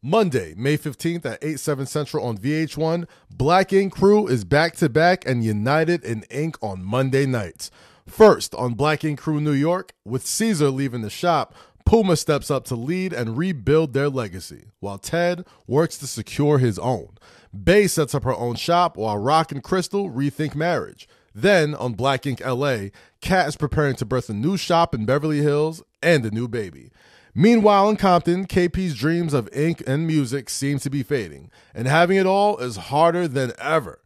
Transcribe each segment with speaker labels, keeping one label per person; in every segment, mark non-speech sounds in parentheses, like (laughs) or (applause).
Speaker 1: Monday, May 15th at 8, 7 Central on VH1. Black Ink Crew is back to back and United in Ink on Monday nights. First, on Black Ink Crew New York, with Caesar leaving the shop, Puma steps up to lead and rebuild their legacy, while Ted works to secure his own. Bay sets up her own shop, while Rock and Crystal rethink marriage. Then, on Black Ink LA, Kat is preparing to birth a new shop in Beverly Hills and a new baby. Meanwhile, in Compton, KP's dreams of ink and music seem to be fading, and having it all is harder than ever.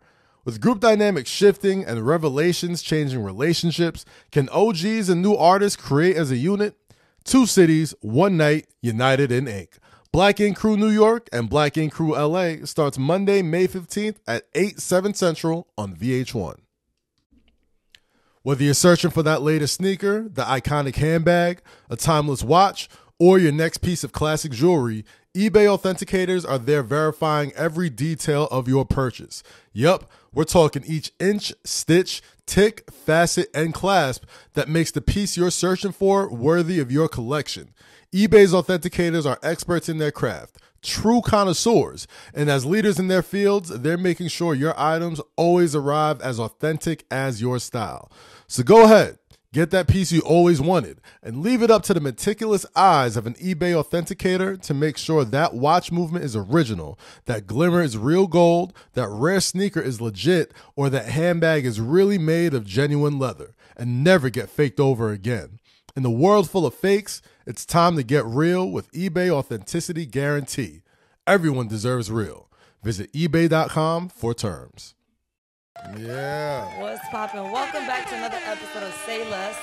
Speaker 1: With group dynamics shifting and revelations changing relationships, can OGs and new artists create as a unit? Two cities, one night, united in ink. Black Ink Crew New York and Black Ink Crew LA starts Monday, May 15th at 8, 7 Central on VH1. Whether you're searching for that latest sneaker, the iconic handbag, a timeless watch, or your next piece of classic jewelry, eBay authenticators are there verifying every detail of your purchase. Yup, we're talking each inch, stitch, tick, facet, and clasp that makes the piece you're searching for worthy of your collection. eBay's authenticators are experts in their craft, true connoisseurs, and as leaders in their fields, they're making sure your items always arrive as authentic as your style. So go ahead, get that piece you always wanted, and leave it up to the meticulous eyes of an eBay authenticator to make sure that watch movement is original, that glimmer is real gold, that rare sneaker is legit, or that handbag is really made of genuine leather, and never get faked over again. In the world full of fakes, it's time to get real with eBay Authenticity Guarantee. Everyone deserves real. Visit eBay.com for terms. Yeah.
Speaker 2: What's poppin'? Welcome back to another episode of Say Less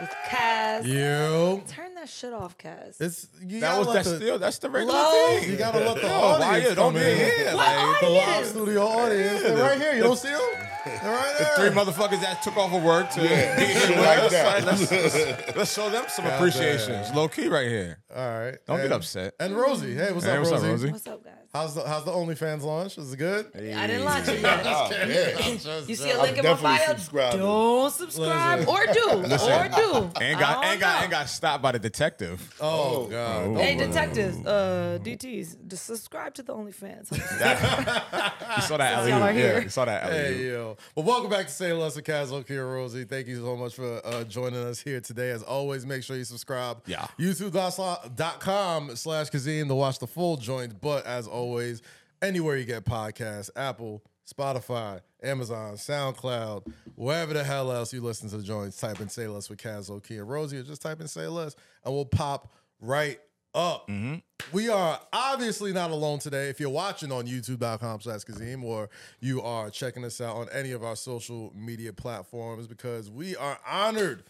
Speaker 2: with Kaz.
Speaker 1: You.
Speaker 2: Turn that shit off, Kaz.
Speaker 1: It's, you
Speaker 3: That
Speaker 1: gotta
Speaker 3: was
Speaker 1: let
Speaker 3: that's
Speaker 1: the-
Speaker 3: still that's the regular
Speaker 2: Low.
Speaker 3: thing.
Speaker 1: You gotta let (laughs) the
Speaker 3: Yo, why
Speaker 1: audience
Speaker 3: you
Speaker 1: come
Speaker 3: don't
Speaker 1: in.
Speaker 3: be here?
Speaker 2: What
Speaker 3: Like
Speaker 1: The live
Speaker 2: audience?
Speaker 1: studio audience. They're right here. You don't see them? They're right there.
Speaker 3: three motherfuckers that took off of work to be here
Speaker 4: shit
Speaker 3: with
Speaker 4: like
Speaker 3: us.
Speaker 4: that.
Speaker 3: Let's, let's- let's show them some appreciation. It's low key right here.
Speaker 1: All right.
Speaker 3: Don't get
Speaker 1: And-
Speaker 3: upset.
Speaker 1: And Rosie. Hey, what's
Speaker 3: Hey,
Speaker 1: up,
Speaker 3: what's up,
Speaker 1: Rosie?
Speaker 3: Rosie?
Speaker 2: What's up, guys?
Speaker 1: How's the How's the OnlyFans launch? Is it good? (laughs)
Speaker 2: I didn't launch it yet. (laughs) You see a link in my
Speaker 4: definitely
Speaker 2: bio?
Speaker 4: subscribing.
Speaker 2: Don't subscribe or do or do.
Speaker 3: And
Speaker 2: I
Speaker 3: got
Speaker 2: don't
Speaker 3: and got
Speaker 2: know.
Speaker 3: and got stopped by the detective.
Speaker 1: Oh, God.
Speaker 2: Hey detectives, uh, DTs, just subscribe to the OnlyFans.
Speaker 3: You saw that
Speaker 2: Since
Speaker 3: alley.
Speaker 2: y'all are
Speaker 3: Yeah,
Speaker 2: here.
Speaker 3: you saw that alley.
Speaker 1: Hey yo! Well, welcome back to Say Less with Caslow Kia Rosie. Thank you so much for uh, joining us here today. As always, make sure you subscribe.
Speaker 3: Yeah.
Speaker 1: YouTube.com slash Kazim to watch the full joint. But as always, anywhere you get podcasts, Apple, Spotify, Amazon, SoundCloud, wherever the hell else you listen to the joints, type in Say Less with Caslow Kia Rosie, or just type in Say Less, and we'll pop right up. We are obviously not alone today. If you're watching on youtube.com slash Kazim or you are checking us out on any of our social media platforms, because we are honored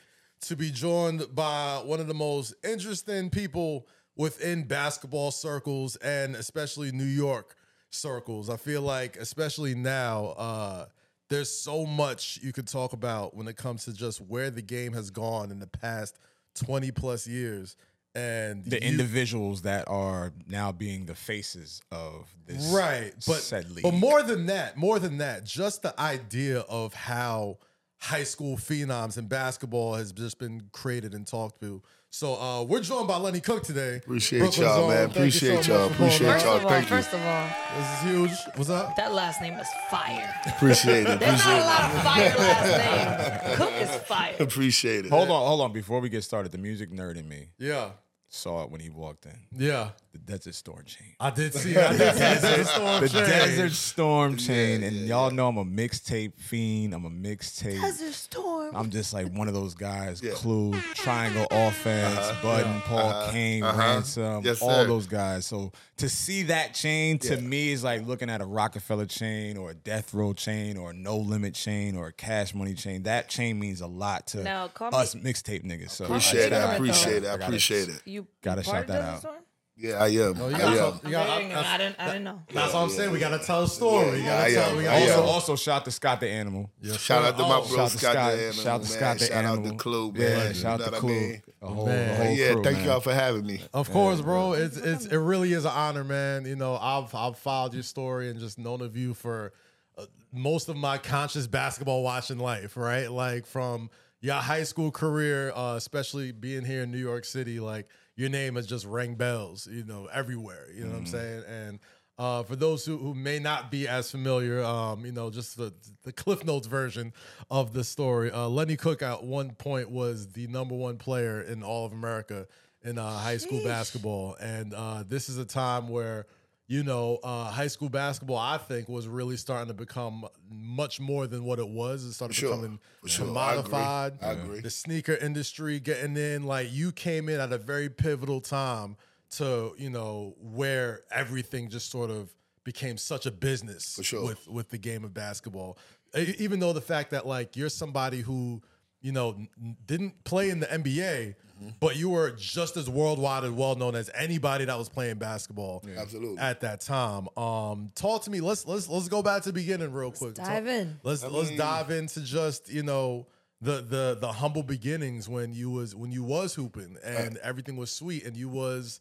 Speaker 1: to be joined by one of the most interesting people within basketball circles and especially New York circles. I feel like, especially now, uh, there's so much you could talk about when it comes to just where the game has gone in the past 20 plus years. And
Speaker 3: The
Speaker 1: you-
Speaker 3: individuals that are now being the faces of this
Speaker 1: right but
Speaker 3: said league.
Speaker 1: but more than that more than that just the idea of how high school phenoms in basketball has just been created and talked to so uh we're joined by lenny cook today
Speaker 4: Appreciate
Speaker 1: Brooklyn's
Speaker 4: y'all,
Speaker 1: own.
Speaker 4: man.
Speaker 1: Thank you so
Speaker 4: Appreciate
Speaker 1: much
Speaker 4: y'all.
Speaker 1: for pulling
Speaker 4: Appreciate
Speaker 1: up.
Speaker 2: First
Speaker 4: y'all.
Speaker 2: of all,
Speaker 4: Thank you.
Speaker 2: first of all,
Speaker 1: this is huge what's up
Speaker 2: that last name is fire.
Speaker 4: Appreciate it.
Speaker 2: There's not a
Speaker 4: Appreciate it.
Speaker 2: lot of fire last name. Cook is fire.
Speaker 4: Appreciate it.
Speaker 3: hold on, hold on. Before we get started, the music nerd in me
Speaker 1: yeah
Speaker 3: saw it when he walked in.
Speaker 1: yeah
Speaker 3: The desert storm chain.
Speaker 1: i did see i did see
Speaker 4: (laughs)
Speaker 1: the storm
Speaker 3: The
Speaker 1: change.
Speaker 3: desert storm chain, and y'all know I'm a mixtape fiend. I'm a mixtape.
Speaker 2: Desert storm.
Speaker 3: I'm just like one of those guys, Clue, Triangle Offense,
Speaker 4: Uh-huh,
Speaker 3: Budden, Paul Kane, Ransom,
Speaker 4: Yes,
Speaker 3: all
Speaker 4: sir.
Speaker 3: those guys. So to see that chain to me is like looking at a Rockefeller chain or a Death Row chain or a No Limit chain or a Cash Money chain. That chain means a lot to
Speaker 2: Now, call me-
Speaker 3: us mixtape niggas. So
Speaker 4: Appreciate it.
Speaker 2: Appreciate
Speaker 4: I
Speaker 2: it,
Speaker 4: appreciate it. I
Speaker 3: gotta-
Speaker 4: appreciate it.
Speaker 2: You
Speaker 3: Gotta
Speaker 2: you
Speaker 3: shout
Speaker 2: part of
Speaker 3: that
Speaker 2: Desert
Speaker 3: out.
Speaker 2: Storm?
Speaker 4: Yeah, I
Speaker 1: Oh,
Speaker 4: am.
Speaker 1: you
Speaker 4: I
Speaker 1: gotta
Speaker 4: am.
Speaker 1: tell- you gotta-
Speaker 2: I didn't know. I didn't, I didn't know.
Speaker 1: that's what i'm saying we gotta tell a story you
Speaker 4: Yeah,
Speaker 1: gotta
Speaker 4: yeah,
Speaker 1: tell we
Speaker 4: yeah,
Speaker 1: gotta
Speaker 4: yeah.
Speaker 3: Also,
Speaker 1: tell-
Speaker 3: also shout to Scott the Animal.
Speaker 4: Shout out to my
Speaker 1: Oh,
Speaker 4: bro
Speaker 3: shout to
Speaker 4: Scott,
Speaker 3: Scott-
Speaker 4: the Animal.
Speaker 3: shout to
Speaker 4: man.
Speaker 3: Scott the
Speaker 4: Shout out
Speaker 3: Animal.
Speaker 4: to Clue, man.
Speaker 3: Yeah,
Speaker 4: You
Speaker 3: shout
Speaker 4: know
Speaker 3: out to
Speaker 4: what I
Speaker 3: Clue.
Speaker 4: mean?
Speaker 3: The whole,
Speaker 1: Man.
Speaker 3: the whole
Speaker 4: Yeah,
Speaker 3: crew,
Speaker 4: thank
Speaker 3: man.
Speaker 4: y'all for having me.
Speaker 1: Of course, bro. It's it's it really is an honor, man. You know, I've I've followed your story and just known of you for uh, most of my conscious basketball watching life, right? Like from your high school career, uh, especially being here in New York City, like your name has just rang bells, you know, everywhere. You know what I'm saying? And uh, for those who, who may not be as familiar, um, you know, just the, the Cliff Notes version of the story, uh, Lenny Cook at one point was the number one player in all of America in uh, high school basketball. And uh, this is a time where you know, uh, high school basketball, I think, was really starting to become much more than what it was. It started
Speaker 4: Sure.
Speaker 1: becoming
Speaker 4: For sure. I agree.
Speaker 1: commodified.
Speaker 4: I agree.
Speaker 1: The sneaker industry getting in, like you came in at a very pivotal time to, you know, where everything just sort of became such a business
Speaker 4: For sure.
Speaker 1: with with the game of basketball. E- Even though the fact that like you're somebody who, you know, n- didn't play in the NBA,
Speaker 4: Mm-hmm.
Speaker 1: but you were just as worldwide and well known as anybody that was playing basketball
Speaker 4: Absolutely.
Speaker 1: at that time. Um, talk to me. Let's let's let's go back to the beginning real quick. Talk-
Speaker 2: dive in.
Speaker 1: Let's let's dive into just you know the the the humble beginnings when you was when you was hooping and everything was sweet and you was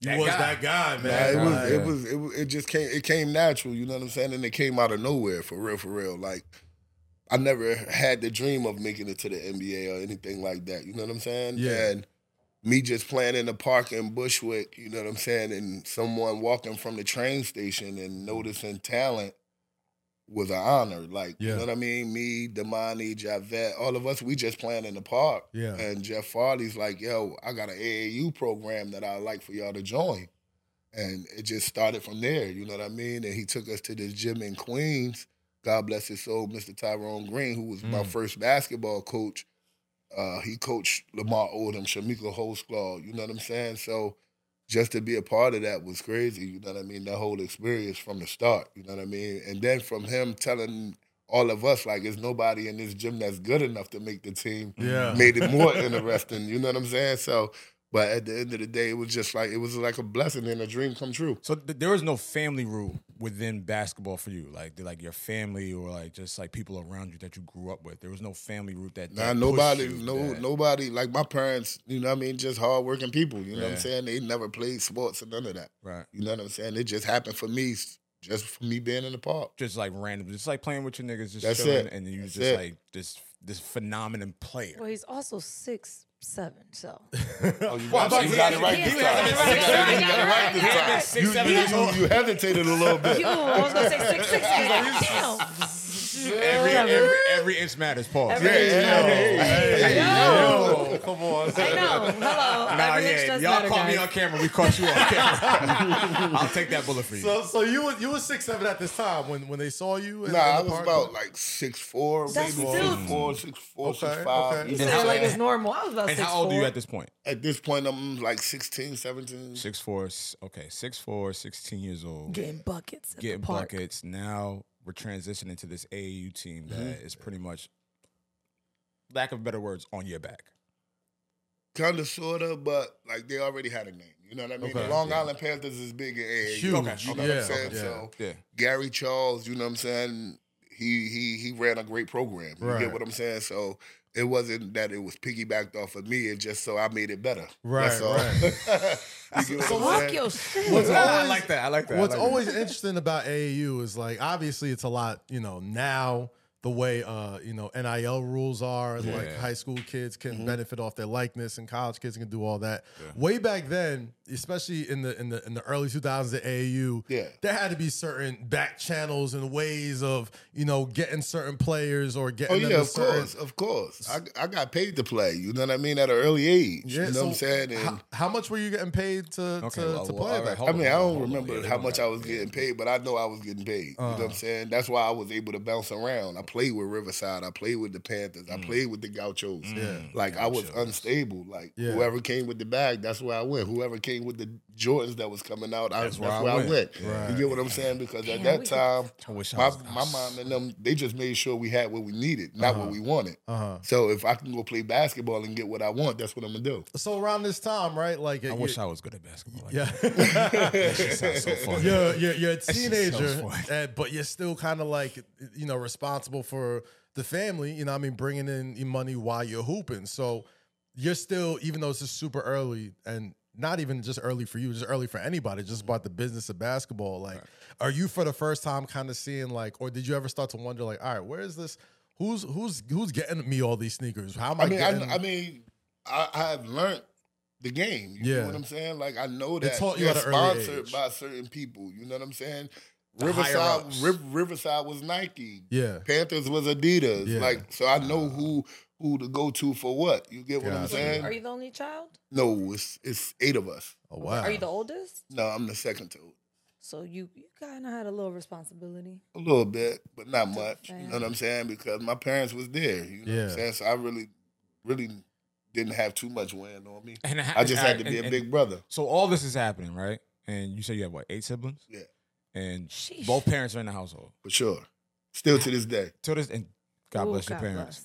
Speaker 1: you
Speaker 3: That
Speaker 1: was
Speaker 3: guy.
Speaker 1: that guy
Speaker 4: Nah,
Speaker 1: man.
Speaker 4: it, was,
Speaker 3: yeah.
Speaker 4: it was it was it just came it came natural, you know what I'm saying? And it came out of nowhere for real, for real. Like I never had the dream of making it to the NBA or anything like that. You know what I'm saying?
Speaker 1: Yeah.
Speaker 4: And me just playing in the park in Bushwick, you know what I'm saying, and someone walking from the train station and noticing talent was an honor. Like,
Speaker 1: Yeah.
Speaker 4: you know what I mean? Me, Damani, Javette, all of us, we just playing in the park.
Speaker 1: Yeah.
Speaker 4: (laughs) And Jeff Farley's like, yo, I got an AAU program that I'd like for y'all to join. And it just started from there, you know what I mean? And he took us to this gym in Queens. God bless his soul, Mr. Tyrone Green, who was my first basketball coach. Uh, he coached Lamar Odom, Shamika Holsklaw, you know what I'm saying? So just to be a part of that was crazy, you know what I mean? That whole experience from the start, you know what I mean? And then from him telling all of us, like, there's nobody in this gym that's good enough to make the team,
Speaker 1: Yeah.
Speaker 4: made it more interesting, you know what I'm saying? So, but at the end of the day, it was just like, it was like a blessing and a dream come true.
Speaker 3: So th- there was no family rule within basketball for you, like th- like your family or like just like people around you that you grew up with. There was no family root that.
Speaker 4: Nah,
Speaker 3: that pushed
Speaker 4: nobody,
Speaker 3: you,
Speaker 4: no,
Speaker 3: that-
Speaker 4: nobody. Like my parents, you know what I mean. Just hardworking people. You know what I'm
Speaker 3: Yeah.
Speaker 4: saying. They never played sports or none of that.
Speaker 3: Right.
Speaker 4: You know what I'm saying. It just happened for me, just for me being in the park.
Speaker 3: Just like random, just like playing with your niggas, just
Speaker 4: That's
Speaker 3: chilling,
Speaker 4: it.
Speaker 3: and you
Speaker 4: That's
Speaker 3: just
Speaker 4: it.
Speaker 3: like this this phenomenon player.
Speaker 2: Well, he's also six seven,
Speaker 3: (laughs)
Speaker 2: so
Speaker 4: Oh,
Speaker 2: this
Speaker 4: got it right time.
Speaker 2: You got it right this time.
Speaker 4: You, you, you, you hesitated a little bit.
Speaker 2: you I was gonna say six six. Damn.
Speaker 3: Every, every, every inch matters. Pause.
Speaker 2: Every inch
Speaker 4: Yeah,
Speaker 2: matters.
Speaker 4: hey,
Speaker 2: I know.
Speaker 1: Yo, come on.
Speaker 2: I know. Hello.
Speaker 3: Nah,
Speaker 2: Every inch
Speaker 3: yeah,
Speaker 2: does
Speaker 3: y'all
Speaker 2: matter,
Speaker 3: caught me
Speaker 2: guys.
Speaker 3: on camera. We caught
Speaker 2: (laughs)
Speaker 3: you on camera. (laughs) I'll take that bullet for you.
Speaker 1: So so you was you was six seven at this time when when they saw you. in-
Speaker 4: (laughs) Nah,
Speaker 1: in the
Speaker 4: I was
Speaker 1: park?
Speaker 4: about like six four,
Speaker 2: That's
Speaker 4: maybe
Speaker 2: still-
Speaker 4: six four, six four,
Speaker 1: Okay,
Speaker 4: six five.
Speaker 1: okay.
Speaker 4: You know
Speaker 2: It
Speaker 4: what I'm
Speaker 2: sounded like
Speaker 4: saying?
Speaker 2: it's normal. I was about
Speaker 3: and
Speaker 2: six
Speaker 3: how old are you
Speaker 2: four.
Speaker 3: at this point?
Speaker 4: At this point, I'm like 16, 17.
Speaker 3: Six four. Okay, six four, 16 years old.
Speaker 2: Getting buckets. At
Speaker 3: getting
Speaker 2: the park.
Speaker 3: buckets. Now we're transitioning to this AAU team that is
Speaker 2: Mm-hmm.
Speaker 3: pretty much, lack of better words, on your back.
Speaker 4: Kind of, sort of, but like they already had a name. You know what I mean?
Speaker 1: Okay.
Speaker 4: The Long Island Panthers is big in AAU.
Speaker 1: huge.
Speaker 3: Okay,
Speaker 1: Yeah,
Speaker 4: You know what I'm saying?
Speaker 1: yeah.
Speaker 4: So
Speaker 3: (laughs) Yeah.
Speaker 4: Gary Charles, you know what I'm saying? He he he ran a great program. You
Speaker 1: Right.
Speaker 4: get what I'm saying? So it wasn't that it was piggybacked off of me, it's just so I made it better.
Speaker 1: Right,
Speaker 4: That's all. (laughs) you get what I'm
Speaker 2: Walk
Speaker 4: saying?
Speaker 2: your shit.
Speaker 1: What's
Speaker 3: (laughs) I
Speaker 1: always-
Speaker 3: like that. I like that. I
Speaker 1: What's
Speaker 3: like
Speaker 1: always interesting about AAU is like obviously it's a lot, you know, now the way uh, you know, NIL rules are and like
Speaker 3: Yeah.
Speaker 1: high school kids can
Speaker 4: Mm-hmm.
Speaker 1: benefit off their likeness and college kids can do all that. Way back then, especially in the in the in the early 2000s at AAU,
Speaker 4: Yeah.
Speaker 1: there had to be certain back channels and ways of, you know, getting certain players or getting
Speaker 4: Oh
Speaker 1: them
Speaker 4: yeah,
Speaker 1: to
Speaker 4: of
Speaker 1: certain-
Speaker 4: course, of course. I, I got paid to play. You know what I mean? At an early age.
Speaker 1: Yeah,
Speaker 4: you know
Speaker 1: so
Speaker 4: what I'm saying? And
Speaker 1: How, how much were you getting paid to
Speaker 3: Okay,
Speaker 1: to,
Speaker 3: well,
Speaker 1: to
Speaker 3: well,
Speaker 1: play
Speaker 3: all right,
Speaker 1: back?
Speaker 3: hold
Speaker 4: I mean, I
Speaker 3: Hold on,
Speaker 4: don't
Speaker 3: hold on.
Speaker 4: remember
Speaker 3: Yeah, they
Speaker 4: how
Speaker 3: don't
Speaker 4: much
Speaker 3: got
Speaker 4: I was
Speaker 3: it.
Speaker 4: getting paid, but I know I was getting paid. You know
Speaker 3: Uh.
Speaker 4: what I'm saying? That's why I was able to bounce around. I played with Riverside. I played with the Panthers.
Speaker 3: Mm.
Speaker 4: I played with the Gauchos. Like I was unstable. Like
Speaker 1: Yeah.
Speaker 4: whoever came with the bag, that's where I went. Whoever came with the Jordans that was coming out, I, that's,
Speaker 3: where I
Speaker 4: where I
Speaker 3: went.
Speaker 4: went. You get what I'm saying? Because at
Speaker 2: Damn,
Speaker 4: that
Speaker 2: we-
Speaker 4: time,
Speaker 3: I wish I
Speaker 4: my,
Speaker 3: was-
Speaker 4: my mom and them, they just made sure we had what we needed, not what we wanted.
Speaker 1: Uh-huh.
Speaker 4: So if I can go play basketball and get what I want, that's what I'm gonna do.
Speaker 1: So around this time, right? Like
Speaker 3: I wish I was good at basketball. Like
Speaker 1: yeah.
Speaker 3: that. That shit sounds so funny.
Speaker 1: you're, you're, you're a
Speaker 3: shit
Speaker 1: teenager,
Speaker 3: sounds funny.
Speaker 1: and, but you're still kind of like, you know, responsible for the family, you know what I mean, bringing in your money while you're hooping. So you're still, even though it's just super early and not even just early for you, just early for anybody, just about the business of basketball. Like, are you for the first time kind of seeing like, or did you ever start to wonder like, all right, where is this? Who's who's who's getting me all these sneakers? How am I,
Speaker 4: I mean,
Speaker 1: getting?
Speaker 4: I, I mean, I, I've learned the game. You
Speaker 1: Yeah.
Speaker 4: know what I'm saying? Like I know
Speaker 1: They
Speaker 4: that
Speaker 1: taught you
Speaker 4: they're
Speaker 1: at an early
Speaker 4: sponsored
Speaker 1: age.
Speaker 4: by certain people. You know what I'm saying?
Speaker 3: The higher
Speaker 4: Riverside,
Speaker 3: ups.
Speaker 4: Riv- Riverside was Nike.
Speaker 1: Yeah.
Speaker 4: Panthers was Adidas.
Speaker 1: Yeah.
Speaker 4: Like so, I know who who to go to for what. You get what I'm
Speaker 1: Gotcha.
Speaker 4: saying?
Speaker 2: Are you the only child?
Speaker 4: no, it's it's eight of us.
Speaker 1: Oh wow.
Speaker 2: Are you the oldest?
Speaker 4: No, I'm the second to.
Speaker 2: So you you kind of had a little responsibility.
Speaker 4: A little bit, but not much. You
Speaker 2: family.
Speaker 4: know what I'm saying? Because my parents was there. You know what
Speaker 1: Yeah.
Speaker 4: I'm saying? So I really, really didn't have too much weighing on me.
Speaker 3: (laughs) And
Speaker 4: I just had to be
Speaker 3: and-
Speaker 4: a
Speaker 3: and-
Speaker 4: big brother.
Speaker 3: So all this is happening, right? And you say you have what eight siblings?
Speaker 4: Yeah.
Speaker 3: And
Speaker 2: Sheesh.
Speaker 3: both parents are in the household.
Speaker 4: for sure. Still to this day.
Speaker 3: Till this, and God
Speaker 2: Ooh,
Speaker 3: bless your parents.
Speaker 2: bless.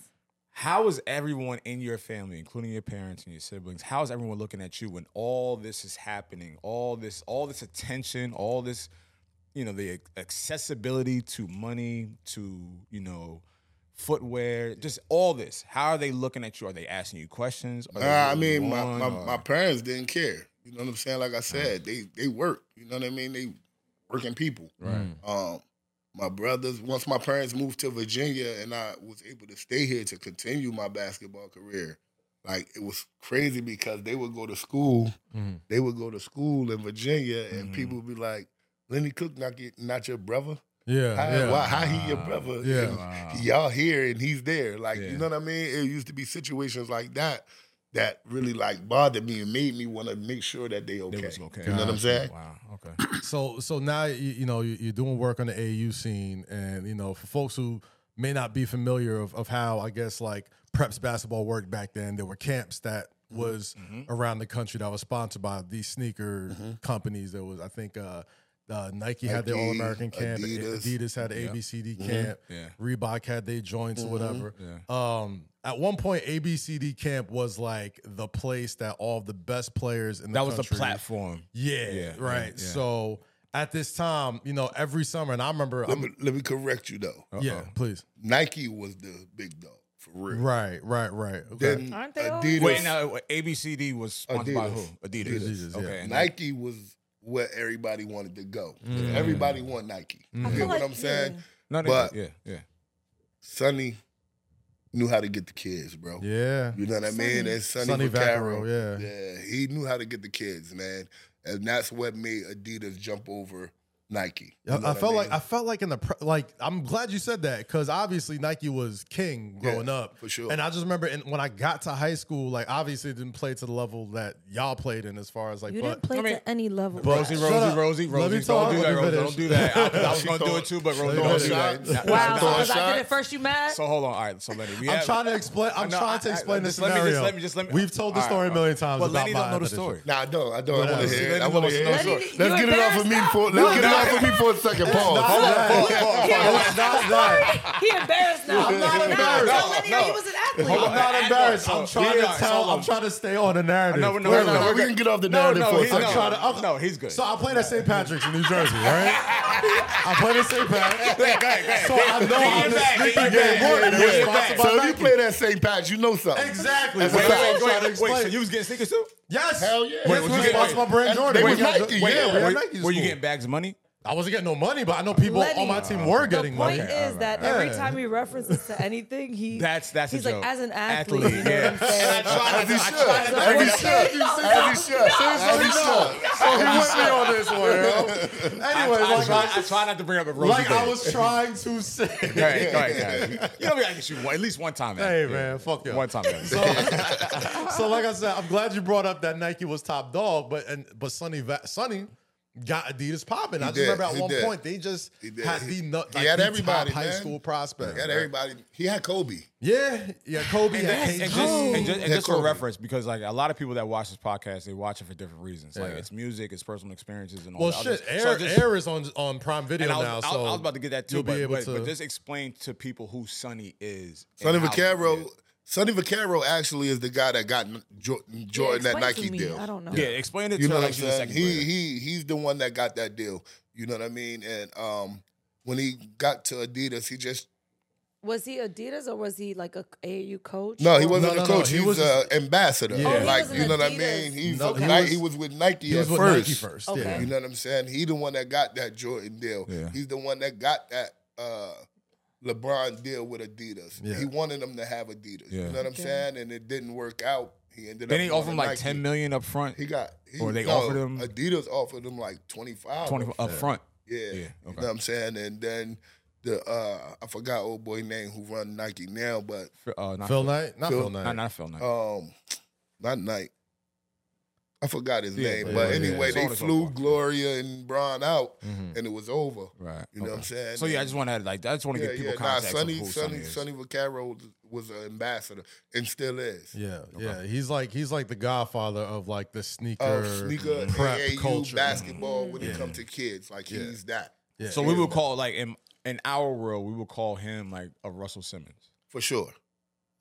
Speaker 3: How is everyone in your family, including your parents and your siblings, how is everyone looking at you when all this is happening? All this, all this attention, all this, you know, the accessibility to money, to you know, footwear, just all this. How are they looking at you? Are they asking you questions? Are they
Speaker 4: Nah, I
Speaker 3: rooting you
Speaker 4: mean, my,
Speaker 3: on,
Speaker 4: my,
Speaker 3: or-
Speaker 4: my parents didn't care. You know what I'm saying? Like I said, they they work. You know what I mean? They working people.
Speaker 3: right.
Speaker 4: Um, my brothers. Once my parents moved to Virginia, and I was able to stay here to continue my basketball career. Like it was crazy because they would go to school.
Speaker 1: Mhm.
Speaker 4: They would go to school in Virginia, and
Speaker 1: Mm-hmm.
Speaker 3: Mhm.
Speaker 4: people would be like, "Lenny Cook, not get, not your brother?
Speaker 1: Yeah.
Speaker 4: How,
Speaker 1: yeah. Ah,
Speaker 4: why, how he your brother?
Speaker 1: Yeah.
Speaker 4: And (laughs)
Speaker 3: Wow.
Speaker 4: y'all here and he's there. Like,
Speaker 3: Uh-huh. Yeah.
Speaker 4: you know what I mean? It used to be situations like that that really like bothered me and made me want to make sure that they okay.
Speaker 3: They was okay.
Speaker 4: You know what I'm saying?
Speaker 3: Wow. Okay.
Speaker 1: So so now you, you know you, you're doing work on the AU scene, and you know for folks who may not be familiar of, of how I guess like preps basketball worked back then, there were camps that
Speaker 3: Mm-hmm.
Speaker 1: was around the country that was sponsored by these sneaker
Speaker 3: Mm-hmm.
Speaker 1: companies. There was I think uh, uh, Nike had their All American
Speaker 4: Nike,
Speaker 1: camp,
Speaker 4: Adidas.
Speaker 1: Adidas, had the
Speaker 3: Yeah. Mm-hmm.
Speaker 1: ABCD camp,
Speaker 3: Yeah.
Speaker 1: Reebok had their joints or whatever.
Speaker 3: Yeah.
Speaker 1: Um, at one point, ABCD camp was like the place that all the best players in the
Speaker 3: That was the
Speaker 1: country-
Speaker 3: platform.
Speaker 1: Yeah,
Speaker 3: Yeah,
Speaker 1: right.
Speaker 3: yeah, yeah.
Speaker 1: So at this time, you know, every summer, and I remember,
Speaker 4: Let
Speaker 1: I'm,
Speaker 4: me, let me correct you though.
Speaker 1: yeah,
Speaker 3: Uh-oh.
Speaker 1: please,
Speaker 4: Nike was the big dog for real.
Speaker 1: right, right, right. Okay.
Speaker 4: Then
Speaker 2: Aren't they all?
Speaker 4: Adidas,
Speaker 3: Wait, now wait, ABCD was sponsored by
Speaker 4: Adidas.
Speaker 3: who? Adidas.
Speaker 1: Adidas, yeah.
Speaker 3: Okay. and then-
Speaker 4: Nike was where everybody wanted to go.
Speaker 3: Mm.
Speaker 4: Everybody wanted Nike.
Speaker 2: I
Speaker 4: You
Speaker 2: feel
Speaker 4: know
Speaker 2: like
Speaker 4: what I'm saying?
Speaker 2: yeah.
Speaker 3: No, they-
Speaker 4: But-
Speaker 3: yeah, yeah.
Speaker 4: Sonny knew how to get the kids, bro.
Speaker 1: yeah,
Speaker 4: You know what I mean? And Sonny,
Speaker 1: Sonny
Speaker 4: Vaccaro,
Speaker 1: Vaccaro, yeah.
Speaker 4: Yeah, he knew how to get the kids, man. And that's what made Adidas jump over Nike. You
Speaker 1: I,
Speaker 4: know
Speaker 1: I
Speaker 4: what
Speaker 1: felt like
Speaker 4: mean?
Speaker 1: I felt like in the pre- like I'm glad you said that because obviously Nike was king growing
Speaker 4: Yeah,
Speaker 1: up
Speaker 4: for sure.
Speaker 1: And I just remember in, when I got to high school, like obviously it didn't play to the level that y'all played in as far as like,
Speaker 2: You
Speaker 1: but
Speaker 2: didn't play
Speaker 3: I mean,
Speaker 2: to any level.
Speaker 1: Bro,
Speaker 2: Right.
Speaker 3: Rosie,
Speaker 1: shut
Speaker 3: Rosie,
Speaker 1: up.
Speaker 3: Rosie,
Speaker 1: Let me
Speaker 3: Rosie. Don't
Speaker 1: talk.
Speaker 3: do
Speaker 1: Let me
Speaker 3: that, Rosie. Don't
Speaker 1: finish.
Speaker 3: do that. I, I was going to do
Speaker 4: Throwing-
Speaker 3: it too, but Rosie,
Speaker 1: throwing
Speaker 3: don't do
Speaker 4: shots.
Speaker 3: that.
Speaker 2: Wow, so
Speaker 4: Throwing
Speaker 2: because I did it
Speaker 4: shots.
Speaker 2: first, you mad?
Speaker 3: So hold on. All right. So Lenny, we
Speaker 1: I'm
Speaker 3: have-
Speaker 1: trying to explain. I'm
Speaker 3: No,
Speaker 1: trying to
Speaker 3: I- I-
Speaker 1: explain this
Speaker 3: just let me-
Speaker 1: scenario.
Speaker 3: just let me- just let me-
Speaker 1: We've told the
Speaker 3: all right,
Speaker 1: story a
Speaker 3: all
Speaker 1: million times.
Speaker 3: Well,
Speaker 1: about
Speaker 3: Lenny don't
Speaker 1: my
Speaker 3: know the
Speaker 1: expedition.
Speaker 3: story.
Speaker 4: Nah, I don't. I don't. I want
Speaker 1: else?
Speaker 4: to hear
Speaker 3: Let
Speaker 4: it. I
Speaker 3: him
Speaker 4: want to
Speaker 3: know
Speaker 4: hear
Speaker 3: it's
Speaker 4: it.
Speaker 3: no
Speaker 2: story.
Speaker 4: Let's
Speaker 2: You
Speaker 4: get it off of me
Speaker 2: embarrassed
Speaker 4: for. Let's
Speaker 1: now?
Speaker 4: get it off of me for a second. Pause.
Speaker 1: not
Speaker 4: Hold on.
Speaker 1: that.
Speaker 4: Pause. Pause. Pause.
Speaker 1: It's not that.
Speaker 2: (laughs) he embarrassed now.
Speaker 1: I'm not
Speaker 2: Now
Speaker 1: embarrassed.
Speaker 2: Tell Lenny
Speaker 3: No,
Speaker 2: how he
Speaker 3: no.
Speaker 2: was an athlete.
Speaker 3: Hold
Speaker 1: I'm
Speaker 3: on.
Speaker 1: not
Speaker 3: I- I-
Speaker 1: embarrassed.
Speaker 3: no,
Speaker 1: I'm trying to
Speaker 3: yeah,
Speaker 1: tell.
Speaker 3: hold on.
Speaker 1: I'm trying to stay on the narrative.
Speaker 3: No, no, no,
Speaker 1: Clearly.
Speaker 4: No, no,
Speaker 3: no.
Speaker 4: we can get off the
Speaker 3: No,
Speaker 4: narrative
Speaker 3: no,
Speaker 4: for a
Speaker 3: he's
Speaker 4: second.
Speaker 1: trying to-
Speaker 3: no, no, he's good.
Speaker 1: So I played at St. Patrick's in New Jersey, right? I played at St. Patrick's.
Speaker 3: Go ahead, go ahead.
Speaker 1: So I know how
Speaker 3: Lean
Speaker 1: this
Speaker 3: back,
Speaker 1: sneaker
Speaker 3: lean
Speaker 1: game
Speaker 3: back,
Speaker 1: works.
Speaker 3: lean
Speaker 1: We're
Speaker 3: back.
Speaker 1: sponsored by
Speaker 4: So if you
Speaker 1: Nike.
Speaker 4: play that St. Pat's, you know something.
Speaker 1: Exactly. That's
Speaker 4: That's a
Speaker 1: what
Speaker 4: fact.
Speaker 1: I'm trying to
Speaker 3: Wait, wait, so
Speaker 1: explain.
Speaker 3: you was getting sneakers too?
Speaker 1: Yes.
Speaker 4: Hell yeah.
Speaker 1: Yes,
Speaker 4: Wait,
Speaker 1: we
Speaker 4: was
Speaker 1: were
Speaker 4: you
Speaker 1: sponsored by
Speaker 4: getting-
Speaker 1: Brand
Speaker 4: That's-
Speaker 1: Jordan.
Speaker 4: they
Speaker 1: We
Speaker 4: was
Speaker 1: got-
Speaker 4: Nike,
Speaker 1: wait,
Speaker 4: yeah.
Speaker 1: we had
Speaker 4: Were-
Speaker 1: Nike
Speaker 3: Were you
Speaker 1: school.
Speaker 3: getting bags of money?
Speaker 1: I wasn't getting no money, but I know people
Speaker 2: Lenny,
Speaker 1: on my team were
Speaker 2: The
Speaker 1: getting money.
Speaker 2: point is that every
Speaker 1: Yeah.
Speaker 2: time he references to anything, he
Speaker 3: That's that's
Speaker 2: he's
Speaker 3: a
Speaker 2: like
Speaker 3: joke.
Speaker 2: as an athlete. you know what I'm
Speaker 3: yeah.
Speaker 2: saying?
Speaker 3: And I tried
Speaker 4: As he
Speaker 3: to- I
Speaker 4: should.
Speaker 3: tried to-
Speaker 4: As he
Speaker 2: Wait,
Speaker 4: should.
Speaker 2: no,
Speaker 4: As he should. As he should.
Speaker 1: So he with me on this one, yo. (laughs)
Speaker 3: I-
Speaker 1: Anyway,
Speaker 3: I
Speaker 1: like,
Speaker 3: tried-
Speaker 1: I,
Speaker 3: I tried not to bring up a Rosie.
Speaker 1: like I
Speaker 3: thing.
Speaker 1: was trying to say.
Speaker 3: Go ahead, go ahead, go ahead. You know we gotta get you one, at least one time.
Speaker 1: Hey
Speaker 3: Yeah.
Speaker 1: man, fuck y'all.
Speaker 3: One time. man.
Speaker 1: so like I said, I'm glad you brought up that Nike was top dog, but and but Sonny Va- Sonny got Adidas popping. I just
Speaker 4: did,
Speaker 1: remember at
Speaker 4: he
Speaker 1: one
Speaker 4: did.
Speaker 1: point they just
Speaker 4: He did.
Speaker 1: had
Speaker 4: He-
Speaker 1: the nut.
Speaker 4: he
Speaker 1: like,
Speaker 4: had
Speaker 1: the
Speaker 4: everybody,
Speaker 1: top high
Speaker 4: man.
Speaker 1: school prospect.
Speaker 4: He had everybody. He had Kobe.
Speaker 1: Yeah, yeah, Kobe
Speaker 3: And,
Speaker 1: had
Speaker 3: and- and
Speaker 1: KG.
Speaker 3: just, and just, and
Speaker 4: Yeah,
Speaker 3: just for
Speaker 4: Kobe.
Speaker 3: reference, because like a lot of people that watch this podcast, they watch it for different reasons. Like
Speaker 1: Yeah.
Speaker 3: it's music, it's personal experiences, and all
Speaker 1: well,
Speaker 3: that.
Speaker 1: shit,
Speaker 3: other-
Speaker 1: Air,
Speaker 3: so just-
Speaker 1: Air is on on Prime Video
Speaker 3: and I was,
Speaker 1: now.
Speaker 3: I,
Speaker 1: so
Speaker 3: I was about to get that too,
Speaker 1: you'll
Speaker 3: but,
Speaker 1: be able
Speaker 3: but,
Speaker 1: to.
Speaker 3: but just explain to people who Sonny is.
Speaker 4: Sonny
Speaker 3: and how-
Speaker 4: Vaccaro. Sonny Vaccaro actually is the guy that got Jo-
Speaker 2: Yeah,
Speaker 4: Jordan that
Speaker 2: explain
Speaker 4: Nike
Speaker 2: to me.
Speaker 4: deal.
Speaker 2: I don't know.
Speaker 3: Yeah, explain it to
Speaker 4: You know
Speaker 3: her
Speaker 4: what I'm
Speaker 3: like she's a
Speaker 4: saying?
Speaker 3: second
Speaker 4: He
Speaker 3: grader.
Speaker 4: he he's the one that got that deal. You know what I mean? And um, when he got to Adidas, he just
Speaker 2: Was he Adidas or was he like a AAU coach?
Speaker 4: no, he
Speaker 2: Or-
Speaker 4: wasn't
Speaker 1: no,
Speaker 4: a
Speaker 1: no,
Speaker 4: coach.
Speaker 1: he
Speaker 4: He was
Speaker 1: was-
Speaker 4: an ambassador.
Speaker 1: Yeah. Oh, he
Speaker 4: like
Speaker 2: was an
Speaker 4: you know what I
Speaker 2: Adidas.
Speaker 4: mean? He's
Speaker 1: No,
Speaker 4: he,
Speaker 1: he
Speaker 4: Nike,
Speaker 1: was-
Speaker 4: he was with Nike
Speaker 1: he
Speaker 4: at
Speaker 1: was with
Speaker 4: first.
Speaker 1: Nike first.
Speaker 2: Okay.
Speaker 1: Yeah.
Speaker 4: You know what I'm saying? He the one that got that Jordan deal.
Speaker 3: Yeah.
Speaker 4: He's the one that got that uh, LeBron deal with Adidas.
Speaker 1: Yeah.
Speaker 4: He wanted them to have Adidas.
Speaker 3: Yeah.
Speaker 4: You know what I'm
Speaker 2: Okay.
Speaker 4: saying? And it didn't work out. He ended
Speaker 3: Then
Speaker 4: up
Speaker 3: he
Speaker 4: going
Speaker 3: offered
Speaker 4: to
Speaker 3: him like
Speaker 4: Nike.
Speaker 3: ten million up front.
Speaker 4: He got he,
Speaker 3: Or they
Speaker 4: no,
Speaker 3: offered him-
Speaker 4: Adidas offered him like twenty five.
Speaker 3: Twenty uh, up front.
Speaker 4: Yeah.
Speaker 3: Yeah,
Speaker 4: You
Speaker 3: okay.
Speaker 4: know what I'm saying? And then the uh I forgot old boy name who run Nike now, but
Speaker 3: F- Uh, not
Speaker 1: Phil Knight, not
Speaker 4: Phil-
Speaker 1: Phil Knight.
Speaker 3: Not, not Phil Knight.
Speaker 4: um not Knight. I forgot his
Speaker 3: Yeah,
Speaker 4: name.
Speaker 3: yeah,
Speaker 4: but
Speaker 1: yeah.
Speaker 4: anyway,
Speaker 3: It's on
Speaker 4: they
Speaker 3: his own
Speaker 4: flew
Speaker 3: watch.
Speaker 4: Gloria and Bron out
Speaker 3: Mm-hmm.
Speaker 1: Mhm.
Speaker 4: and it was over.
Speaker 3: right.
Speaker 4: You know what I'm
Speaker 3: okay.
Speaker 4: saying?
Speaker 3: So yeah, I
Speaker 4: And-
Speaker 3: just want to like I just want to
Speaker 4: yeah,
Speaker 3: give people
Speaker 4: yeah, nah,
Speaker 3: context. of
Speaker 4: Sonny,
Speaker 3: who
Speaker 4: Sonny,
Speaker 3: is.
Speaker 4: Sonny Vaccaro was, was an ambassador and still is.
Speaker 1: Yeah, yeah. He's like he's like the godfather of like the sneaker,
Speaker 4: Of Uh, sneaker
Speaker 3: Mm-hmm.
Speaker 1: prep
Speaker 4: AAU
Speaker 1: culture.
Speaker 4: basketball when
Speaker 1: Yeah.
Speaker 4: it comes to kids. Like
Speaker 1: Yeah.
Speaker 4: he's that.
Speaker 1: Yeah.
Speaker 3: So we would call like in in our world we would call him like a Russell Simmons.
Speaker 4: For sure.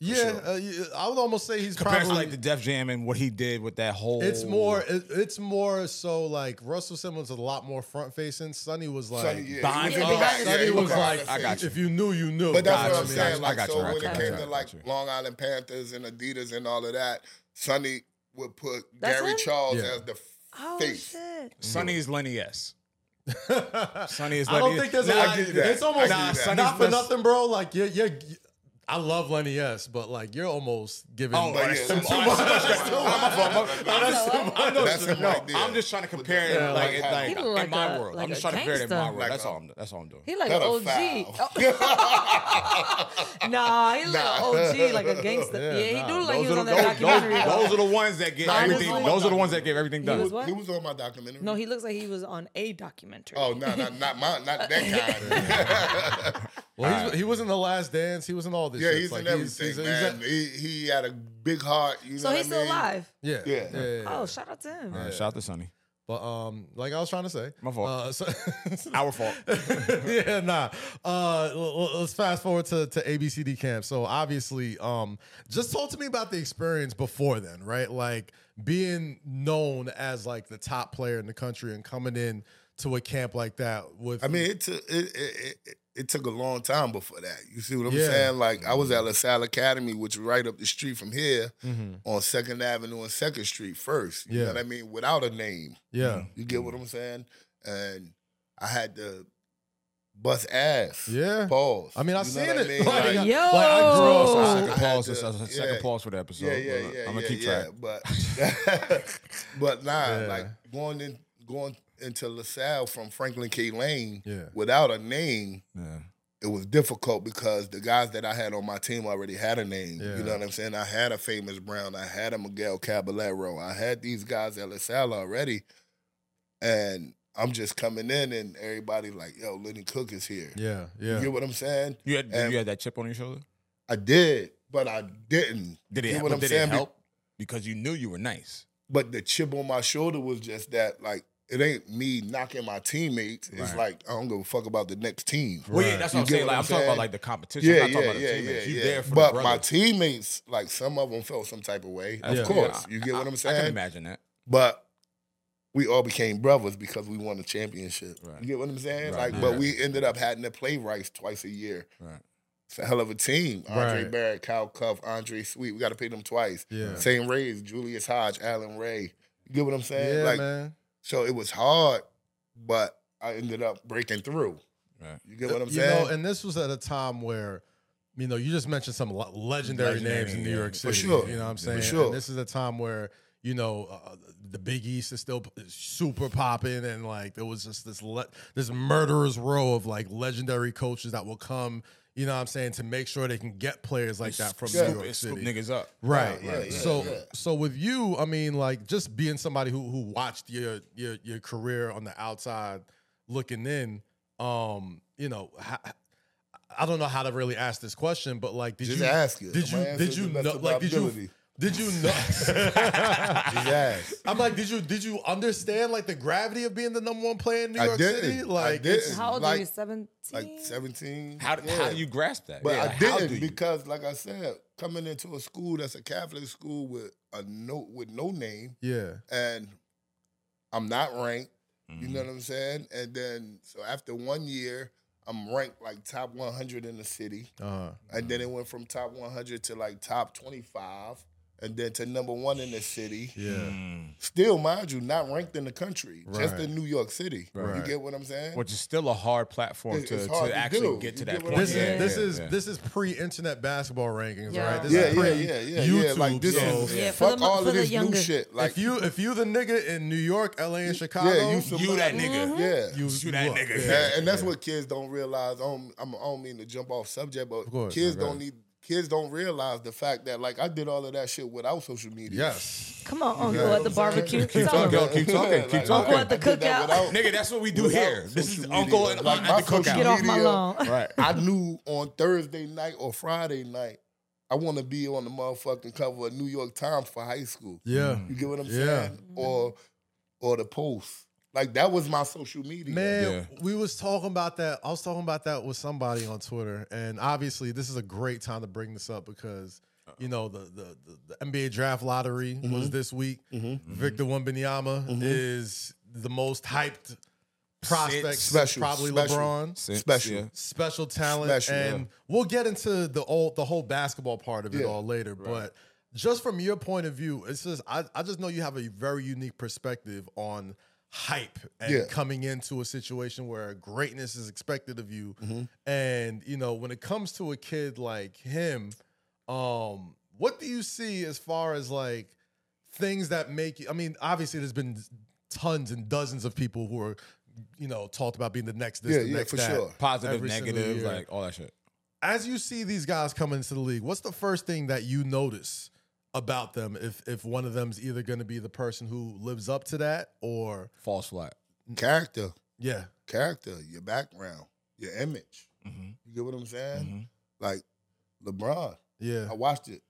Speaker 1: yeah,
Speaker 4: sure.
Speaker 1: uh, yeah, I would almost say he's
Speaker 3: Compared to
Speaker 1: probably
Speaker 3: like the Def Jam and what he did with that whole.
Speaker 1: It's more. It, it's more so like Russell Simmons was a lot more front facing. Sonny was like.
Speaker 4: Sonny, yeah,
Speaker 3: behind-
Speaker 4: he was
Speaker 3: oh,
Speaker 4: behind-
Speaker 1: Sonny
Speaker 4: yeah, he
Speaker 1: was
Speaker 4: behind
Speaker 1: like,
Speaker 4: the
Speaker 3: I got
Speaker 4: scenes.
Speaker 1: if you knew, you knew.
Speaker 4: But
Speaker 3: Got
Speaker 4: that's what
Speaker 3: you,
Speaker 4: I'm
Speaker 3: got
Speaker 4: saying.
Speaker 3: you, I
Speaker 4: Like,
Speaker 3: got
Speaker 4: so
Speaker 3: you, I
Speaker 4: when
Speaker 3: got
Speaker 4: it
Speaker 3: you,
Speaker 4: came
Speaker 3: I
Speaker 4: to
Speaker 3: got
Speaker 4: like
Speaker 3: you.
Speaker 4: Long Island Panthers and Adidas and all of that, Sonny would put
Speaker 2: That's
Speaker 4: Gary
Speaker 2: him?
Speaker 4: Charles
Speaker 1: Yeah.
Speaker 4: as the
Speaker 2: Oh
Speaker 4: face.
Speaker 2: shit!
Speaker 3: Sonny is Lenny
Speaker 1: (laughs)
Speaker 3: S. Sonny is
Speaker 1: I
Speaker 3: Lenny
Speaker 1: don't
Speaker 3: S.
Speaker 1: think there's a
Speaker 3: Nah,
Speaker 1: lot.
Speaker 4: get that.
Speaker 1: It's almost
Speaker 4: I get that.
Speaker 1: not
Speaker 3: Sonny's
Speaker 1: for
Speaker 3: less-
Speaker 1: nothing, bro. Like yeah, yeah. I love Lenny S, but like you're almost giving.
Speaker 3: Oh,
Speaker 4: But
Speaker 3: that's
Speaker 4: yeah,
Speaker 3: too much.
Speaker 4: (laughs) that's too much.
Speaker 3: That's too much. Oh, my fault.
Speaker 1: (laughs)
Speaker 3: My-
Speaker 1: That's too
Speaker 3: I know-
Speaker 4: That's him
Speaker 3: no,
Speaker 4: right there.
Speaker 3: I'm just trying to compare
Speaker 1: Yeah,
Speaker 3: it like,
Speaker 4: like
Speaker 3: it-
Speaker 4: how-
Speaker 3: like,
Speaker 2: He look
Speaker 3: in
Speaker 2: like
Speaker 3: my
Speaker 2: a-
Speaker 3: world.
Speaker 2: like
Speaker 3: I'm
Speaker 2: a
Speaker 3: just trying to compare it in my
Speaker 2: gangster.
Speaker 3: world.
Speaker 4: Like
Speaker 3: that's
Speaker 4: a-
Speaker 3: all. I'm, that's all I'm doing.
Speaker 2: He like
Speaker 4: That
Speaker 2: an
Speaker 4: a
Speaker 2: OG.
Speaker 4: foul.
Speaker 2: Oh. (laughs) nah, he like an OG, like a gangster.
Speaker 1: Yeah,
Speaker 2: Yeah, he
Speaker 1: nah,
Speaker 2: do look like he was on
Speaker 3: the,
Speaker 2: that documentary.
Speaker 3: those-
Speaker 2: though.
Speaker 3: those are the ones that get
Speaker 2: Honestly-
Speaker 3: everything. Those are the ones that get everything
Speaker 2: He
Speaker 3: done.
Speaker 2: was what?
Speaker 4: He was on my documentary.
Speaker 2: no, he looks like he was on a documentary.
Speaker 4: Oh no, no, not my,
Speaker 2: (laughs)
Speaker 4: not that kind.
Speaker 1: Well, he's, he was in the Last Dance. He was in all this.
Speaker 4: (laughs) yeah,
Speaker 1: shit.
Speaker 4: he's
Speaker 1: like,
Speaker 4: in everything,
Speaker 1: he's- he's
Speaker 4: man.
Speaker 1: a-
Speaker 4: he, he had a big heart. You know
Speaker 2: so
Speaker 4: what
Speaker 2: he's
Speaker 4: I
Speaker 2: still
Speaker 4: mean?
Speaker 2: alive.
Speaker 1: yeah, yeah.
Speaker 4: Yeah.
Speaker 1: yeah, yeah.
Speaker 2: Oh, shout out to him.
Speaker 3: All right, shout out to Sonny.
Speaker 1: But um, like I was trying to say,
Speaker 3: My fault.
Speaker 1: Uh, so, (laughs)
Speaker 3: Our fault.
Speaker 1: yeah, nah. Uh, l- l- let's fast forward to, to ABCD camp. So obviously, um, just talk to me about the experience before then, right? Like being known as like the top player in the country and coming in to a camp like that with.
Speaker 4: I mean, it took it, it, it, it took a long time before that. You see what I'm
Speaker 1: Yeah.
Speaker 4: saying? Like I was at LaSalle Academy, which is right up the street from here,
Speaker 3: Mm-hmm.
Speaker 4: on Second Avenue and Second Street first. You
Speaker 1: Yeah. Mm.
Speaker 4: know what I mean? Without a name.
Speaker 1: yeah,
Speaker 4: You get what I'm saying? And I had to bust ass.
Speaker 1: Yeah.
Speaker 4: Pause.
Speaker 1: I mean, I've
Speaker 4: You know
Speaker 1: seen
Speaker 4: what I
Speaker 1: it. (laughs)
Speaker 4: mean?
Speaker 1: Like,
Speaker 4: Like,
Speaker 2: Yo.
Speaker 1: like, I grew up.
Speaker 3: So
Speaker 2: Oh.
Speaker 3: second pause.
Speaker 4: I had
Speaker 3: so
Speaker 4: to-
Speaker 3: Second
Speaker 4: yeah.
Speaker 3: pause for the episode.
Speaker 4: yeah, yeah, yeah.
Speaker 3: I'm gonna
Speaker 4: yeah,
Speaker 3: keep
Speaker 4: yeah,
Speaker 3: track.
Speaker 4: But (laughs) but nah,
Speaker 1: Yeah.
Speaker 4: like going in going into LaSalle from Franklin K. Lane
Speaker 1: Yeah.
Speaker 4: without a name,
Speaker 3: Yeah.
Speaker 4: it was difficult because the guys that I had on my team already had a name.
Speaker 1: Yeah.
Speaker 4: You know what I'm saying? I had a famous Brown, I had a Miguel Caballero, I had these guys at LaSalle already. And I'm just coming in and everybody like, yo, Lenny Cook is here.
Speaker 1: Yeah, yeah.
Speaker 4: You get what I'm saying?
Speaker 3: You had
Speaker 4: And-
Speaker 3: you had that chip on your shoulder.
Speaker 4: I did, but I didn't.
Speaker 3: Did
Speaker 4: You
Speaker 3: it?
Speaker 4: know what
Speaker 3: but
Speaker 4: I'm
Speaker 3: Did it
Speaker 4: saying? Be-
Speaker 3: help? Because you knew you were nice.
Speaker 4: But the chip on my shoulder was just that, like, it ain't me knocking my teammates. It's
Speaker 3: Right.
Speaker 4: like, I don't give a fuck about the next team.
Speaker 3: Well, yeah,
Speaker 1: Right.
Speaker 3: that's
Speaker 4: You
Speaker 3: what I'm
Speaker 4: get
Speaker 3: saying.
Speaker 4: what
Speaker 3: Like
Speaker 4: I'm
Speaker 3: I'm talking about
Speaker 4: saying?
Speaker 3: like the competition.
Speaker 4: Yeah,
Speaker 3: I'm not
Speaker 4: yeah,
Speaker 3: talking about
Speaker 4: yeah,
Speaker 3: the teammates.
Speaker 4: yeah,
Speaker 3: You
Speaker 4: yeah.
Speaker 3: there for the
Speaker 4: but my
Speaker 3: brothers.
Speaker 4: teammates, like some of them felt some type of way. Of
Speaker 1: Yeah.
Speaker 4: course, you get what
Speaker 3: I-
Speaker 4: I'm
Speaker 3: I can
Speaker 4: saying.
Speaker 3: imagine that.
Speaker 4: but we all became brothers because we won a championship.
Speaker 3: Right.
Speaker 4: You get what I'm saying?
Speaker 3: Right,
Speaker 4: Like, but
Speaker 3: yeah.
Speaker 4: we ended up having to play Rice twice a year.
Speaker 3: Right.
Speaker 4: It's a hell of a team. Andre
Speaker 1: Right.
Speaker 4: Barrett, Kyle Cuff, Andre Sweet. We got to pay them twice.
Speaker 1: Yeah.
Speaker 4: Same Rays, Julius Hodge, Allen Ray. You get what I'm saying?
Speaker 1: yeah,
Speaker 4: like,
Speaker 1: man.
Speaker 4: so it was hard, but I ended up breaking through.
Speaker 3: Right.
Speaker 4: You get what I'm
Speaker 1: you
Speaker 4: saying?
Speaker 1: know, and this was at a time where, you know, you just mentioned some le- legendary,
Speaker 3: Legendary,
Speaker 1: names in New
Speaker 3: yeah.
Speaker 1: York
Speaker 4: For
Speaker 1: City.
Speaker 4: sure.
Speaker 1: You know what I'm saying?
Speaker 4: sure.
Speaker 1: And this is a time where, you know, uh, the Big East is still p- super popping, and like there was just this le- this murderer's row of like legendary coaches that will come. You know what I'm saying to make sure they can get players like that from
Speaker 3: Scoop-
Speaker 1: New York
Speaker 3: it scoop
Speaker 1: City.
Speaker 3: niggas up.
Speaker 1: Right.
Speaker 4: Yeah,
Speaker 1: right.
Speaker 4: yeah,
Speaker 1: so
Speaker 4: yeah.
Speaker 1: so with you, I mean, like just being somebody who who watched your your your career on the outside looking in, um, you know, ha- I don't know how to really ask this question, but like, did
Speaker 4: Just
Speaker 1: you
Speaker 4: ask it.
Speaker 1: Did
Speaker 4: My
Speaker 1: you
Speaker 4: answer
Speaker 1: did
Speaker 4: is
Speaker 1: you
Speaker 4: the best
Speaker 1: know?
Speaker 4: of my
Speaker 1: Like, did you
Speaker 4: ability.
Speaker 1: did you
Speaker 4: (laughs)
Speaker 1: (laughs) know? (laughs)
Speaker 4: Just ask.
Speaker 1: I'm like, did you did you understand like the gravity of being the number one player in New
Speaker 4: I
Speaker 1: York
Speaker 4: didn't.
Speaker 1: City?
Speaker 4: I
Speaker 1: Like,
Speaker 4: didn't.
Speaker 1: it's-
Speaker 2: How old are
Speaker 4: Like-
Speaker 2: you? Seventeen.
Speaker 4: Like 17.
Speaker 3: How, do- how do you grasp that?
Speaker 4: But
Speaker 3: Yeah,
Speaker 4: I
Speaker 3: like, how do
Speaker 4: didn't
Speaker 3: you-
Speaker 4: because, like I said, coming into a school that's a Catholic school with a no with no name,
Speaker 1: yeah,
Speaker 4: and I'm not ranked. You
Speaker 3: Mhm.
Speaker 1: Mm.
Speaker 4: know what I'm saying? And then, so after one year, I'm ranked like top 100 in the city,
Speaker 1: uh,
Speaker 4: and then it went from top 100 to like top 25, and then to number one in the city.
Speaker 1: Yeah.
Speaker 4: Still, mind you, not ranked in the country, just
Speaker 1: Right.
Speaker 4: in New York City.
Speaker 1: Right.
Speaker 4: You get what I'm saying?
Speaker 3: Which is still a hard platform
Speaker 4: It's-
Speaker 3: to,
Speaker 4: it's
Speaker 3: to
Speaker 4: hard to
Speaker 3: actually
Speaker 4: do.
Speaker 3: get to
Speaker 4: You
Speaker 3: that
Speaker 4: get what
Speaker 3: point.
Speaker 4: I'm
Speaker 1: This
Speaker 4: saying?
Speaker 1: is this
Speaker 3: yeah,
Speaker 1: is
Speaker 3: yeah.
Speaker 1: this is pre-internet basketball rankings,
Speaker 2: Yeah.
Speaker 1: right? This
Speaker 4: yeah,
Speaker 1: is
Speaker 4: yeah,
Speaker 1: pre
Speaker 4: yeah, yeah, yeah.
Speaker 1: YouTube,
Speaker 4: Like this
Speaker 1: so-
Speaker 4: is
Speaker 2: Yeah, for
Speaker 4: fuck
Speaker 2: the-
Speaker 4: all
Speaker 2: for
Speaker 4: of
Speaker 2: the
Speaker 4: this new
Speaker 2: younger-
Speaker 4: shit. Like
Speaker 1: if you if you the nigga in New York, LA, and Chicago,
Speaker 4: yeah, you,
Speaker 3: You
Speaker 4: somebody-
Speaker 3: that nigga.
Speaker 2: Mm-hmm.
Speaker 4: Yeah.
Speaker 1: you,
Speaker 3: You that
Speaker 1: up.
Speaker 3: nigga.
Speaker 1: Yeah.
Speaker 4: and, and that's what kids don't realize. I don't, I'm, I don't mean to jump off subject, but
Speaker 1: course,
Speaker 4: kids
Speaker 1: I got
Speaker 4: don't
Speaker 1: it.
Speaker 4: need. Kids don't realize the fact that like I did all of that shit without social media. (laughs)
Speaker 1: Yes.
Speaker 2: Come on, Uncle at the barbecue.
Speaker 3: Keep
Speaker 2: Tell
Speaker 3: talking.
Speaker 2: him.
Speaker 3: Yo, keep talking, keep talking.
Speaker 2: Uncle at the
Speaker 4: I did that
Speaker 2: cookout.
Speaker 4: without-
Speaker 3: Nigga, that's what we do
Speaker 4: without
Speaker 3: here. This
Speaker 4: social
Speaker 3: is Uncle
Speaker 4: media.
Speaker 3: and
Speaker 4: Like,
Speaker 3: Aunt
Speaker 4: my
Speaker 3: at the
Speaker 4: social
Speaker 3: cookout.
Speaker 2: Get off my
Speaker 4: media-
Speaker 2: lawn.
Speaker 3: Right.
Speaker 4: I knew on Thursday night or Friday night, I want to be on the motherfucking cover of New York Times for high school.
Speaker 1: Yeah.
Speaker 4: You get what I'm
Speaker 1: Yeah.
Speaker 4: saying? Or or the post. Like that was my social media.
Speaker 1: Man, we was talking about that. I was talking about that with somebody on Twitter, and obviously, this is a great time to bring this up because you know the the, the, the NBA draft lottery was this week.
Speaker 3: Mm-hmm.
Speaker 1: Victor Wembanyama is the most hyped prospect, since
Speaker 4: Special,
Speaker 1: probably
Speaker 4: special.
Speaker 1: LeBron.
Speaker 3: Since-
Speaker 4: Special.
Speaker 3: yeah.
Speaker 1: special talent,
Speaker 4: Special,
Speaker 1: and
Speaker 4: yeah.
Speaker 1: we'll get into the old the whole basketball part of it
Speaker 4: Yeah.
Speaker 1: all later. But just from your point of view, it's just I, I just know you have a very unique perspective on hype and
Speaker 4: Yeah.
Speaker 1: coming into a situation where greatness is expected of you,
Speaker 4: Mm-hmm.
Speaker 1: and you know when it comes to a kid like him, um, what do you see as far as like things that make you i mean obviously there's been tons and dozens of people who are you know talked about being the next this
Speaker 4: Yeah,
Speaker 1: the
Speaker 4: yeah,
Speaker 1: next
Speaker 4: for
Speaker 1: that.
Speaker 4: sure.
Speaker 3: Positive,
Speaker 1: Every single
Speaker 3: negative,
Speaker 1: year.
Speaker 3: like all that shit.
Speaker 1: as you see these guys come into the league what's the first thing that you notice about them if if one of them's either going to be the person who lives up to that or
Speaker 3: False flat.
Speaker 4: Character.
Speaker 1: yeah
Speaker 4: Character, your background, your image. You get what I'm saying? Like LeBron.
Speaker 1: yeah
Speaker 4: I watched it.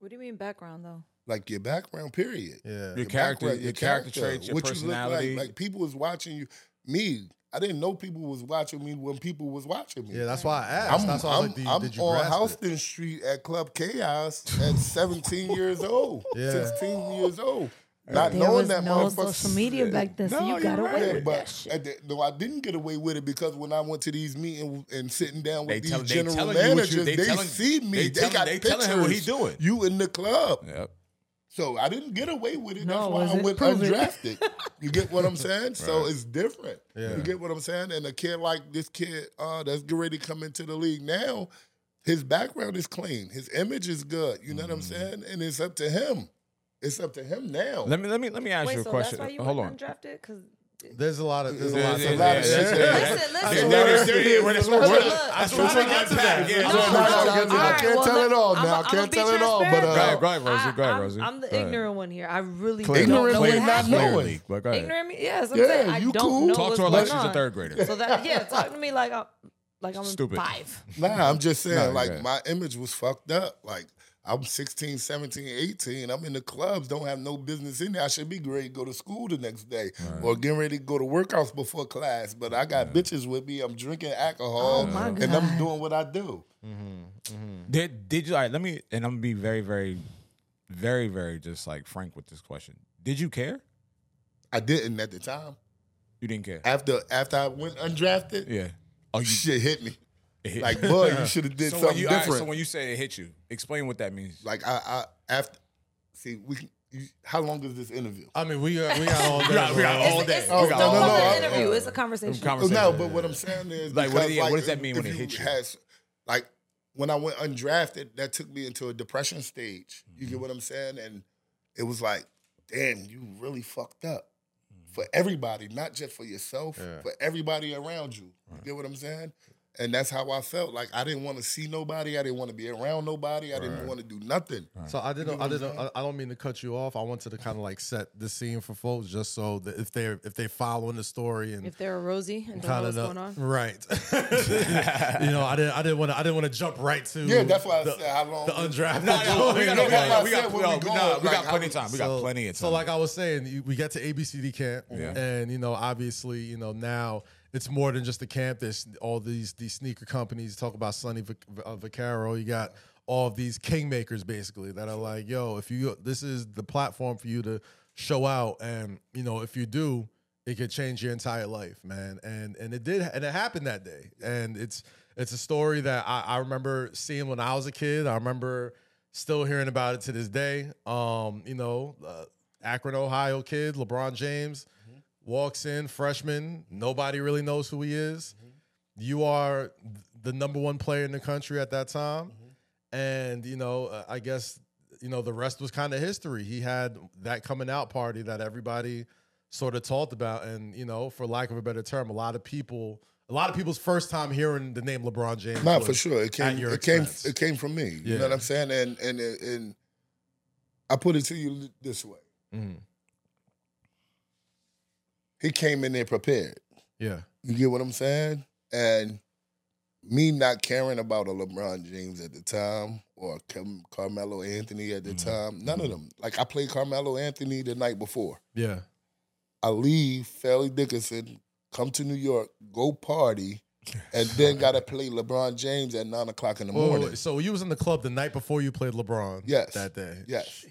Speaker 2: What do you mean background though?
Speaker 4: Like your background, period.
Speaker 1: yeah
Speaker 3: Your character,
Speaker 4: background,
Speaker 3: your character traits, your
Speaker 4: what
Speaker 3: personality.
Speaker 4: You look like. like people was watching you. Me, I didn't know people was watching me when people was watching me.
Speaker 1: yeah that's why i asked that's why i was like do you-
Speaker 4: I'm
Speaker 1: did you
Speaker 4: on
Speaker 1: grasp it?
Speaker 4: Houston Street at Club Chaos
Speaker 3: (laughs)
Speaker 4: at 17 years old,
Speaker 1: Yeah.
Speaker 4: 16 years old, not
Speaker 2: There
Speaker 4: knowing
Speaker 2: was
Speaker 4: that
Speaker 2: no
Speaker 4: motherfucker-
Speaker 2: social media back then, so
Speaker 3: No,
Speaker 2: you got
Speaker 3: you're
Speaker 2: away
Speaker 3: right.
Speaker 4: Yeah,
Speaker 2: with that
Speaker 4: but
Speaker 2: shit.
Speaker 4: at the, no, I didn't get away with it because when I went to these meetings and sitting down
Speaker 3: They
Speaker 4: with
Speaker 3: tell-
Speaker 4: these
Speaker 3: they
Speaker 4: general
Speaker 3: telling you what you-
Speaker 4: managers,
Speaker 3: they
Speaker 4: they,
Speaker 3: telling-
Speaker 4: see me.
Speaker 3: they
Speaker 4: They,
Speaker 3: telling-
Speaker 4: got
Speaker 3: they
Speaker 4: pictures.
Speaker 3: telling him what he doing.
Speaker 4: You in the club.
Speaker 3: Yep.
Speaker 4: So I didn't get away with it.
Speaker 2: No,
Speaker 4: That's why
Speaker 2: was
Speaker 4: I
Speaker 2: it?
Speaker 4: went
Speaker 2: Prove it.
Speaker 4: undrafted. you get what I'm saying? So
Speaker 3: Right.
Speaker 4: it's different.
Speaker 1: Yeah.
Speaker 4: You get what I'm saying? And a kid like this kid uh, that's getting ready to come into the league now, his background is clean. His image is good. You know what I'm saying? And it's up to him. It's up to him now.
Speaker 3: Let me let me let me ask
Speaker 2: Wait,
Speaker 3: you a
Speaker 2: so
Speaker 3: question.
Speaker 2: that's why you
Speaker 3: Hold
Speaker 2: went
Speaker 3: on.
Speaker 2: undrafted? Because
Speaker 1: there's a lot of there's a
Speaker 4: There's
Speaker 1: lot,
Speaker 4: a
Speaker 1: of,
Speaker 4: lot
Speaker 1: lot
Speaker 4: of
Speaker 1: yeah.
Speaker 4: shit.
Speaker 1: yeah.
Speaker 2: Listen, listen.
Speaker 1: That's what
Speaker 2: That
Speaker 1: we're-
Speaker 2: is
Speaker 1: I'm trying to get to that.
Speaker 3: Yeah,
Speaker 1: I'm
Speaker 3: no,
Speaker 1: trying
Speaker 3: no,
Speaker 1: to
Speaker 3: no,
Speaker 1: get to
Speaker 3: no,
Speaker 1: that.
Speaker 3: no,
Speaker 4: I can't tell it all now. I can't tell it all, but, uh, Go ahead,
Speaker 3: go ahead, Rosie,
Speaker 2: I,
Speaker 3: go ahead,
Speaker 2: I'm-
Speaker 3: Rosie.
Speaker 2: I'm the
Speaker 3: Go ahead.
Speaker 2: ignorant one here. I really
Speaker 3: Clearly.
Speaker 2: don't know
Speaker 4: Ignorant
Speaker 2: what
Speaker 4: way, not
Speaker 2: happened.
Speaker 4: knowing.
Speaker 3: Clearly, but go ahead.
Speaker 2: Ignorant me? Yes, I'm
Speaker 4: Yeah,
Speaker 2: saying I
Speaker 4: you
Speaker 2: don't
Speaker 4: cool.
Speaker 2: know
Speaker 4: Talk
Speaker 3: Talk
Speaker 2: what's
Speaker 3: to her
Speaker 2: going
Speaker 3: like she's
Speaker 2: on.
Speaker 3: a third grader.
Speaker 2: So that yeah, talk to me like I'm like I'm
Speaker 3: Stupid.
Speaker 2: five.
Speaker 4: Nah, I'm just saying,
Speaker 3: No,
Speaker 4: like,
Speaker 3: yeah.
Speaker 4: my image was fucked up. Like, I'm 16, 17, 18. I'm in the clubs, don't have no business in there. I should be ready to go to school the next day or getting ready to go to workouts before class. But I got bitches with me. I'm drinking alcohol
Speaker 2: Oh, my
Speaker 4: and I'm
Speaker 2: God.
Speaker 4: doing what I do.
Speaker 3: Did did you all right, let me and I'm gonna be very, very, very, very just like frank with this question. Did you care?
Speaker 4: I didn't at the time.
Speaker 3: You didn't care.
Speaker 4: After after I went undrafted,
Speaker 3: Yeah. Oh you
Speaker 4: shit hit me.
Speaker 3: it hit-
Speaker 4: Like, boy, you should have did
Speaker 3: so when
Speaker 4: something
Speaker 3: you, all right,
Speaker 4: different.
Speaker 3: so when you say it hit you, explain what that means.
Speaker 4: like, I, I after see we. can- You, how long is this interview?
Speaker 1: (laughs) I mean, we got we got all day.
Speaker 3: got- we got
Speaker 1: bro.
Speaker 3: all
Speaker 2: It's, it's,
Speaker 3: Oh,
Speaker 2: it's
Speaker 3: no,
Speaker 2: no,
Speaker 3: no, no,
Speaker 2: public
Speaker 4: I-
Speaker 2: interview. It's a conversation.
Speaker 4: Well, Oh, no,
Speaker 3: Conversation.
Speaker 4: but what I'm saying is
Speaker 3: Like, what-
Speaker 4: because,
Speaker 3: yeah, what does that
Speaker 4: if-
Speaker 3: mean
Speaker 4: if
Speaker 3: when it
Speaker 4: you
Speaker 3: hit you?
Speaker 4: has- like when I went undrafted, that took me into a depression stage. You
Speaker 3: Mm-hmm.
Speaker 4: get what I'm saying? And it was like, damn, you really fucked up
Speaker 3: Mm-hmm.
Speaker 4: for everybody, not just for yourself,
Speaker 1: Yeah.
Speaker 4: for everybody around you. You get what I'm saying? And that's how I felt. Like I didn't want to see nobody. I didn't want to be around nobody. I didn't want to do nothing.
Speaker 1: So I didn't. I didn't. I I don't mean to cut you off. I wanted to kind of like set the scene for folks, just so that if they're if they're following the story and
Speaker 2: If they're a Rosie and don't know
Speaker 1: kind of
Speaker 2: what's
Speaker 1: the-
Speaker 2: going on.
Speaker 1: right. (laughs) you know, I didn't. I didn't want to. I didn't want to jump right to.
Speaker 4: Yeah, that's why I
Speaker 1: the,
Speaker 4: said how long
Speaker 1: the
Speaker 4: is-
Speaker 1: undrafted.
Speaker 3: No, no,
Speaker 1: (laughs)
Speaker 3: we got, we got, we got,
Speaker 4: Like I
Speaker 3: no,
Speaker 4: said, when we
Speaker 3: no,
Speaker 4: go,
Speaker 3: we got
Speaker 4: like,
Speaker 3: plenty of
Speaker 4: I-
Speaker 3: time. We got plenty of time.
Speaker 1: So, like I was saying, you- we got to ABCD camp,
Speaker 3: Yeah.
Speaker 1: and you know, obviously, you know, now it's more than just the camp. There's all these these sneaker companies talk about Sonny Vac- uh, Vaccaro. You got all of these kingmakers basically that are like, yo, if you this is the platform for you to show out, and you know, if you do, it could change your entire life, man. And and it did, and it happened that day, and it's. It's a story that I, I remember seeing when I was a kid. I remember Still hearing about it to this day. Um, you know, uh, Akron, Ohio kid, LeBron James walks in, freshman. Nobody really knows who he is. You are th- the number one player in the country at that time, and you know, uh, I guess you know the rest was kind of history. He had that coming out party that everybody sort of talked about, and you know, for lack of a better term, a lot of people. A lot of people's first time hearing the name LeBron James.
Speaker 4: Not
Speaker 1: was
Speaker 4: for sure. It
Speaker 1: at
Speaker 4: came.
Speaker 1: your
Speaker 4: It came.
Speaker 1: expense.
Speaker 4: It came from me. You
Speaker 1: Yeah.
Speaker 4: know what I'm saying? And and and I put it to you this way:
Speaker 1: Mhm.
Speaker 4: he came in there prepared.
Speaker 1: Yeah.
Speaker 4: You get what I'm saying? And me not caring about a LeBron James at the time or Cam- Carmelo Anthony at the
Speaker 1: Mm-hmm.
Speaker 3: Mhm.
Speaker 4: time, none of them. Like I played Carmelo Anthony the night before.
Speaker 1: Yeah.
Speaker 4: I leave Fairleigh Dickinson, come to New York, go
Speaker 1: (laughs)
Speaker 4: party, and then gotta play LeBron James at nine o'clock in the
Speaker 1: Wait, wait,
Speaker 4: morning.
Speaker 1: wait. So you was in the club the night before you played LeBron.
Speaker 4: Yes.
Speaker 1: That day. (laughs)
Speaker 4: Yes.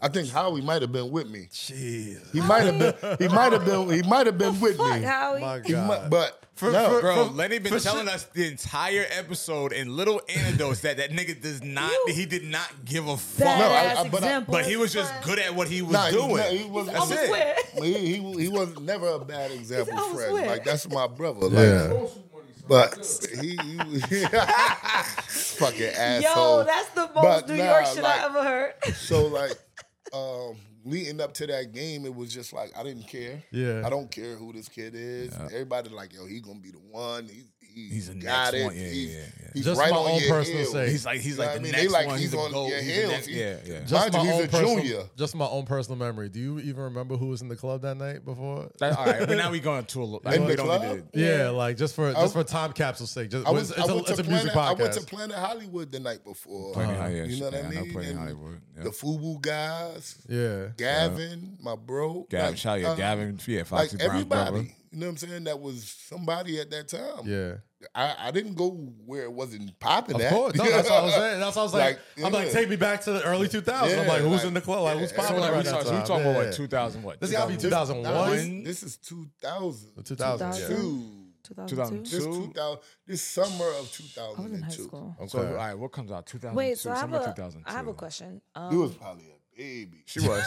Speaker 4: I think Howie might have been with me.
Speaker 1: Jeez. (laughs)
Speaker 4: He might have been. He might have been. He might have been with
Speaker 2: Fuck,
Speaker 4: me.
Speaker 1: (laughs)
Speaker 2: Howie.
Speaker 1: My
Speaker 4: He might,
Speaker 1: God.
Speaker 4: but
Speaker 1: For-
Speaker 4: no,
Speaker 1: for-
Speaker 3: Bro, Lenny
Speaker 1: for
Speaker 3: been telling us the entire episode in little anecdotes that that nigga does not,
Speaker 2: You-
Speaker 3: he did not give a fuck.
Speaker 2: Badass
Speaker 4: No, I- I- but I-
Speaker 2: example.
Speaker 3: but he was just good at what he was
Speaker 4: Nah, he-
Speaker 3: doing.
Speaker 4: nah, he wasn't-
Speaker 2: He's
Speaker 4: that's
Speaker 2: oversquare.
Speaker 4: it. (laughs) He, he, he was never a bad example,
Speaker 2: He's
Speaker 4: friend.
Speaker 2: oversquare.
Speaker 4: Like that's my brother. Like,
Speaker 1: Yeah.
Speaker 4: but he, he (laughs) fucking asshole.
Speaker 2: Yo, that's the most
Speaker 4: But
Speaker 2: New
Speaker 4: nah,
Speaker 2: York shit
Speaker 4: like-
Speaker 2: I ever heard.
Speaker 4: so like, um, leading up to that game, it was just like I didn't care.
Speaker 1: Yeah.
Speaker 4: I don't care who this kid is. Everybody like, yo, he gonna be the one. He, he
Speaker 3: He's the next
Speaker 4: got it.
Speaker 3: one. Yeah, yeah,
Speaker 4: he's,
Speaker 3: yeah, yeah.
Speaker 4: he's
Speaker 1: Just
Speaker 4: right
Speaker 1: my
Speaker 4: on
Speaker 1: own
Speaker 4: your
Speaker 1: personal
Speaker 4: heels.
Speaker 1: sake.
Speaker 3: He's like he's like
Speaker 4: I mean,
Speaker 3: the
Speaker 4: they
Speaker 3: next
Speaker 4: like
Speaker 3: one.
Speaker 4: he's
Speaker 3: He's,
Speaker 4: on
Speaker 3: a goat.
Speaker 4: your
Speaker 3: he's the
Speaker 4: heels.
Speaker 3: next-
Speaker 4: He-
Speaker 3: yeah,
Speaker 4: (laughs)
Speaker 3: yeah.
Speaker 4: Just Mind
Speaker 1: my
Speaker 4: you, he's
Speaker 1: own
Speaker 4: a
Speaker 1: personal-
Speaker 4: junior.
Speaker 1: Just my own personal memory. Do you even remember who was in the club that night before?
Speaker 3: That- all right, but now we going to a little.
Speaker 4: In
Speaker 3: we
Speaker 4: the
Speaker 3: don't
Speaker 4: club?
Speaker 3: Need to,
Speaker 1: yeah,
Speaker 2: Yeah.
Speaker 1: like just for just for time capsule's sake. Just,
Speaker 4: I was,
Speaker 1: it's,
Speaker 4: I
Speaker 1: a,
Speaker 4: went
Speaker 1: it's
Speaker 4: to
Speaker 1: a music
Speaker 4: Planet, I went to
Speaker 1: podcast.
Speaker 4: Planet Hollywood the night before.
Speaker 3: Planet Hollywood.
Speaker 4: uh, You know what
Speaker 3: Yeah,
Speaker 4: I
Speaker 3: know
Speaker 4: mean?
Speaker 3: Planet
Speaker 4: And
Speaker 3: Hollywood. Yeah.
Speaker 4: The Fubu guys.
Speaker 1: yeah.
Speaker 4: Gavin, my bro.
Speaker 3: Gavin,
Speaker 4: like,
Speaker 3: shout out
Speaker 4: uh,
Speaker 3: to Gavin. Yeah,
Speaker 4: Like
Speaker 3: Foxy Brown's
Speaker 4: everybody,
Speaker 3: brother.
Speaker 4: you know what I'm saying? That was somebody at that time.
Speaker 1: Yeah.
Speaker 4: I, I didn't go where it wasn't popping
Speaker 1: Of
Speaker 4: at.
Speaker 1: course. No, that's
Speaker 4: (laughs)
Speaker 1: what I was saying. That's what I was like.
Speaker 4: Like,
Speaker 1: I'm like,
Speaker 4: yeah.
Speaker 1: take me back to the early 2000s. I'm
Speaker 4: Yeah,
Speaker 1: like, who's
Speaker 4: like,
Speaker 1: in the club? Like, who's
Speaker 4: yeah.
Speaker 3: So
Speaker 1: popping
Speaker 3: like,
Speaker 1: around
Speaker 3: we
Speaker 1: that
Speaker 3: talking- so we
Speaker 1: time?
Speaker 3: talking about
Speaker 1: Yeah.
Speaker 3: like 2000 what?
Speaker 1: This gotta be
Speaker 3: 2000.
Speaker 1: 2001.
Speaker 4: This, this is 2000.
Speaker 1: 2000. yeah.
Speaker 2: 2000.
Speaker 3: 2002.
Speaker 4: This 2000. This summer of
Speaker 2: (laughs) I was in high
Speaker 4: 2002.
Speaker 2: school.
Speaker 1: Okay.
Speaker 3: So, all right, what comes out? 2002.
Speaker 2: Wait, so I have,
Speaker 3: Oh, summer
Speaker 2: a,
Speaker 3: 2002.
Speaker 2: I have a question. Um,
Speaker 4: You was probably a baby.
Speaker 3: She
Speaker 4: (laughs)
Speaker 3: was.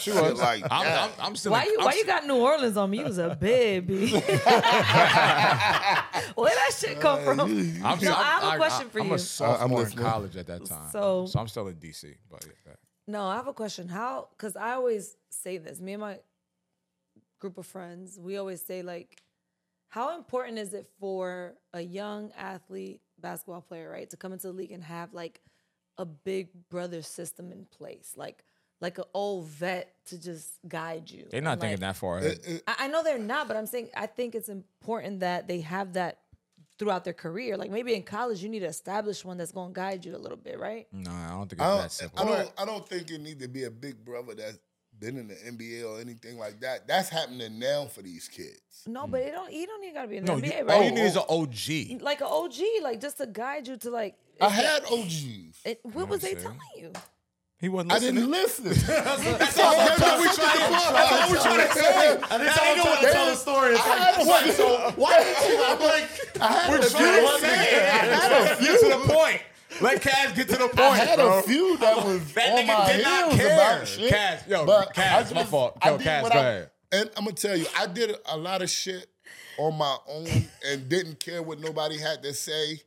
Speaker 3: she
Speaker 4: Shit
Speaker 3: was.
Speaker 4: like
Speaker 3: I'm,
Speaker 4: that.
Speaker 3: I'm, I'm still.
Speaker 2: Why
Speaker 3: in-
Speaker 2: you
Speaker 3: I'm
Speaker 2: why you
Speaker 3: still-
Speaker 2: got New Orleans on me? You was a baby. (laughs) Where that shit come from?
Speaker 3: I'm,
Speaker 2: No,
Speaker 3: I'm,
Speaker 2: I have a
Speaker 3: I-
Speaker 2: question
Speaker 3: I,
Speaker 2: for
Speaker 3: I'm
Speaker 2: you.
Speaker 3: a sophomore in
Speaker 4: listening.
Speaker 3: college at that time,
Speaker 2: So-
Speaker 3: so, I'm still in DC. But yeah, that-
Speaker 2: No, I have a question. How? Because I always say this. Me and my group of friends, we always say like, how important is it for a young athlete, basketball player, right, to come into the league and have like a big brother system in place, like like an old vet to just guide you.
Speaker 3: they're not
Speaker 2: and,
Speaker 3: thinking
Speaker 2: like-
Speaker 3: that far ahead.
Speaker 2: I, I know they're not, but I'm saying I think it's important that they have that throughout their career. Like maybe in college, you need to establish one that's going to guide you a little bit, right?
Speaker 3: no, I don't think it's
Speaker 4: I
Speaker 3: that
Speaker 4: don't,
Speaker 3: simple.
Speaker 4: I don't. I don't think it need to be a big brother that's been in the NBA or anything like that. That's happening now for these kids.
Speaker 2: No, but it don't. You don't even got to be in the
Speaker 3: no, you,
Speaker 2: NBA,
Speaker 3: all
Speaker 2: right?
Speaker 3: you need is an OG.
Speaker 2: like an OG, like just to guide you to like.
Speaker 4: I had OGs.
Speaker 2: It, what was they
Speaker 3: Understand.
Speaker 2: telling you?
Speaker 3: He wasn't
Speaker 4: I
Speaker 3: listening.
Speaker 4: didn't listen. (laughs)
Speaker 1: That's
Speaker 4: all-
Speaker 1: all-
Speaker 4: that's what we trying to- that's all we trying to say.
Speaker 1: I didn't tell you to tell the story. It's like, what? So why did
Speaker 4: (laughs)
Speaker 1: you? I'm like, we're
Speaker 4: a
Speaker 1: trying
Speaker 4: few
Speaker 1: to say
Speaker 4: things.
Speaker 1: it.
Speaker 3: Get to the point. Let Cass get to the point,
Speaker 4: I had
Speaker 3: bro.
Speaker 4: a few
Speaker 3: (laughs)
Speaker 4: that was
Speaker 3: That
Speaker 4: on
Speaker 3: nigga
Speaker 4: my
Speaker 3: did not
Speaker 4: heels
Speaker 3: care.
Speaker 4: about shit.
Speaker 3: Cass, yo,
Speaker 4: but
Speaker 3: Cass,
Speaker 4: I just-
Speaker 3: my fault.
Speaker 4: I
Speaker 3: Yo,
Speaker 4: did
Speaker 3: Cass,
Speaker 4: what
Speaker 3: go
Speaker 4: I-
Speaker 3: ahead.
Speaker 4: And I'm gonna tell you, I did a lot of shit on my own and didn't care what nobody had to say,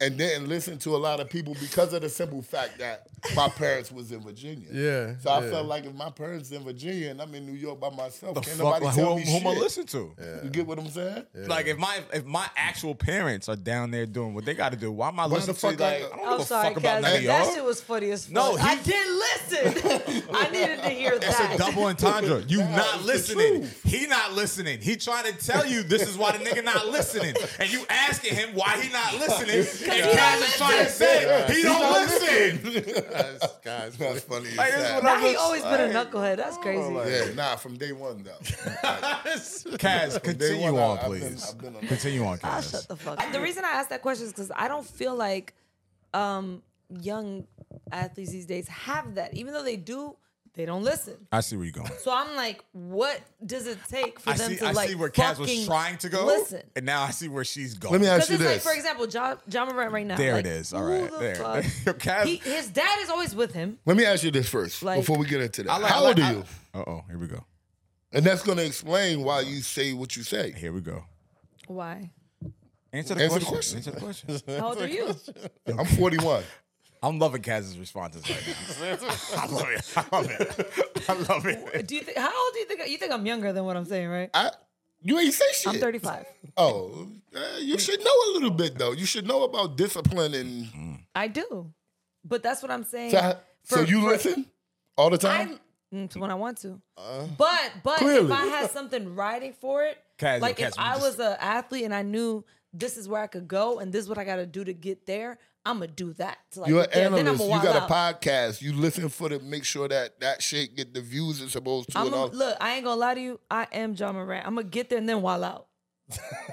Speaker 4: and didn't listen to a lot of people because of the simple fact that my parents was in Virginia.
Speaker 1: Yeah,
Speaker 4: So I
Speaker 1: yeah.
Speaker 4: felt like if my parents in Virginia and I'm in New York by myself,
Speaker 3: The
Speaker 4: can't
Speaker 3: fuck,
Speaker 4: nobody
Speaker 3: like,
Speaker 4: tell
Speaker 3: who,
Speaker 4: me
Speaker 3: who am I
Speaker 4: shit.
Speaker 3: listening to?
Speaker 4: You get what I'm saying?
Speaker 3: Like if my if my actual parents are down there doing what they got to do, why am I
Speaker 4: the
Speaker 3: listening to? Like,
Speaker 4: fuck
Speaker 3: I
Speaker 4: I-
Speaker 3: don't
Speaker 2: I'm
Speaker 3: give a
Speaker 2: Oh, sorry,
Speaker 3: fuck about
Speaker 2: guys.
Speaker 3: none of
Speaker 2: That shit
Speaker 3: y'all.
Speaker 2: was funny as fuck.
Speaker 3: No,
Speaker 2: I
Speaker 3: he-
Speaker 2: did
Speaker 3: (laughs)
Speaker 2: listen. (laughs) I needed to hear
Speaker 3: It's
Speaker 2: that.
Speaker 3: a double
Speaker 4: (laughs)
Speaker 3: entendre. You
Speaker 4: Nah, it's
Speaker 3: not
Speaker 4: the
Speaker 3: listening.
Speaker 4: truth.
Speaker 3: He not listening. He trying to tell you this is why the nigga not listening, and you asking him why he not listening. And Kaz is trying to say he don't listen.
Speaker 4: Guys, guys, that's funny. as
Speaker 3: Like, this is
Speaker 4: hell.
Speaker 3: what
Speaker 2: Now he always been a knucklehead. That's crazy.
Speaker 4: yeah, nah, from day one though.
Speaker 3: Kaz, continue
Speaker 4: one,
Speaker 3: on,
Speaker 4: I- I've been-
Speaker 3: please.
Speaker 4: I've been (laughs) on-
Speaker 3: Continue on,
Speaker 2: I'll
Speaker 3: Kaz.
Speaker 2: shut the fuck up. The reason I asked that question is because I don't feel like um, young athletes these days have that. Even though they do They don't listen.
Speaker 3: I see where you're going.
Speaker 2: So I'm like, what does it take for
Speaker 3: I
Speaker 2: them
Speaker 3: see.
Speaker 2: to
Speaker 3: I
Speaker 2: like
Speaker 3: see where Kaz was
Speaker 2: fucking
Speaker 3: trying to go.
Speaker 2: Listen,
Speaker 3: and now I see where she's going.
Speaker 4: Let me ask
Speaker 2: because
Speaker 4: you
Speaker 2: it's
Speaker 4: this.
Speaker 2: like, for example, John John Morant right now.
Speaker 3: There
Speaker 2: like,
Speaker 3: it is. All
Speaker 2: who
Speaker 3: right.
Speaker 2: the
Speaker 3: There.
Speaker 2: fuck-
Speaker 3: Yo, (laughs) Kaz.
Speaker 2: He- his dad is always with him.
Speaker 4: Let me ask you this first
Speaker 2: Like-
Speaker 4: before we get into that.
Speaker 3: I like-
Speaker 4: How
Speaker 3: I
Speaker 4: old
Speaker 3: like-
Speaker 4: are you?
Speaker 3: Uh oh. Here we go.
Speaker 4: And that's going to explain why you say what you say. (laughs)
Speaker 3: Here we go.
Speaker 2: Why?
Speaker 3: Answer the
Speaker 4: Answer the
Speaker 3: question.
Speaker 4: question.
Speaker 3: Answer the question.
Speaker 2: How old are you?
Speaker 4: I'm 41.
Speaker 3: (laughs) I'm loving Kaz's responses right (laughs) now. I love it. I love it. I love it.
Speaker 2: Do you think? How old do you think? I- You think I'm younger than what I'm saying, right?
Speaker 4: I, you ain't say shit.
Speaker 2: I'm 35.
Speaker 4: (laughs) Oh, uh, you should know a little bit though. You should know about discipline and
Speaker 2: I do, but that's what I'm saying.
Speaker 4: so, so
Speaker 2: For-
Speaker 4: you
Speaker 2: for-
Speaker 4: listen all the time.
Speaker 2: I mm, to when I want to. but but if
Speaker 4: Uh, clearly.
Speaker 2: I had something riding for it,
Speaker 3: Kaz,
Speaker 2: like
Speaker 3: yo, Kaz,
Speaker 2: if
Speaker 3: we
Speaker 2: I
Speaker 3: just-
Speaker 2: was an athlete and I knew this is where I could go and this is what I got to do to get there, I'm gonna do that. To like
Speaker 4: You're
Speaker 2: get
Speaker 4: an
Speaker 2: there. Then
Speaker 4: analyst.
Speaker 2: I'ma
Speaker 4: You
Speaker 2: wild out.
Speaker 4: got a podcast. You listen for to make sure that that shit get the views it's supposed to.
Speaker 2: I'm
Speaker 4: and
Speaker 2: a,
Speaker 4: all.
Speaker 2: look, I ain't gonna lie to you. I am John Morant. I'm gonna get there and then wild out.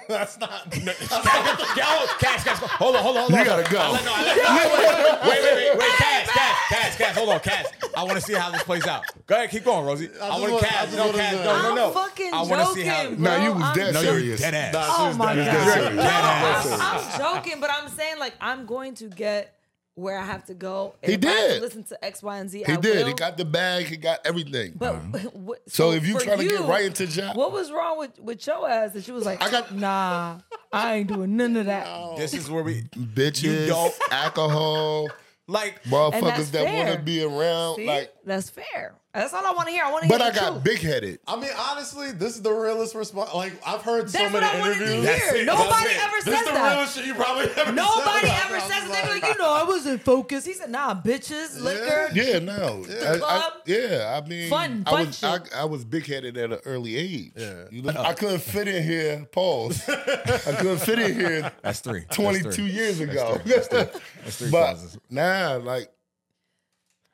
Speaker 4: That's not.
Speaker 3: Yo, (laughs) Kaz, Kaz, go. hold on, hold on, hold on.
Speaker 4: You gotta go.
Speaker 3: I let- no, I let- Wait, wait, wait, wait, wait, Kaz, Kaz, Kaz, Kaz, hold on, Kaz. I want to see how this plays out. Go ahead, keep going, Rosie. I,
Speaker 1: just
Speaker 3: want
Speaker 1: want-
Speaker 3: to
Speaker 1: I
Speaker 3: Kaz,
Speaker 1: just
Speaker 3: no,
Speaker 1: wanna
Speaker 3: Kaz,
Speaker 1: know.
Speaker 3: no, no,
Speaker 2: I'm
Speaker 3: no.
Speaker 2: fucking
Speaker 3: I wanna see how.
Speaker 2: joking,
Speaker 3: No,
Speaker 2: bro.
Speaker 4: Now you was
Speaker 2: I'm
Speaker 4: dead
Speaker 3: no, you
Speaker 4: serious.
Speaker 3: dead ass.
Speaker 2: Oh my
Speaker 4: dead
Speaker 2: God.
Speaker 4: serious.
Speaker 3: Dead ass.
Speaker 2: I'm joking, but I'm saying like I'm going to get where I have to go. And
Speaker 4: He
Speaker 2: if I have to
Speaker 4: did.
Speaker 2: listen to X, Y, and Z.
Speaker 4: He
Speaker 2: I
Speaker 4: did.
Speaker 2: Will,
Speaker 4: He got the bag. He got everything.
Speaker 2: But (laughs) what,
Speaker 4: So if you
Speaker 2: for
Speaker 4: tryna get right into job-
Speaker 2: what was wrong with with your ass that she was like,
Speaker 4: I got-
Speaker 2: nah, I ain't doing none of
Speaker 4: (laughs)
Speaker 2: that.
Speaker 3: This is where we
Speaker 4: Bitches,
Speaker 3: You don't-
Speaker 4: (laughs) alcohol,
Speaker 3: like.
Speaker 4: motherfuckers
Speaker 2: that's
Speaker 4: that want
Speaker 2: fair.
Speaker 4: to be around.
Speaker 2: See,
Speaker 4: Like,
Speaker 2: that's fair. That's all I want to hear. I want to hear.
Speaker 4: but I
Speaker 2: the
Speaker 4: got
Speaker 2: truth.
Speaker 4: big headed.
Speaker 1: I mean, honestly, this is the realest response. Like I've heard so
Speaker 2: That's
Speaker 1: many
Speaker 2: what I wanted to
Speaker 1: interviews.
Speaker 2: hear.
Speaker 1: That's it.
Speaker 2: Nobody
Speaker 1: That's it.
Speaker 2: ever
Speaker 1: this
Speaker 2: says
Speaker 1: the
Speaker 2: that.
Speaker 1: realest shit you probably ever.
Speaker 2: Nobody
Speaker 1: said
Speaker 2: ever says that.
Speaker 1: that.
Speaker 2: They're like, you know, I wasn't focused. He said, nah, bitches, liquor.
Speaker 4: Yeah, no. I- I-
Speaker 2: club.
Speaker 4: yeah, I mean,
Speaker 2: Fun,
Speaker 4: I
Speaker 2: fun
Speaker 4: was I,
Speaker 2: shit.
Speaker 4: I was big headed at an early age.
Speaker 1: Yeah.
Speaker 4: You know, I couldn't fit in here. (laughs) Pause. I couldn't fit in here
Speaker 3: That's three. That's three.
Speaker 4: twenty two years ago. (laughs)
Speaker 3: That's three
Speaker 4: but
Speaker 3: causes.
Speaker 4: nah, like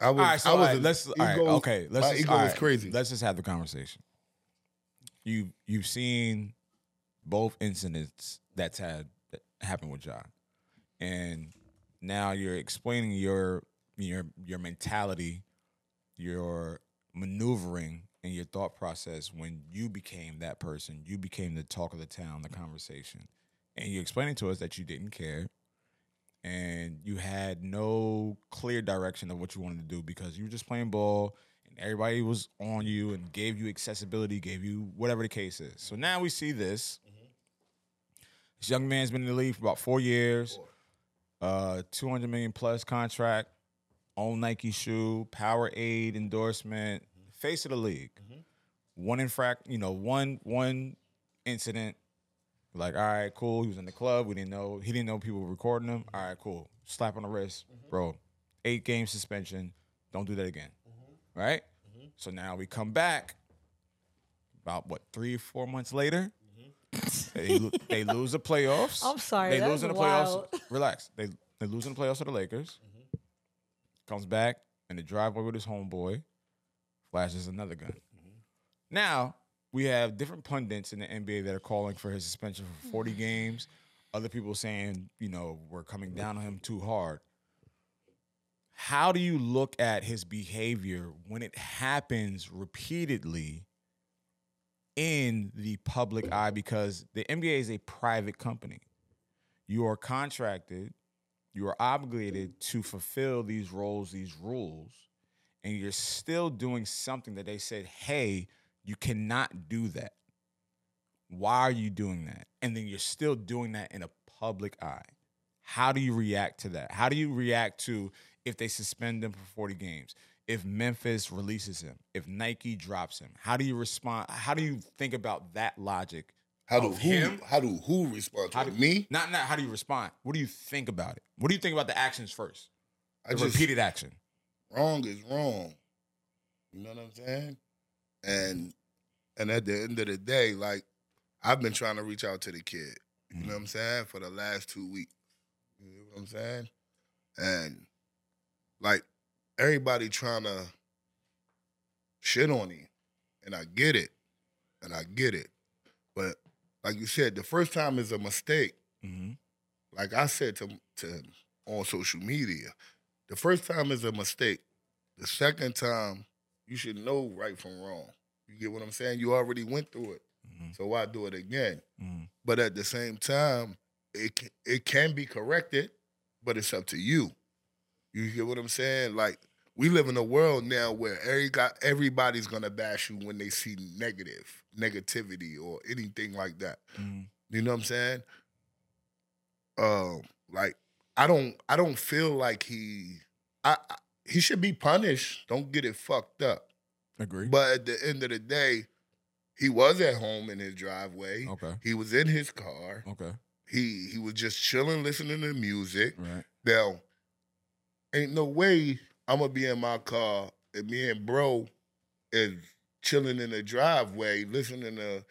Speaker 4: I was.
Speaker 3: All right, so
Speaker 4: I was.
Speaker 3: all right,
Speaker 4: an
Speaker 3: let's all right,
Speaker 4: ego-
Speaker 3: okay. Let's
Speaker 4: my
Speaker 3: just,
Speaker 4: ego
Speaker 3: all
Speaker 4: was
Speaker 3: right,
Speaker 4: crazy.
Speaker 3: Let's just have the conversation. You you've seen both incidents that's had that happened with John, and now you're explaining your your your mentality, your maneuvering, and your thought process when you became that person. You became the talk of the town, the conversation, and you're explaining to us that you didn't care and you had no clear direction of what you wanted to do because you were just playing ball and everybody was on you and gave you accessibility, gave you whatever the case is. So now we see this. This young man's been in the league for about four years, uh, 200 million plus contract, own Nike shoe, Powerade endorsement, face of the league. One infract, you know, one one incident like, all right, cool. He was in the club. We didn't know. He didn't know people were recording him. All right, cool. Slap on the wrist, bro. Eight game suspension. Don't do that again.
Speaker 2: Mm-hmm.
Speaker 3: Right? So now we come back about what three, four months later. they, lo- they lose the playoffs.
Speaker 2: Mm-hmm. (laughs) I'm sorry,
Speaker 3: They
Speaker 2: that's
Speaker 3: lose in the
Speaker 2: wild. (laughs) Mm-hmm.
Speaker 3: playoffs. Relax. They they lose in the playoffs to the Lakers. Comes back in the driveway with his homeboy. Flashes another gun.
Speaker 2: Mm-hmm.
Speaker 3: Now we have different pundits in the NBA that are calling for his suspension for
Speaker 2: (sighs)
Speaker 3: 40 games. Other people saying, you know, we're coming down on him too hard. How do you look at his behavior when it happens repeatedly in the public eye? Because the NBA is a private company. You are contracted, you are obligated to fulfill these roles, these rules, and you're still doing something that they said, hey, you cannot do that. Why are you doing that? And then you're still doing that in a public eye. How do you react to that? How do you react to if they suspend him for 40 games? If Memphis releases him, if Nike drops him, how do you respond? How do you think about that logic?
Speaker 4: how do
Speaker 3: of
Speaker 4: who?
Speaker 3: him?
Speaker 4: How do who respond to
Speaker 3: How
Speaker 4: it?
Speaker 3: do-
Speaker 4: me?
Speaker 3: Not not how do you respond? What do you think about it? What do you think about the actions first?
Speaker 4: I
Speaker 3: The
Speaker 4: just
Speaker 3: repeated action.
Speaker 4: wrong is wrong. You know what I'm saying? And and at the end of the day, like I've been trying to reach out to the kid.
Speaker 3: Mm.
Speaker 4: You know what I'm saying? For the last two weeks. You know what I'm saying? And like everybody trying to shit on him. And I get it. And I get it. But like you said, the first time is a mistake
Speaker 3: Mhm.
Speaker 4: like I said to to him on social media, the first time is a mistake. The second time, you should know right from wrong. You get what I'm saying? You already went through it,
Speaker 3: Mhm.
Speaker 4: so why do it again?
Speaker 3: Mhm.
Speaker 4: But at the same time, it c- it can be corrected, but it's up to you. You get what I'm saying? Like we live in a world now where every got everybody's gonna bash you when they see negative negativity or anything like that.
Speaker 3: Mhm.
Speaker 4: You know what I'm saying? Um, like I don't I don't feel like he I, I he should be punished. Don't get it fucked up.
Speaker 3: Agree.
Speaker 4: But at the end of the day, he was at home in his driveway.
Speaker 3: okay.
Speaker 4: He was in his car.
Speaker 3: Okay.
Speaker 4: He he was just chilling, listening to music.
Speaker 3: Right.
Speaker 4: Now, ain't no way I'm gonna be in my car and me and bro is chilling in the driveway listening to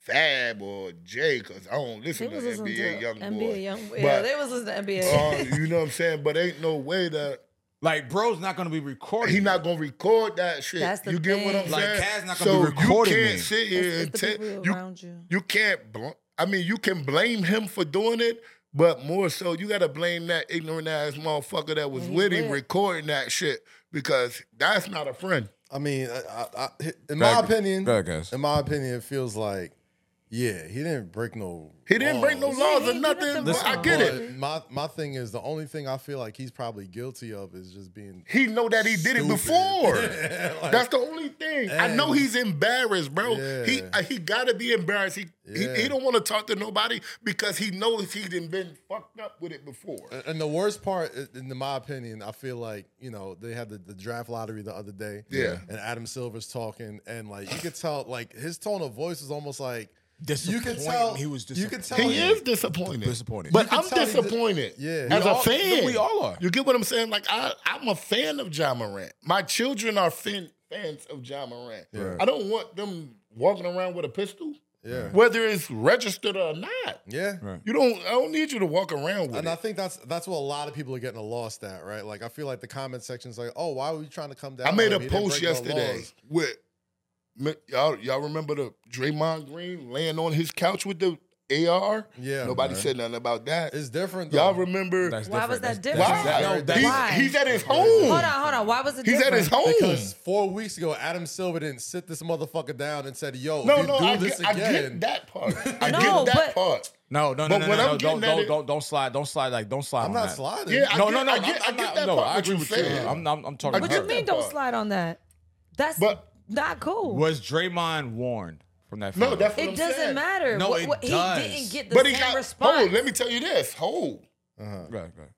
Speaker 4: Fab or Jay because I don't
Speaker 2: They
Speaker 4: listen to
Speaker 2: was listening
Speaker 4: NBA YoungBoy.
Speaker 2: to NBA Young Boy.
Speaker 4: But-
Speaker 2: Yeah, they was listening to (laughs) NBA.
Speaker 4: Uh, you know what I'm saying? But ain't no way that
Speaker 3: Like, bro's not gonna be recording.
Speaker 4: he not
Speaker 3: that.
Speaker 4: gonna record that shit.
Speaker 2: That's the
Speaker 4: you get what I'm
Speaker 2: thing.
Speaker 3: Like,
Speaker 4: saying?
Speaker 3: Kaz not gonna
Speaker 4: so
Speaker 3: be recording
Speaker 4: you can't
Speaker 3: me.
Speaker 4: sit
Speaker 2: It's,
Speaker 4: here
Speaker 2: it's
Speaker 4: and
Speaker 2: the
Speaker 4: take
Speaker 2: people
Speaker 4: you
Speaker 2: around you.
Speaker 4: you can't bl- I mean you can blame him for doing it, but more so you gotta blame that ignorant ass motherfucker that was
Speaker 2: Yeah, he
Speaker 4: with him
Speaker 2: did.
Speaker 4: recording that shit because that's not a friend.
Speaker 1: I mean, I, I, I, in
Speaker 3: Go
Speaker 1: my
Speaker 3: ahead.
Speaker 1: opinion,
Speaker 3: Go ahead, Cass.
Speaker 1: in my opinion, it feels like, yeah, he didn't break no.
Speaker 4: He didn't break no
Speaker 1: laws.
Speaker 4: laws
Speaker 2: he
Speaker 4: or
Speaker 2: did
Speaker 4: nothing.
Speaker 2: the
Speaker 4: But I
Speaker 2: wrong
Speaker 4: get
Speaker 2: thing.
Speaker 4: it.
Speaker 1: But my my thing is the only thing I feel like he's probably guilty of is just being.
Speaker 4: He know that he did it
Speaker 1: Stupid. (laughs)
Speaker 4: before.
Speaker 1: Like,
Speaker 4: That's the only thing. I
Speaker 1: And-
Speaker 4: know he's embarrassed, bro. He
Speaker 1: Yeah.
Speaker 4: uh, he gotta be embarrassed. He
Speaker 1: Yeah.
Speaker 4: he, he don't want to talk to nobody because he knows he done been fucked up with it before.
Speaker 1: and the worst part, i- in my opinion, I feel like you know they had the, the draft lottery the other day.
Speaker 4: Yeah.
Speaker 1: And Adam Silver's talking, and like you could tell, like his tone of voice is almost like you could
Speaker 3: Disappointed.
Speaker 1: tell
Speaker 3: He was
Speaker 1: You could tell
Speaker 4: He
Speaker 1: him-
Speaker 4: is disappointed.
Speaker 3: Disappointed.
Speaker 4: But
Speaker 1: You can
Speaker 4: I'm
Speaker 1: tell he did-
Speaker 4: disappointed.
Speaker 1: Yeah.
Speaker 4: As
Speaker 1: We
Speaker 4: a
Speaker 3: all-
Speaker 4: fan.
Speaker 3: we all are.
Speaker 4: You get what I'm saying? Like I, I'm a fan of John Morant. My children are fan, fans of John Morant.
Speaker 1: Yeah.
Speaker 4: I don't want them walking around with a pistol,
Speaker 1: Yeah.
Speaker 4: whether it's registered or not.
Speaker 1: Yeah.
Speaker 3: Right.
Speaker 4: You don't I don't need you to walk around with
Speaker 1: And
Speaker 4: it.
Speaker 1: I think that's that's what a lot of people are getting lost at, right? Like I feel like the comment section's like, oh, why were you trying to come down?
Speaker 4: I made
Speaker 1: on
Speaker 4: a
Speaker 1: him? He didn't
Speaker 4: post
Speaker 1: break no
Speaker 4: yesterday
Speaker 1: laws."
Speaker 4: with me- y'all. Y'all remember the Draymond Green laying on his couch with the AR?
Speaker 1: Yeah,
Speaker 4: Nobody
Speaker 1: man.
Speaker 4: said nothing about that.
Speaker 1: It's different. Though.
Speaker 4: Y'all remember?
Speaker 3: That's
Speaker 2: Why was
Speaker 3: different.
Speaker 2: that
Speaker 3: That's-
Speaker 2: different?
Speaker 4: why?
Speaker 3: that's-
Speaker 1: Why?
Speaker 3: no, that's-
Speaker 4: He's-
Speaker 2: Why?
Speaker 4: He's at his home.
Speaker 2: Hold on, hold on. Why was it
Speaker 4: He's at
Speaker 2: different?
Speaker 4: his home.
Speaker 1: Because four weeks ago, Adam Silver didn't sit this motherfucker down and said, "Yo,
Speaker 4: No,
Speaker 1: if you
Speaker 4: no,
Speaker 1: do
Speaker 4: I
Speaker 1: this
Speaker 4: get, I
Speaker 1: again."
Speaker 4: get
Speaker 1: (laughs)
Speaker 4: that part. I
Speaker 2: No,
Speaker 4: get
Speaker 2: but-
Speaker 4: that part.
Speaker 3: No, no, no,
Speaker 4: But
Speaker 3: no,
Speaker 4: what
Speaker 3: no,
Speaker 4: I'm
Speaker 3: no,
Speaker 4: getting
Speaker 3: don't,
Speaker 4: at
Speaker 3: don't,
Speaker 4: is-
Speaker 3: don't, don't slide, don't slide, like, don't slide
Speaker 1: I'm
Speaker 3: on
Speaker 1: not
Speaker 3: that.
Speaker 1: sliding.
Speaker 4: Yeah, I
Speaker 3: No,
Speaker 4: get,
Speaker 3: no, no,
Speaker 4: I get, I
Speaker 3: I'm
Speaker 4: get
Speaker 3: not-
Speaker 4: that
Speaker 3: no,
Speaker 4: part.
Speaker 3: I
Speaker 4: what
Speaker 3: agree
Speaker 4: you
Speaker 3: with you.
Speaker 4: saying?
Speaker 3: I'm, I'm, I'm talking.
Speaker 4: I
Speaker 2: What
Speaker 3: about
Speaker 2: you
Speaker 4: get
Speaker 2: mean
Speaker 4: that
Speaker 2: don't
Speaker 4: part.
Speaker 2: slide on that? That's
Speaker 4: But-
Speaker 2: not cool.
Speaker 3: Was Draymond warned from that?
Speaker 4: No,
Speaker 3: photo?
Speaker 4: that's what
Speaker 2: it
Speaker 4: I'm
Speaker 2: doesn't
Speaker 4: saying.
Speaker 2: matter.
Speaker 3: No,
Speaker 2: what,
Speaker 3: it
Speaker 2: what,
Speaker 3: does.
Speaker 2: He didn't get the
Speaker 4: But he
Speaker 2: same
Speaker 4: got.
Speaker 2: response.
Speaker 4: Oh, let me tell you this. Hold.
Speaker 1: Uh-huh.
Speaker 3: Go ahead, go ahead.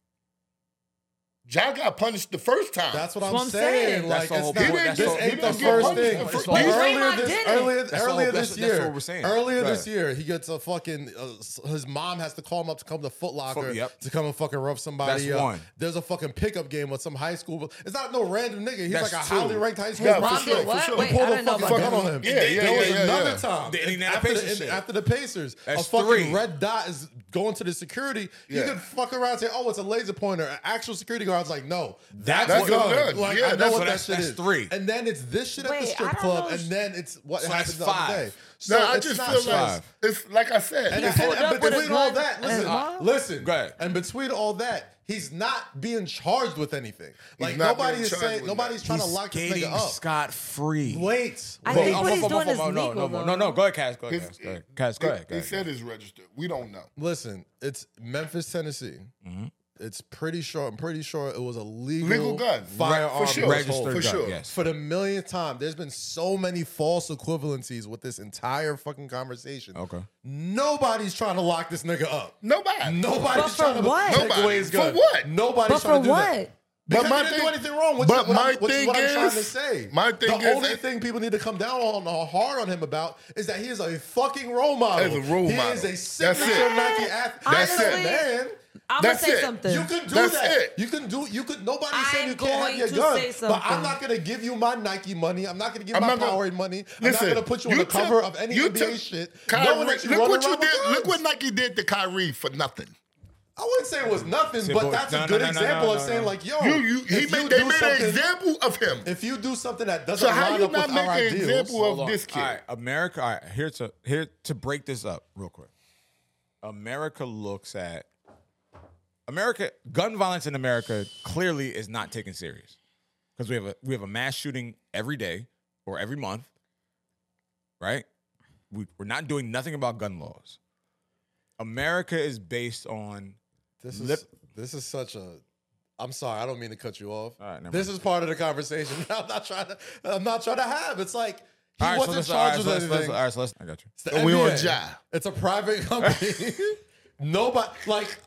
Speaker 4: John got punished the first time.
Speaker 1: That's what
Speaker 2: That's
Speaker 1: I'm,
Speaker 2: what I'm
Speaker 1: saying.
Speaker 2: saying.
Speaker 1: Like
Speaker 3: That's the whole
Speaker 1: it's not,
Speaker 3: point. That's
Speaker 1: this
Speaker 3: the-
Speaker 1: ain't
Speaker 3: he
Speaker 1: the
Speaker 3: didn't get
Speaker 1: first
Speaker 3: punished
Speaker 1: thing.
Speaker 3: for
Speaker 1: That's
Speaker 3: the
Speaker 1: like,
Speaker 3: first
Speaker 1: earlier
Speaker 2: time.
Speaker 1: this,
Speaker 2: Draymond did it.
Speaker 1: earlier,
Speaker 3: That's the whole-
Speaker 1: earlier
Speaker 3: that's
Speaker 1: this
Speaker 3: what- that's
Speaker 1: year,
Speaker 3: what we're saying.
Speaker 1: earlier
Speaker 3: Right.
Speaker 1: this year, he gets a fucking. Uh, s- his mom has to call him up to come to Foot Locker
Speaker 3: Fuck, yep.
Speaker 1: to come and fucking rough somebody
Speaker 3: That's
Speaker 1: up.
Speaker 3: one.
Speaker 1: There's a fucking pickup game with some high school. It's not no random nigga. He's
Speaker 3: That's
Speaker 1: like a
Speaker 3: two.
Speaker 1: highly ranked high school.
Speaker 4: Yeah,
Speaker 1: kid.
Speaker 4: for sure, for
Speaker 2: what?
Speaker 4: sure.
Speaker 2: Wait,
Speaker 1: Pull
Speaker 2: I
Speaker 1: the
Speaker 2: don't know
Speaker 1: fucking
Speaker 2: about
Speaker 1: gun
Speaker 2: that.
Speaker 1: on him.
Speaker 4: Yeah, yeah,
Speaker 1: there was
Speaker 4: yeah, yeah,
Speaker 1: another
Speaker 4: yeah.
Speaker 1: time.
Speaker 3: The Indiana
Speaker 1: after,
Speaker 3: Pacers
Speaker 1: the,
Speaker 3: shit.
Speaker 1: after the Pacers, a
Speaker 3: That's
Speaker 1: fucking
Speaker 3: three.
Speaker 1: red dot is going to the security. You
Speaker 4: Yeah.
Speaker 1: could fuck around and say, "Oh, it's a laser pointer." An actual security guard's like, "No, that's,
Speaker 3: That's
Speaker 1: a
Speaker 4: a
Speaker 1: gun."
Speaker 4: gun.
Speaker 1: Like,
Speaker 4: Yeah,
Speaker 1: I know what
Speaker 4: that's-
Speaker 3: so
Speaker 1: that
Speaker 3: that's-
Speaker 1: shit
Speaker 3: that's
Speaker 1: is.
Speaker 3: three.
Speaker 1: And then it's this shit at the
Speaker 2: Wait, I
Speaker 1: strip
Speaker 2: don't
Speaker 1: club,
Speaker 2: know.
Speaker 1: and then it's what
Speaker 3: So
Speaker 1: happened
Speaker 3: that's
Speaker 1: the other
Speaker 3: five.
Speaker 1: day. So
Speaker 4: no, I
Speaker 1: it's
Speaker 4: just
Speaker 1: not
Speaker 4: feel like
Speaker 1: five.
Speaker 4: it's like I said.
Speaker 1: And,
Speaker 4: it's-
Speaker 1: and-
Speaker 2: pulled
Speaker 1: and
Speaker 2: up with
Speaker 1: between
Speaker 2: a
Speaker 1: all
Speaker 2: gun
Speaker 1: that,
Speaker 2: and his
Speaker 1: listen,
Speaker 2: mom?
Speaker 1: listen,
Speaker 3: Go ahead.
Speaker 1: and between all that, he's not being charged with anything. Like
Speaker 4: not
Speaker 1: nobody
Speaker 4: being
Speaker 1: is
Speaker 4: charged
Speaker 1: saying,
Speaker 4: with
Speaker 1: nobody's trying to lock this nigga up.
Speaker 3: scot free.
Speaker 1: Wait,
Speaker 2: I
Speaker 1: wait.
Speaker 2: think what he's
Speaker 3: no,
Speaker 2: doing is
Speaker 3: no,
Speaker 2: legal,
Speaker 3: no,
Speaker 2: though.
Speaker 3: no, no. Go ahead, Cass. Go ahead,
Speaker 4: it's-
Speaker 3: Cass. Go ahead, Cass. Go
Speaker 4: they-
Speaker 3: ahead. Go
Speaker 4: They
Speaker 3: ahead.
Speaker 4: said it's registered. We don't know.
Speaker 1: Listen, it's Memphis, Tennessee. It's pretty sure. I'm pretty sure it was a legal,
Speaker 4: Legal gun. Right,
Speaker 1: firearm
Speaker 4: for sure.
Speaker 1: assault.
Speaker 4: Registered For
Speaker 3: gun,
Speaker 4: sure.
Speaker 3: Yes.
Speaker 1: For the millionth time, there's been so many false equivalencies with this entire fucking conversation.
Speaker 3: Okay.
Speaker 1: Nobody's trying to lock this nigga up.
Speaker 4: Nobody.
Speaker 1: Nobody's
Speaker 2: But for
Speaker 1: trying to
Speaker 2: what?
Speaker 1: take away his
Speaker 4: For
Speaker 1: gun.
Speaker 4: what?
Speaker 1: Nobody's
Speaker 2: But
Speaker 1: trying
Speaker 2: for
Speaker 1: to do that.
Speaker 2: what?
Speaker 1: Because they
Speaker 4: But my
Speaker 1: didn't
Speaker 4: thing-
Speaker 1: do anything wrong. Which
Speaker 4: but
Speaker 1: is what,
Speaker 4: my
Speaker 1: I'm, which is
Speaker 4: thing
Speaker 1: what I'm trying to
Speaker 4: is-
Speaker 1: say.
Speaker 4: my thing
Speaker 1: the
Speaker 4: is
Speaker 1: only
Speaker 4: that-
Speaker 1: thing people need to come down on or hard on him about is that he is a fucking role model.
Speaker 4: As a role
Speaker 1: he
Speaker 4: model.
Speaker 1: is a
Speaker 4: That's
Speaker 1: signature
Speaker 4: it.
Speaker 1: Nike athlete.
Speaker 4: That's
Speaker 1: He's a
Speaker 4: it.
Speaker 1: man.
Speaker 2: I'm
Speaker 4: That's
Speaker 2: gonna say
Speaker 4: it.
Speaker 2: something.
Speaker 1: You can do
Speaker 4: That's
Speaker 1: that.
Speaker 4: it.
Speaker 1: You can do. You could. Nobody said
Speaker 2: I'm
Speaker 1: you can't have
Speaker 2: going
Speaker 1: your
Speaker 2: to
Speaker 1: gun.
Speaker 2: say
Speaker 1: But I'm
Speaker 2: something.
Speaker 1: not gonna give you my Nike money. I'm not gonna give
Speaker 4: I'm
Speaker 1: my
Speaker 4: not gonna-
Speaker 1: Powerade money.
Speaker 4: Listen,
Speaker 1: I'm not gonna put you, on
Speaker 4: you
Speaker 1: the
Speaker 4: took-
Speaker 1: cover of any
Speaker 4: you
Speaker 1: NBA
Speaker 4: took
Speaker 1: shit. knowing
Speaker 4: Kyrie,
Speaker 1: that you
Speaker 4: look
Speaker 1: run
Speaker 4: what you
Speaker 1: around with
Speaker 4: did. Look
Speaker 1: guns.
Speaker 4: what Nike did to Kyrie for nothing.
Speaker 1: I wouldn't say it was nothing,
Speaker 3: Say,
Speaker 1: but
Speaker 3: boy,
Speaker 1: that's
Speaker 3: no,
Speaker 1: a
Speaker 3: no,
Speaker 1: good
Speaker 3: no, no,
Speaker 1: example
Speaker 3: no,
Speaker 1: of
Speaker 3: no,
Speaker 1: saying
Speaker 3: no.
Speaker 1: like, yo,
Speaker 4: You, you, he
Speaker 1: if
Speaker 4: made,
Speaker 1: you
Speaker 4: they
Speaker 1: do
Speaker 4: made an
Speaker 1: something-
Speaker 4: example of him.
Speaker 1: If you do something that doesn't
Speaker 4: So how
Speaker 1: line
Speaker 4: you
Speaker 1: up with
Speaker 4: not
Speaker 1: our
Speaker 4: make an
Speaker 1: ideals,
Speaker 4: example of-
Speaker 3: Hold on.
Speaker 4: this kid.
Speaker 3: All right, America. All right, here to here to break this up real quick. America looks at America gun violence in America clearly is not taken serious because we have a we have a mass shooting every day or every month, right? We, we're not doing nothing about gun laws. America is based on
Speaker 1: This
Speaker 3: Lip-
Speaker 1: is this is such a. I'm sorry, I don't mean to cut you off.
Speaker 3: All right, never
Speaker 1: this is part of the conversation. I'm not trying to. I'm not trying to have. It's like he
Speaker 3: All right, so
Speaker 1: wasn't
Speaker 3: let's- all right,
Speaker 1: charged
Speaker 3: so
Speaker 1: with
Speaker 3: let's- let's-
Speaker 1: anything.
Speaker 3: All right, so let's. I got you.
Speaker 1: It's the
Speaker 4: And we on
Speaker 1: NBA.
Speaker 4: Ja.
Speaker 1: It's a private
Speaker 4: (laughs)
Speaker 1: company. Nobody like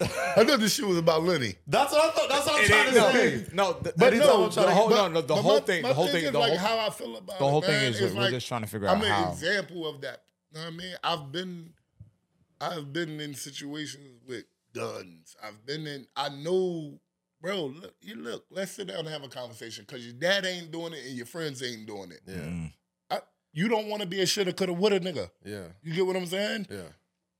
Speaker 4: I thought this shit was about Lenny.
Speaker 1: that's what I thought. That's what I'm
Speaker 3: It
Speaker 1: trying
Speaker 3: ain't-
Speaker 1: to
Speaker 3: no,
Speaker 1: say.
Speaker 3: no, th-
Speaker 1: But
Speaker 3: that is
Speaker 1: no,
Speaker 3: all-
Speaker 1: I'm trying
Speaker 3: the
Speaker 1: to-
Speaker 3: whole,
Speaker 1: but-
Speaker 3: no, no, the
Speaker 4: But
Speaker 3: whole
Speaker 4: my-
Speaker 3: thing,
Speaker 4: my
Speaker 3: the whole
Speaker 4: thing
Speaker 3: thing,
Speaker 4: is
Speaker 3: the
Speaker 4: like
Speaker 3: whole,
Speaker 4: how I feel about
Speaker 3: the
Speaker 4: it,
Speaker 3: whole thing
Speaker 4: man.
Speaker 3: is
Speaker 4: It's
Speaker 3: we're
Speaker 4: like,
Speaker 3: just trying to figure out
Speaker 4: I'm an
Speaker 3: how.
Speaker 4: example of that. Know what I mean, I've been, I've been in situations with guns. I've been in. I know, bro. Look, you look. Let's sit down and have a conversation because your dad ain't doing it and your friends ain't doing it.
Speaker 3: Mm.
Speaker 1: Yeah,
Speaker 4: I, you don't want to be a shitter, coulda, woulda, nigga.
Speaker 1: yeah,
Speaker 4: You get what I'm saying?
Speaker 1: yeah.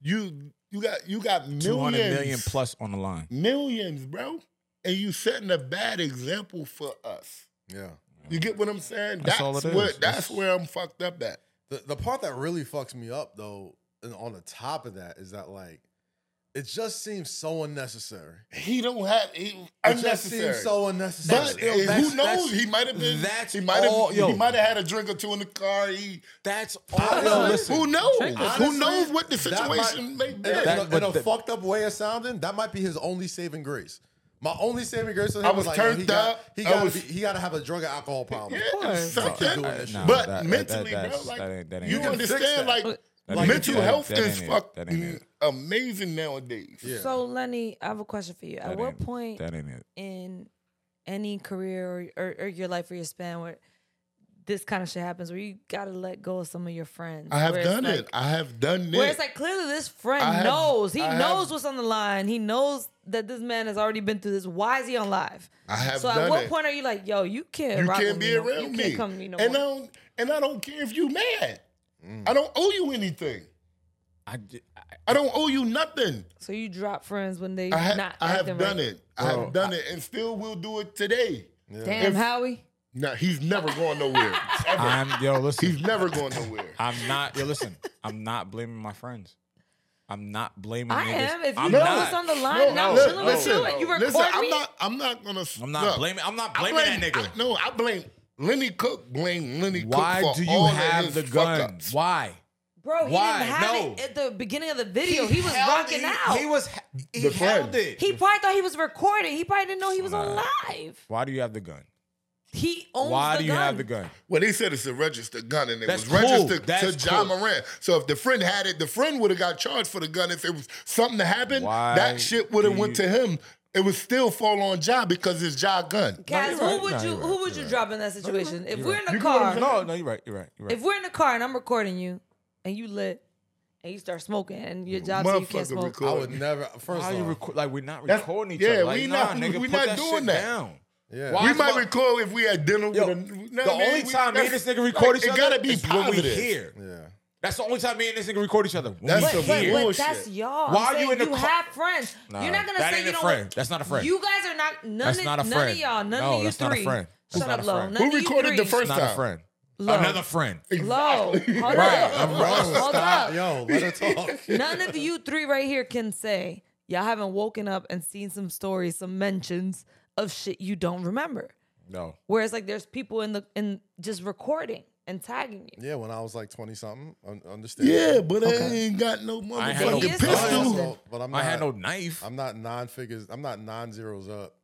Speaker 4: You you got you got millions,
Speaker 3: Two hundred million plus on the line.
Speaker 4: millions, bro, and you setting a bad example for us.
Speaker 1: Yeah.
Speaker 4: You get what I'm saying?
Speaker 3: That's all it
Speaker 4: where,
Speaker 3: is.
Speaker 4: That's
Speaker 3: That's-
Speaker 4: where I'm fucked up at.
Speaker 1: The the part that really fucks me up though, and on the top of that is that like, it just seems so unnecessary.
Speaker 4: He don't have he,
Speaker 1: It just
Speaker 4: unnecessary.
Speaker 1: seems so unnecessary.
Speaker 4: but
Speaker 3: Yo,
Speaker 4: eh,
Speaker 3: that's-
Speaker 4: who knows?
Speaker 3: that's-
Speaker 4: He might have been.
Speaker 3: that's
Speaker 4: he might have.
Speaker 3: all- yo.
Speaker 4: He might have had a drink or two in the car. He,
Speaker 3: That's
Speaker 1: I
Speaker 3: all.
Speaker 1: know,
Speaker 3: No, listen.
Speaker 4: who knows? who
Speaker 1: Honestly,
Speaker 4: knows what the
Speaker 1: that might-
Speaker 4: situation may be?
Speaker 1: And
Speaker 3: That-
Speaker 1: in a,
Speaker 3: but
Speaker 1: in a
Speaker 3: the-
Speaker 1: fucked up way of sounding, that might be his only saving grace. My only saving grace of him
Speaker 4: I
Speaker 1: is
Speaker 4: was
Speaker 1: like, yo, he
Speaker 4: turned
Speaker 1: got,
Speaker 4: up.
Speaker 1: He
Speaker 4: I
Speaker 1: got
Speaker 4: was-
Speaker 1: to he got to have a drug and alcohol problem.
Speaker 4: Yeah,
Speaker 2: course.
Speaker 4: something.
Speaker 1: Keep doing this shit.
Speaker 3: Nah,
Speaker 4: but
Speaker 3: that-
Speaker 4: mentally,
Speaker 3: that-
Speaker 4: bro,
Speaker 3: that's-
Speaker 4: like
Speaker 3: that ain't- that ain't
Speaker 4: you
Speaker 3: it. You
Speaker 1: can fix
Speaker 4: understand,
Speaker 1: that.
Speaker 4: like
Speaker 2: But-
Speaker 3: That ain't
Speaker 4: mental
Speaker 3: it. That-
Speaker 4: health
Speaker 3: that
Speaker 4: is
Speaker 3: ain't it. That ain't
Speaker 4: fucking
Speaker 3: it.
Speaker 4: amazing nowadays.
Speaker 1: Yeah.
Speaker 2: So Lenny, I have a question for you. At
Speaker 3: That
Speaker 2: what
Speaker 3: ain't-
Speaker 2: point
Speaker 3: That ain't it.
Speaker 2: in any career or, or, or your life or your span where this kind of shit happens, where you gotta let go of some of your friends?
Speaker 4: I have
Speaker 2: where it's
Speaker 4: done
Speaker 2: like-
Speaker 4: it. I have done
Speaker 2: Where it's
Speaker 4: it.
Speaker 2: like clearly this
Speaker 4: I
Speaker 2: friend
Speaker 4: have-
Speaker 2: knows. He
Speaker 4: I have-
Speaker 2: knows what's on the line. He knows that this man has already been through this. Why is he on live?
Speaker 4: I have
Speaker 2: so
Speaker 4: done
Speaker 2: at what
Speaker 4: it.
Speaker 2: point are you like, yo, you can't
Speaker 4: You
Speaker 2: rock
Speaker 4: can't
Speaker 2: with
Speaker 4: be
Speaker 2: me no-
Speaker 4: around
Speaker 2: you
Speaker 4: me.
Speaker 2: Can't come to me no
Speaker 4: and I
Speaker 2: more.
Speaker 4: don't and I don't care if you mad.
Speaker 3: Mm.
Speaker 4: I don't owe you anything.
Speaker 3: I, di- I-
Speaker 4: I don't owe you nothing.
Speaker 2: So you drop friends when they
Speaker 4: I, ha-
Speaker 2: not
Speaker 4: I have
Speaker 2: acting
Speaker 4: done
Speaker 2: right.
Speaker 4: it. I have done it and still will do it today.
Speaker 2: Damn,
Speaker 4: If-
Speaker 2: Howie.
Speaker 4: No, he's never
Speaker 3: (laughs)
Speaker 4: going nowhere. Ever.
Speaker 3: I'm yo. Listen,
Speaker 4: he's never going nowhere.
Speaker 3: I'm not. Yo, listen. I'm not blaming my friends. I'm not blaming.
Speaker 2: I
Speaker 3: niggas.
Speaker 2: am. If you
Speaker 3: I'm
Speaker 2: know
Speaker 3: not,
Speaker 2: what's on the line, and I'm
Speaker 3: no,
Speaker 2: chilling with you, and you record
Speaker 4: listen,
Speaker 2: me.
Speaker 4: I'm not I'm not gonna
Speaker 3: I'm not
Speaker 4: look,
Speaker 3: blaming. I'm not
Speaker 4: I
Speaker 3: blaming
Speaker 4: blame-
Speaker 3: that nigga.
Speaker 4: I- no, I blame Lenny Cook blame Lenny
Speaker 3: Why
Speaker 4: Cook for
Speaker 3: do you
Speaker 4: all
Speaker 3: have
Speaker 4: of his
Speaker 3: the gun?
Speaker 4: fuck-ups.
Speaker 3: Why?
Speaker 2: Bro, he
Speaker 3: Why?
Speaker 2: didn't have
Speaker 3: No.
Speaker 2: it at the beginning of the video. He, was rocking
Speaker 3: he,
Speaker 2: out.
Speaker 3: He was. He
Speaker 4: The
Speaker 3: held
Speaker 4: friend.
Speaker 3: it.
Speaker 2: He probably thought he was recording. He probably didn't know he was on
Speaker 3: Nah.
Speaker 2: live.
Speaker 3: Why do you have the gun?
Speaker 2: He owns
Speaker 3: Why
Speaker 2: the
Speaker 3: do you
Speaker 2: gun.
Speaker 3: have the gun?
Speaker 4: Well, they said it's a registered gun, and it
Speaker 3: That's
Speaker 4: was
Speaker 3: cool.
Speaker 4: registered to
Speaker 3: That's
Speaker 4: John
Speaker 3: cool.
Speaker 4: Moran. So if the friend had it, the friend would have got charged for the gun. If it was something that happened,
Speaker 3: Why
Speaker 4: that shit would have
Speaker 3: do
Speaker 4: went
Speaker 3: you-
Speaker 4: to him. It would still fall on John because it's John gun.
Speaker 2: Cass,
Speaker 3: you're right.
Speaker 2: who would
Speaker 3: No,
Speaker 2: you
Speaker 3: you're
Speaker 2: who
Speaker 3: right.
Speaker 2: would you drop in that situation? If we're in the
Speaker 4: You get what I'm
Speaker 2: car,
Speaker 4: saying?
Speaker 3: No, no, you're right. You're right. You're right.
Speaker 2: if we're in the car and I'm recording you and you lit and you start smoking and your job says you can't
Speaker 4: Motherfucker
Speaker 2: smoke.
Speaker 4: record.
Speaker 1: I would never. First
Speaker 3: Why
Speaker 1: off,
Speaker 3: you record? Like we're not
Speaker 4: That's-
Speaker 3: recording each
Speaker 4: yeah,
Speaker 3: other. Like,
Speaker 4: we
Speaker 3: nah,
Speaker 4: not-
Speaker 3: nigga,
Speaker 4: we
Speaker 3: put
Speaker 4: not
Speaker 3: that
Speaker 4: doing
Speaker 3: shit
Speaker 4: that.
Speaker 3: down.
Speaker 1: yeah.
Speaker 3: Why-
Speaker 4: we
Speaker 3: I
Speaker 4: might
Speaker 3: fuck-
Speaker 4: record if we had dinner
Speaker 3: Yo,
Speaker 4: with a. you know
Speaker 3: the
Speaker 4: what I mean?
Speaker 3: only
Speaker 4: We-
Speaker 3: time me and
Speaker 4: that's-
Speaker 3: this nigga record
Speaker 4: like,
Speaker 3: each
Speaker 4: It
Speaker 3: other
Speaker 4: gotta be
Speaker 3: is when we
Speaker 4: positive.
Speaker 3: here.
Speaker 1: yeah.
Speaker 3: That's the only time me and this nigga record each other. When
Speaker 4: That's
Speaker 3: we
Speaker 4: some
Speaker 2: But,
Speaker 3: here.
Speaker 2: but
Speaker 4: bullshit.
Speaker 2: that's y'all.
Speaker 3: Why
Speaker 2: I'm
Speaker 3: are you
Speaker 2: saying
Speaker 3: in the car-
Speaker 2: have friends.
Speaker 3: Nah,
Speaker 2: You're not gonna
Speaker 3: that
Speaker 2: say
Speaker 3: ain't
Speaker 2: you
Speaker 3: a
Speaker 2: don't.
Speaker 3: friend. That's not a friend.
Speaker 2: You guys are not none.
Speaker 3: That's
Speaker 2: of,
Speaker 3: not a
Speaker 2: None of
Speaker 3: friend.
Speaker 2: y'all. None
Speaker 3: No,
Speaker 2: of you
Speaker 3: that's
Speaker 2: three.
Speaker 3: not a friend. That's
Speaker 2: Shut
Speaker 3: not
Speaker 2: up,
Speaker 3: a
Speaker 2: low.
Speaker 3: friend.
Speaker 2: None
Speaker 4: Who
Speaker 2: of you
Speaker 4: recorded the
Speaker 2: three.
Speaker 4: first
Speaker 3: Not a
Speaker 4: time.
Speaker 3: friend.
Speaker 2: Low.
Speaker 3: Another
Speaker 4: (laughs)
Speaker 3: friend.
Speaker 2: Low. Hold
Speaker 3: Right,
Speaker 2: up.
Speaker 3: I'm wrong.
Speaker 2: Hold
Speaker 1: Stop.
Speaker 2: up.
Speaker 1: Yo, let her talk.
Speaker 4: (laughs)
Speaker 2: None of you three right here can say y'all haven't woken up and seen some stories, some mentions of shit you don't remember.
Speaker 3: No.
Speaker 2: Whereas like there's people in the in just recording and tagging you.
Speaker 1: yeah, when I was like twenty something, un- understand?
Speaker 4: Yeah, but I ain't got no
Speaker 3: I had
Speaker 2: no gun.
Speaker 4: motherfucking
Speaker 1: But I
Speaker 4: pistol.
Speaker 2: Yeah.
Speaker 1: also- but I'm not,
Speaker 3: I had no knife.
Speaker 1: I'm not non figures. I'm not non zeros up.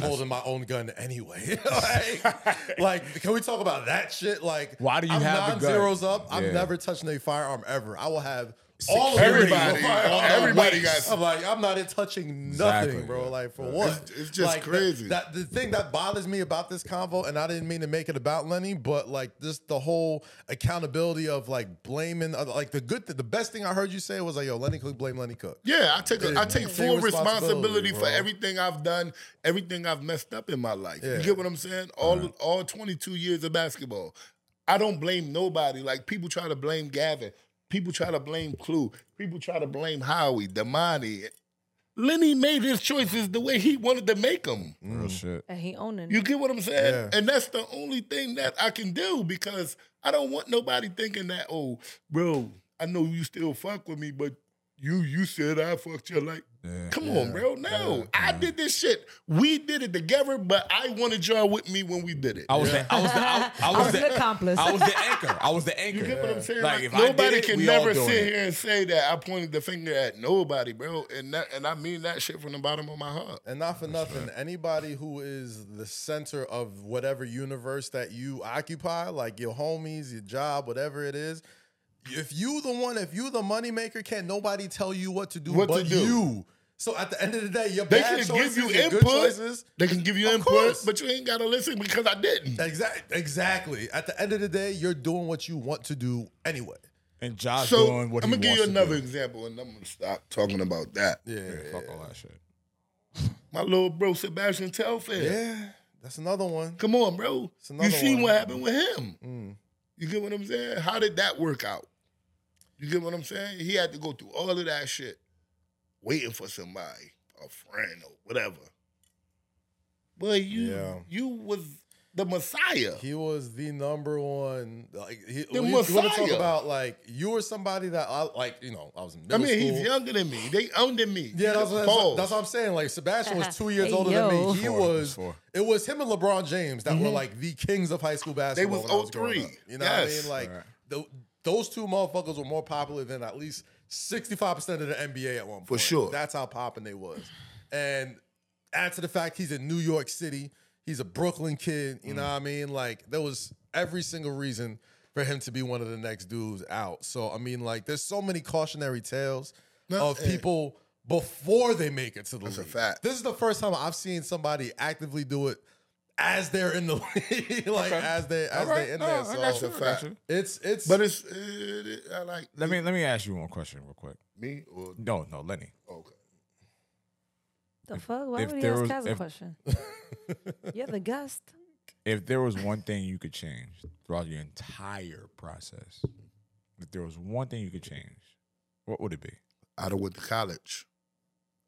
Speaker 1: holding my own gun anyway. (laughs) like, like, can we talk about that shit? Like,
Speaker 3: Why do you
Speaker 1: I'm
Speaker 3: have the gun?
Speaker 1: zeros up? I'm
Speaker 3: Yeah.
Speaker 1: never touching a firearm ever. I will have all of
Speaker 4: Security.
Speaker 1: them on
Speaker 4: Everybody-
Speaker 1: the
Speaker 4: everybody
Speaker 1: waist.
Speaker 4: got-
Speaker 1: I'm like, I'm not in touching nothing,
Speaker 3: Exactly,
Speaker 1: bro.
Speaker 3: yeah.
Speaker 1: Like, for what?
Speaker 4: It's- it's just
Speaker 1: Like, the-
Speaker 4: crazy.
Speaker 1: That, the thing that bothers me about this convo, and I didn't mean to make it about Lenny, but like, just the whole accountability of like blaming, uh, like the good, th- the best thing I heard you say was like, yo, Lenny Cook, blame Lenny Cook.
Speaker 4: Yeah, I take a, I take
Speaker 1: Take
Speaker 4: full
Speaker 1: responsibility,
Speaker 4: responsibility
Speaker 1: bro.
Speaker 4: for everything I've done, everything I've messed up in my life.
Speaker 1: Yeah.
Speaker 4: You get what I'm saying? All all 22 years of basketball, I don't blame nobody. Like people try to blame Gavin, people try to blame Clue, people try to blame Howie, Damani. Lenny made his choices the way he wanted to make them.
Speaker 3: Real shit.
Speaker 2: And he owning.
Speaker 4: You get what I'm saying?
Speaker 1: Mm-hmm. Yeah.
Speaker 4: And that's the only thing that I can do because I don't want nobody thinking that, oh, bro, I know you still fuck with me, but you you said I fucked your life.
Speaker 3: Yeah.
Speaker 4: Come on, bro. No, I did this shit. We did it together, but I wanted y'all with me when we did it.
Speaker 3: I was the I was the I,
Speaker 2: (laughs)
Speaker 3: I was,
Speaker 2: was
Speaker 3: the
Speaker 2: an accomplice.
Speaker 3: I was the anchor. I was the anchor.
Speaker 4: You get what I'm saying?
Speaker 3: Like, if I did
Speaker 4: nobody
Speaker 3: it,
Speaker 4: can
Speaker 3: we all
Speaker 4: never
Speaker 3: doing
Speaker 4: sit
Speaker 3: it.
Speaker 4: here and say that I pointed the finger at nobody, bro. And that, and I mean that shit from the bottom of my heart.
Speaker 1: And not for nothing, anybody who is the center of whatever universe that you occupy, like your homies, your job, whatever it is, if you the one, if you the moneymaker, can't nobody tell you what to do
Speaker 4: What to
Speaker 1: but
Speaker 4: do.
Speaker 1: you. So at the end of the day, your
Speaker 4: They
Speaker 1: bad
Speaker 4: can give
Speaker 1: choices,
Speaker 4: you
Speaker 1: your good
Speaker 4: input.
Speaker 1: choices.
Speaker 4: They can give you
Speaker 1: Of
Speaker 4: input,
Speaker 1: course.
Speaker 4: but you ain't gotta listen because I didn't.
Speaker 1: Exactly. Exactly. At the end of the day, you're doing what you want to do anyway.
Speaker 3: And Josh
Speaker 4: So
Speaker 3: doing what
Speaker 4: I'm
Speaker 3: he
Speaker 4: gonna give
Speaker 3: wants
Speaker 4: you
Speaker 3: to
Speaker 4: another
Speaker 3: do.
Speaker 4: example, and I'm gonna stop talking about that.
Speaker 3: Yeah, fuck all that shit.
Speaker 4: My little bro Sebastian Telfair.
Speaker 1: Yeah. That's another one. Mm.
Speaker 4: Come on, bro.
Speaker 1: another
Speaker 4: You seen
Speaker 1: one.
Speaker 4: what happened with him. You get what I'm saying? How did that work out? You get what I'm saying? He had to go through all of that shit, waiting for somebody, a friend or whatever. But you,
Speaker 1: Yeah.
Speaker 4: you was the Messiah.
Speaker 1: He was the number one. Like he,
Speaker 4: The
Speaker 1: we, want to talk
Speaker 4: Messiah.
Speaker 1: about like you were somebody that I like. You know, I was in middle
Speaker 4: I mean,
Speaker 1: school.
Speaker 4: he's younger than me. They owned him me.
Speaker 1: Yeah, that's what, that's,
Speaker 4: Pause.
Speaker 1: that's what I'm saying. Like Sebastian
Speaker 2: (laughs)
Speaker 1: was two years
Speaker 2: Hey,
Speaker 1: older than
Speaker 2: yo. Mm-hmm.
Speaker 1: me. He
Speaker 3: Four,
Speaker 1: was.
Speaker 3: four.
Speaker 1: It was him and LeBron James that were like the kings of high school basketball.
Speaker 4: was
Speaker 1: when I was growing
Speaker 4: 03.
Speaker 1: up. You know
Speaker 4: Yes.
Speaker 1: what I mean? Like
Speaker 3: Right.
Speaker 1: tho- those two motherfuckers were more popular than at least 65 percent of the NBA at one point.
Speaker 4: sure.
Speaker 1: That's how popping they was. And add to the fact he's in New York City. He's a Brooklyn kid. You know what
Speaker 3: Mm.
Speaker 1: I mean? Like there was every single reason for him to be one of the next dudes out. So I mean, like there's so many cautionary tales
Speaker 4: No,
Speaker 1: of
Speaker 4: eh.
Speaker 1: people before they make it to the
Speaker 4: That's a
Speaker 1: league.
Speaker 4: fact.
Speaker 1: This is the first time I've seen somebody actively do it as they're in the (laughs) league, like
Speaker 3: Okay.
Speaker 1: as they as
Speaker 3: All right.
Speaker 1: they in
Speaker 3: No,
Speaker 1: there.
Speaker 3: Oh, I
Speaker 1: So
Speaker 3: got you,
Speaker 4: That's a
Speaker 3: I got
Speaker 4: fact.
Speaker 3: you.
Speaker 1: it's it's
Speaker 4: but it's it, I like
Speaker 3: Let me let me ask you one question real quick.
Speaker 4: me or
Speaker 3: No, no, Lenny.
Speaker 4: okay.
Speaker 2: The fuck? Why
Speaker 3: if
Speaker 2: would he
Speaker 3: there
Speaker 2: ask
Speaker 3: was-
Speaker 2: Kaz a
Speaker 3: if-
Speaker 2: question? You're the guest.
Speaker 3: If there was one thing you could change throughout your entire process, if there was one thing you could change, what would it be?
Speaker 4: I'd have went to college,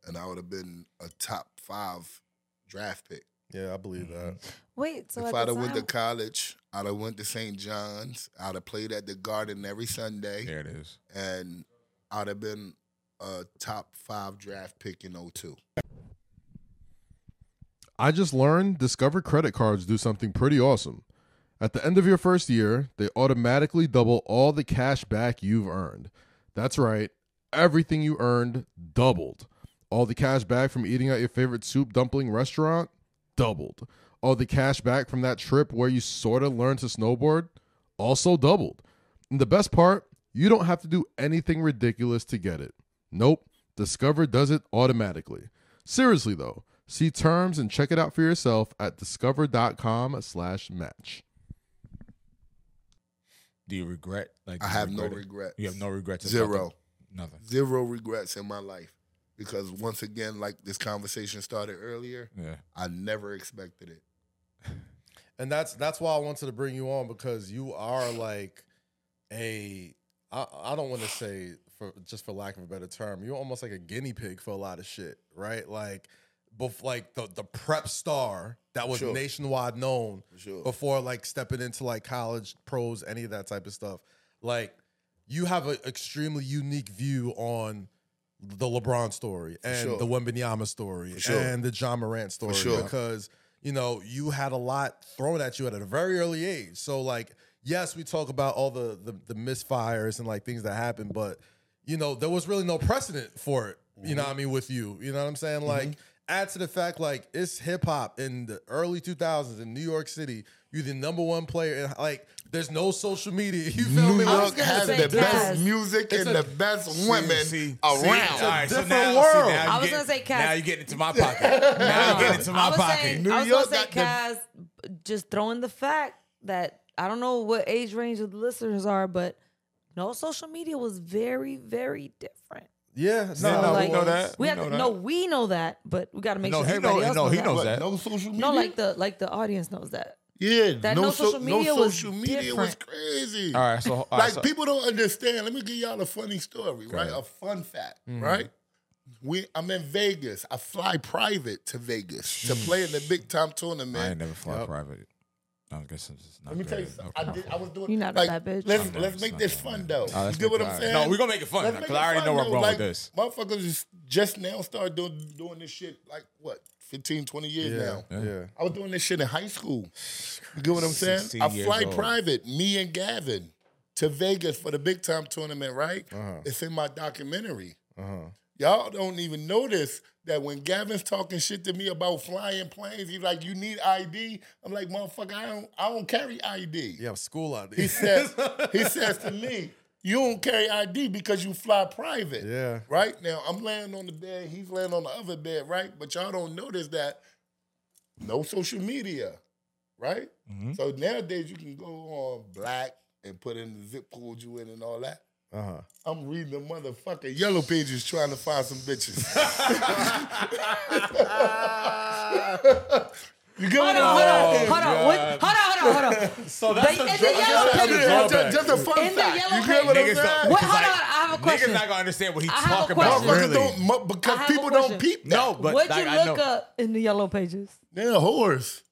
Speaker 4: and I would have been a top five draft pick.
Speaker 1: yeah, I believe that.
Speaker 2: Wait, so
Speaker 4: if
Speaker 2: at
Speaker 4: I'd
Speaker 2: the
Speaker 4: have went to
Speaker 2: time,
Speaker 4: college, I'd have went to St. John's. I'd have played at the Garden every Sunday,
Speaker 3: There it is.
Speaker 4: and I'd have been a top five draft pick in 02.
Speaker 1: I just learned Discover credit cards do something pretty awesome. At the end of your first year, they automatically double all the cash back you've earned. That's right, everything you earned doubled. All the cash back from eating at your favorite soup dumpling restaurant doubled. All the cash back from that trip where you sort of learned to snowboard also doubled. And the best part, you don't have to do anything ridiculous to get it. Nope, Discover does it automatically. Seriously though, see terms and check it out for yourself at discover.com/match.
Speaker 3: Do you regret? Like
Speaker 4: I
Speaker 3: do you
Speaker 4: have no
Speaker 3: regret it?
Speaker 4: regrets.
Speaker 3: You have no regrets. about
Speaker 4: Zero.
Speaker 3: the- Nothing.
Speaker 4: Zero regrets in my life. Because once again, like this conversation started earlier,
Speaker 3: Yeah.
Speaker 4: I never expected it.
Speaker 1: and that's that's why I wanted to bring you on because you are like a I, I don't want to say for just for lack of a better term you're almost like a guinea pig for a lot of shit right like bef- like the the prep star that was
Speaker 4: Sure.
Speaker 1: nationwide known
Speaker 4: sure.
Speaker 1: before like stepping into like college pros any of that type of stuff like you have an extremely unique view on the LeBron story and
Speaker 4: sure.
Speaker 1: the Wembenyama story
Speaker 4: sure.
Speaker 1: and the John Morant story
Speaker 4: sure.
Speaker 1: because you know you had a lot thrown at you at a very early age. So like, yes, we talk about all the the, the misfires and like things that happened, but you know there was really no precedent for it. You
Speaker 4: Mm-hmm.
Speaker 1: know what I mean with you. You know what I'm saying? Like, add to the fact like it's hip hop in the early 2000s in New York City. You're the number one player, and like there's no social media. (laughs) You feel me?
Speaker 4: New
Speaker 1: Like,
Speaker 4: York
Speaker 2: gonna
Speaker 4: has
Speaker 2: say
Speaker 4: the best
Speaker 2: Kaz.
Speaker 4: music
Speaker 1: It's
Speaker 4: and
Speaker 1: a-
Speaker 4: the best women
Speaker 3: See, see,
Speaker 4: around.
Speaker 3: see, all right,
Speaker 1: different
Speaker 3: now-
Speaker 1: world.
Speaker 3: now you
Speaker 1: I
Speaker 2: was
Speaker 3: get-
Speaker 2: gonna say Cass.
Speaker 3: Now you get into
Speaker 4: (laughs)
Speaker 3: my pocket.
Speaker 2: (laughs)
Speaker 3: now you get into my
Speaker 2: I was
Speaker 3: pocket.
Speaker 2: saying,
Speaker 4: New
Speaker 2: I was
Speaker 4: York
Speaker 2: gonna say,
Speaker 4: got
Speaker 2: Kaz, b- just throwing the fact that I don't know what age range of the listeners are, but no social media was very, very different.
Speaker 1: yeah,
Speaker 3: No,
Speaker 1: no,
Speaker 3: no,
Speaker 1: it
Speaker 3: we know
Speaker 1: was.
Speaker 3: that.
Speaker 2: We
Speaker 3: We
Speaker 2: had
Speaker 3: know
Speaker 2: to,
Speaker 3: that.
Speaker 2: no, we know that, but we got to make
Speaker 3: No,
Speaker 2: sure
Speaker 3: he
Speaker 2: everybody
Speaker 3: know-
Speaker 2: else
Speaker 3: no,
Speaker 2: knows
Speaker 3: he
Speaker 2: that.
Speaker 3: knows
Speaker 4: What,
Speaker 3: that.
Speaker 4: No social media.
Speaker 2: No, like the like the audience knows that.
Speaker 4: Yeah,
Speaker 2: That
Speaker 4: no,
Speaker 2: no
Speaker 4: so-
Speaker 2: social
Speaker 4: no
Speaker 2: media was
Speaker 4: social media was
Speaker 2: different.
Speaker 4: crazy.
Speaker 3: All right, so all right,
Speaker 4: like
Speaker 3: so-
Speaker 4: people don't understand. Let me give y'all a funny story, right?
Speaker 3: ahead. Mm-hmm.
Speaker 4: A fun fact, right? We I'm in Vegas. I fly private to Vegas to play in the big time tournament.
Speaker 3: Mm. I ain't never fly private. I guess it's just not.
Speaker 4: Let me
Speaker 3: good.
Speaker 4: tell you something. I, did, I was doing.
Speaker 2: You're not a
Speaker 4: like,
Speaker 2: bad bitch.
Speaker 4: Let's
Speaker 3: I'm not-
Speaker 4: let's
Speaker 3: it's
Speaker 4: make
Speaker 3: not
Speaker 4: this
Speaker 3: that
Speaker 4: fun
Speaker 3: bad.
Speaker 4: though.
Speaker 3: Oh, let's
Speaker 4: you get
Speaker 3: make
Speaker 4: what
Speaker 3: it-
Speaker 4: I'm
Speaker 3: all right.
Speaker 4: saying?
Speaker 3: No, we're gonna make it fun
Speaker 4: Let's
Speaker 3: now,
Speaker 4: make
Speaker 3: 'cause
Speaker 4: it
Speaker 3: I already
Speaker 4: fun,
Speaker 3: know where I'm
Speaker 4: though.
Speaker 3: going with
Speaker 4: Like,
Speaker 3: this.
Speaker 4: Motherfuckers is just now started doing, doing this shit like what 15, 20 years now.
Speaker 3: Yeah.
Speaker 5: yeah.
Speaker 4: I was doing this shit in high school. You get what I'm saying?
Speaker 3: 16
Speaker 4: I
Speaker 3: years
Speaker 4: fly
Speaker 3: old.
Speaker 4: private, me and Gavin, to Vegas for the big time tournament, right?
Speaker 3: Uh-huh.
Speaker 4: It's in my documentary.
Speaker 1: uh-huh.
Speaker 4: Y'all don't even notice that when Gavin's talking shit to me about flying planes, he's like, "You need ID." I'm like, "Motherfucker, I don't, I don't carry ID."
Speaker 5: You have school out
Speaker 4: He
Speaker 5: there.
Speaker 1: (laughs)
Speaker 4: says,
Speaker 3: (laughs)
Speaker 4: he says to me, "You don't carry ID because you fly private."
Speaker 5: Yeah.
Speaker 4: Right now, I'm laying on the bed. He's laying on the other bed. Right, but y'all don't notice that. No social media, right?
Speaker 3: Mm-hmm.
Speaker 4: So nowadays you can go on black and put in the zip code you in and all that.
Speaker 5: Uh
Speaker 3: Uh-huh.
Speaker 5: huh.
Speaker 4: I'm reading the motherfucking yellow pages trying to find some
Speaker 3: (laughs)
Speaker 4: bitches. you get what
Speaker 2: Hold
Speaker 4: I'm
Speaker 2: on, hold
Speaker 4: saying?
Speaker 2: on,
Speaker 3: (laughs)
Speaker 2: hold on, what, hold on, hold on, hold on.
Speaker 3: So that's
Speaker 2: They-
Speaker 3: the
Speaker 2: and
Speaker 3: drawback.
Speaker 2: the yellow
Speaker 3: That's the
Speaker 2: pages.
Speaker 4: Just-
Speaker 3: drawback.
Speaker 4: Just a fun
Speaker 2: In the
Speaker 4: fact.
Speaker 2: yellow
Speaker 4: You get what I'm
Speaker 3: Niggas
Speaker 4: saying?
Speaker 3: don't-
Speaker 2: What?
Speaker 3: because,
Speaker 2: Hold on, I have a question.
Speaker 3: Niggas not gonna understand what he
Speaker 2: I have a
Speaker 3: talking about.
Speaker 2: question.
Speaker 4: Motherfuckers
Speaker 3: Really.
Speaker 4: don't mu- because
Speaker 2: I have a
Speaker 4: people don't
Speaker 2: question.
Speaker 4: peep that.
Speaker 3: No, but
Speaker 2: What'd
Speaker 3: like,
Speaker 2: you
Speaker 3: I
Speaker 2: look
Speaker 3: know-
Speaker 2: up in the yellow pages?
Speaker 4: They're whores.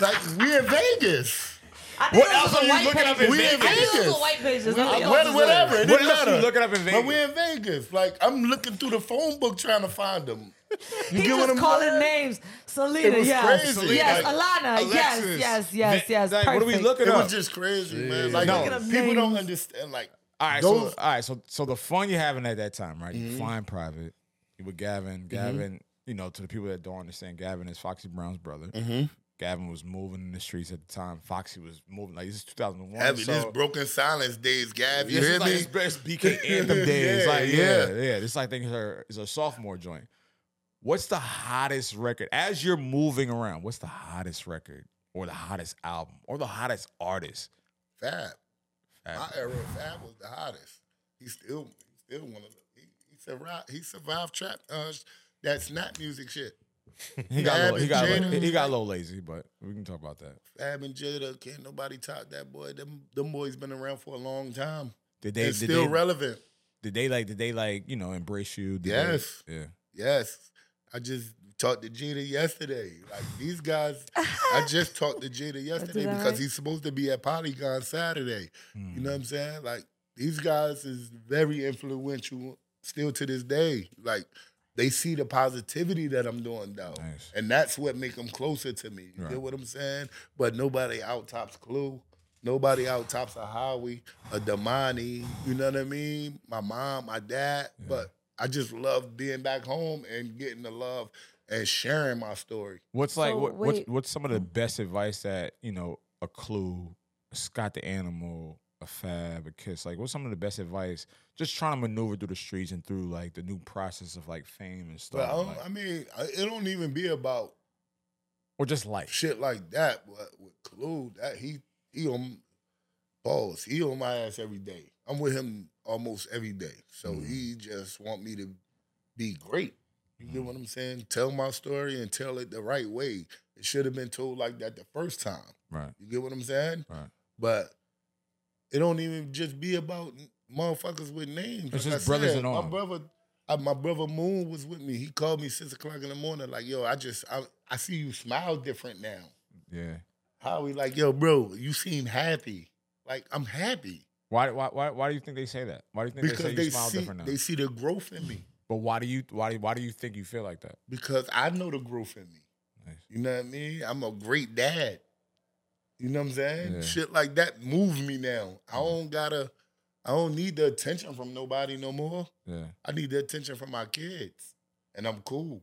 Speaker 4: like we in Vegas.
Speaker 2: I think
Speaker 3: What
Speaker 2: it was
Speaker 3: else
Speaker 2: the
Speaker 3: are you
Speaker 2: white
Speaker 3: looking up
Speaker 2: pages.
Speaker 3: in
Speaker 4: We in
Speaker 2: I think it was
Speaker 4: Vegas.
Speaker 2: the white pages. not the
Speaker 4: I-
Speaker 2: yellow
Speaker 4: what-
Speaker 2: pages.
Speaker 4: whatever. It
Speaker 3: What
Speaker 4: didn't
Speaker 3: else
Speaker 4: matter.
Speaker 3: you looking up in Vegas?
Speaker 4: But we in Vegas. Like I'm looking through the phone book trying to find them. You
Speaker 2: He
Speaker 4: get what I'm
Speaker 2: just calling
Speaker 4: saying?
Speaker 2: names. Selena,
Speaker 4: It was
Speaker 2: yes.
Speaker 4: crazy.
Speaker 2: Yes,
Speaker 4: Like,
Speaker 2: Alana,
Speaker 3: Alexis,
Speaker 2: yes, yes, yes,
Speaker 3: Vin-
Speaker 2: yes.
Speaker 3: like, what are we
Speaker 2: perfect.
Speaker 3: looking
Speaker 4: It
Speaker 3: up?
Speaker 4: was just crazy, man. Like
Speaker 3: No.
Speaker 4: people
Speaker 2: Looking up
Speaker 4: don't
Speaker 2: names.
Speaker 4: understand. Like
Speaker 3: All right,
Speaker 4: Those-
Speaker 3: so all right, so so the fun you're having at that time, right?
Speaker 4: Mm-hmm.
Speaker 3: You're flying private. You with Gavin. Gavin, you know, to the people that don't understand, Gavin is Foxy Brown's brother.
Speaker 4: Mm-hmm.
Speaker 3: Gavin was moving in the streets at the time. Foxy was moving like this is 2001.
Speaker 4: Abby,
Speaker 3: so-
Speaker 4: this broken silence days, Gav. You
Speaker 3: this
Speaker 4: hear
Speaker 3: is like
Speaker 4: me?
Speaker 3: his best BK anthem days.
Speaker 4: (laughs) Yeah,
Speaker 3: like, yeah, yeah,
Speaker 4: yeah.
Speaker 3: This I think is her is her sophomore joint. What's the hottest record as you're moving around? What's the hottest record or the hottest album or the hottest artist?
Speaker 4: Fab.
Speaker 3: Fab.
Speaker 4: My era of Fab was the hottest. He still, he still one of the. He, he survived. He survived trap. Uh, that snap music shit.
Speaker 3: He got a little, he got a little-
Speaker 4: Jada.
Speaker 3: he got a little lazy, but we can talk about that.
Speaker 4: Fab and Jada, can't nobody top that boy. Them, them boys been around for a long time.
Speaker 3: Did
Speaker 4: They,
Speaker 3: they
Speaker 4: it's
Speaker 3: did
Speaker 4: still
Speaker 3: they,
Speaker 4: relevant.
Speaker 3: Did they like? Did they like? You know, embrace you? Did
Speaker 4: Yes.
Speaker 3: They, yeah.
Speaker 4: Yes. I just talked to Jada yesterday. Like these guys, I just talked to Jada yesterday
Speaker 2: that
Speaker 4: because
Speaker 2: right?
Speaker 4: he's supposed to be at Polygon Saturday. You know what I'm
Speaker 3: Mm.
Speaker 4: saying? Like these guys is very influential still to this day. Like they see the positivity that I'm doing though.
Speaker 3: Hmm. Nice.
Speaker 4: And that's what make them closer to me. You
Speaker 3: Right.
Speaker 4: get what I'm saying? But nobody out tops Clue. Nobody out tops a Howie, a Damani. You know what I mean? My mom, my dad. But I just love being back home and getting the love and sharing my story.
Speaker 3: What's like?
Speaker 2: So,
Speaker 3: what, what's
Speaker 2: wait.
Speaker 3: what's some of the best advice that you know? A clue, a Scott the Animal, a Fab, a Kiss. Like, what's some of the best advice? Just trying to maneuver through the streets and through like the new process of like fame and stuff,
Speaker 4: But I, don't,
Speaker 3: like-
Speaker 4: I mean, I- it don't even be about
Speaker 3: or just life.
Speaker 4: shit like that. But with Clue, that he he on balls. He on my ass every day. I'm with him almost every day. So he just want me to be great. You get what I'm saying? Tell my story and tell it the right way. It should have been told like that the first time.
Speaker 3: Right.
Speaker 4: You get what I'm saying?
Speaker 3: Right.
Speaker 4: But it don't even just be about motherfuckers with names.
Speaker 3: It's
Speaker 4: Like
Speaker 3: just
Speaker 4: I
Speaker 3: brothers in
Speaker 4: said, My
Speaker 3: arms.
Speaker 4: brother, uh, my brother Moon was with me. He called me six o'clock in the morning, like, "Yo, I just, I, I see you smile different now."
Speaker 3: Yeah.
Speaker 4: Howie, like, "Yo, bro, you seem happy." Like, I'm happy
Speaker 3: Why, why, why, why do you think they say that? Why do you think
Speaker 4: because
Speaker 3: they say
Speaker 4: they
Speaker 3: you smile
Speaker 4: see
Speaker 3: different now?
Speaker 4: they see the growth in me
Speaker 3: but why do you why do- why do you think you feel like that?
Speaker 4: because I know the growth in me.
Speaker 3: Nice.
Speaker 4: You know what I mean? I'm a great dad. You know what I'm saying?
Speaker 3: Yeah. Mm-hmm.
Speaker 4: Shit like that moves me now. I don't gotta, I don't need the attention from nobody no more.
Speaker 3: Yeah.
Speaker 4: I need the attention from my kids, and I'm cool.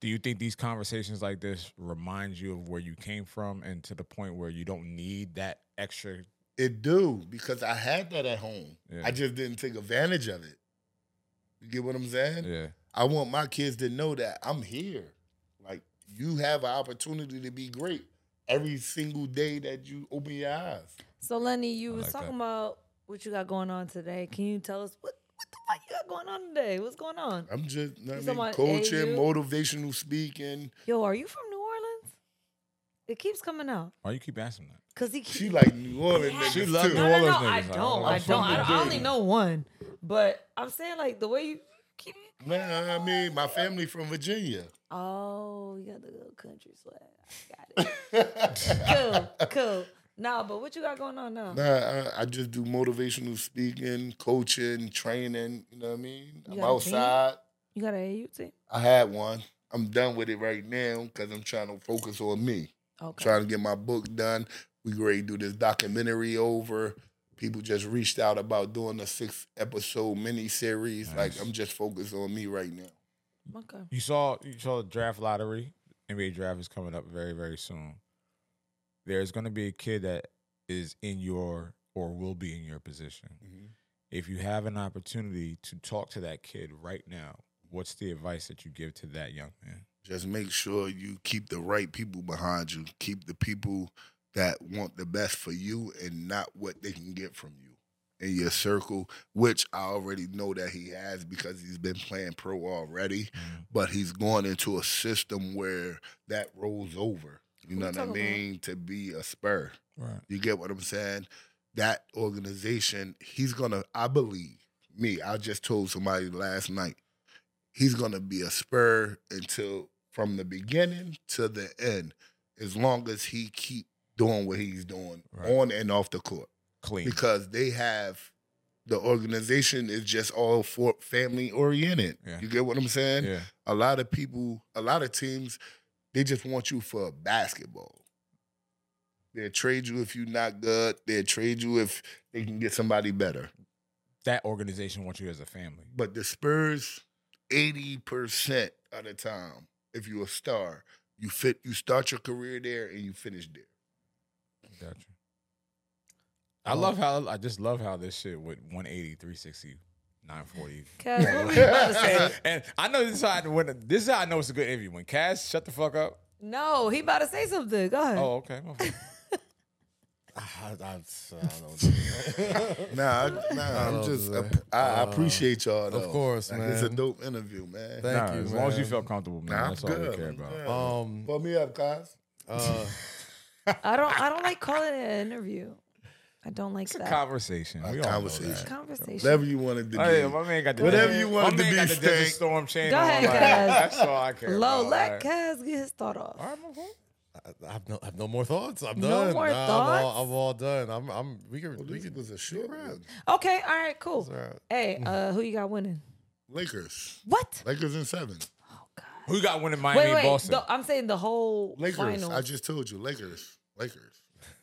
Speaker 3: Do you think these conversations like this remind you of where you came from and to the point where you don't need that extra?
Speaker 4: It do because I had that at home.
Speaker 3: Yeah.
Speaker 4: I just didn't take advantage of it. You get what I'm saying?
Speaker 3: Yeah.
Speaker 4: I want my kids to know that I'm here. Like you have an opportunity to be great every single day that you open your eyes.
Speaker 2: So Lenny, you was
Speaker 3: like
Speaker 2: talking
Speaker 3: that.
Speaker 2: about what you got going on today. Can you tell us what what the fuck you got going on today? What's going on?
Speaker 4: I'm just you know
Speaker 2: You
Speaker 4: what I
Speaker 2: talking
Speaker 4: mean,
Speaker 2: about AU?
Speaker 4: coaching, motivational speaking.
Speaker 2: Yo, are you from New Orleans? It keeps comep out
Speaker 3: Why you keep asking that?
Speaker 2: because he keeps.
Speaker 4: She like New Orleans.
Speaker 2: Yeah.
Speaker 4: niggas,
Speaker 3: She love New
Speaker 4: too.
Speaker 2: no, no,
Speaker 3: Orleans
Speaker 2: no,
Speaker 3: niggas,
Speaker 2: I
Speaker 3: I don't
Speaker 2: don't.
Speaker 3: know.
Speaker 2: I
Speaker 4: I'm from
Speaker 2: don't. I,
Speaker 4: the
Speaker 2: I only
Speaker 4: Bay.
Speaker 2: know one, but I'm saying like the way you keep.
Speaker 4: Nah, I mean, my family from Virginia. (laughs)
Speaker 2: Oh, you got the little country swag. I got it. cool, cool. Nah, but what you got going on now?
Speaker 4: Nah, I, I just do motivational speaking, coaching, training. You know what I mean?
Speaker 2: You
Speaker 4: I'm
Speaker 2: got a team?
Speaker 4: outside.
Speaker 2: You got an AU team?
Speaker 4: I had one. I'm done with it right now because I'm trying to focus on me.
Speaker 2: Okay.
Speaker 4: Trying to get my book done. We ready to do this documentary over. People just reached out about doing a six episode mini series.
Speaker 3: Nice.
Speaker 4: Like I'm just focused on me right now.
Speaker 2: Okay.
Speaker 3: You saw you saw the draft lottery. NBA draft is coming up very very soon. There's going to be a kid that is in your or will be in your position.
Speaker 4: Mm-hmm.
Speaker 3: If you have an opportunity to talk to that kid right now, what's the advice that you give to that young man?
Speaker 4: Just make sure you keep the right people behind you. Keep the people that want the best for you and not what they can get from you in your circle, which I already know that he has because he's been playing pro already. but he's going into a system where that rolls over. You
Speaker 2: What
Speaker 4: know
Speaker 2: you
Speaker 4: what I
Speaker 2: talking
Speaker 4: mean? To be a spur.
Speaker 3: Right.
Speaker 4: You get what I'm saying? That organization, he's gonna, I believe, me, I just told somebody last night, he's gonna be a spur until from the beginning to the end, as long as he keep doing what he's doing
Speaker 3: Right.
Speaker 4: on and off the court
Speaker 3: Clean.
Speaker 4: because they have the organization is just all for family oriented.
Speaker 3: Yeah.
Speaker 4: You get what I'm saying?
Speaker 3: yeah.
Speaker 4: a lot of people, a lot of teams, they just want you for basketball. They'll trade you if you're not good. They'll trade you if they can get somebody better.
Speaker 3: That organization wants you as a family.
Speaker 4: But the Spurs, 80% of the time, if you're a star, you fit you start your career there and you finish there.
Speaker 3: Gotcha. I love how I just love how this shit went 180, 360, 940.
Speaker 2: Kaz, what were you about to say?
Speaker 3: (laughs) and I know this is how I, when, this is how I know it's a good interview. When Cass shut the fuck up.
Speaker 2: No, he about to say something. Go ahead.
Speaker 3: Oh, okay. my
Speaker 4: (laughs)
Speaker 3: fault.
Speaker 5: I, I, I don't know. what to say.
Speaker 4: Nah, I, nah,
Speaker 5: Oh,
Speaker 4: I'm just I,
Speaker 5: man.
Speaker 4: I
Speaker 5: Uh,
Speaker 4: appreciate y'all though.
Speaker 5: course,
Speaker 4: Like, It's a
Speaker 5: man.
Speaker 4: dope interview, man.
Speaker 5: Thank
Speaker 3: Nah,
Speaker 5: you,
Speaker 3: as long as you
Speaker 5: man.
Speaker 3: feel comfortable, man.
Speaker 4: Nah,
Speaker 3: that's
Speaker 4: I'm
Speaker 3: all we
Speaker 4: good,
Speaker 3: care
Speaker 4: I'm
Speaker 3: about.
Speaker 4: good. (laughs)
Speaker 5: um,
Speaker 4: Pull me up, guys.
Speaker 5: uh,
Speaker 2: I don't. I don't like calling it an interview. I don't like
Speaker 3: It's a
Speaker 2: that
Speaker 3: conversation.
Speaker 4: A
Speaker 3: We all know
Speaker 4: conversation.
Speaker 3: that.
Speaker 2: conversation.
Speaker 4: Whatever you wanted to do.
Speaker 3: Oh, yeah, my man got the
Speaker 4: Whatever
Speaker 3: Desert-
Speaker 4: you wanted
Speaker 3: my man
Speaker 4: to
Speaker 3: got
Speaker 4: be,
Speaker 3: the Desert
Speaker 4: Stan.
Speaker 3: storm chain.
Speaker 2: Go
Speaker 3: on,
Speaker 2: ahead,
Speaker 3: like,
Speaker 2: Kaz.
Speaker 3: That's all I care
Speaker 2: Low,
Speaker 3: about.
Speaker 2: let
Speaker 3: like.
Speaker 2: Kaz get his thought off.
Speaker 3: All right, my fault.
Speaker 5: I have no, I have no more thoughts. I'm
Speaker 2: No
Speaker 5: done.
Speaker 2: more
Speaker 5: I'm, all,
Speaker 2: thoughts?
Speaker 5: I'm all done. I'm, I'm. We can,
Speaker 4: Well,
Speaker 5: we
Speaker 4: this
Speaker 5: can.
Speaker 4: was a short one.
Speaker 2: Okay, all right, cool.
Speaker 5: It's all right.
Speaker 2: Hey, uh, who you got winning?
Speaker 4: Lakers.
Speaker 2: What?
Speaker 4: Lakers in seven.
Speaker 2: Oh God.
Speaker 3: Who got winning Miami
Speaker 2: Wait, wait.
Speaker 3: Boston?
Speaker 2: the- I'm saying the whole
Speaker 4: Lakers.
Speaker 2: final.
Speaker 4: I just told you, Lakers. Lakers.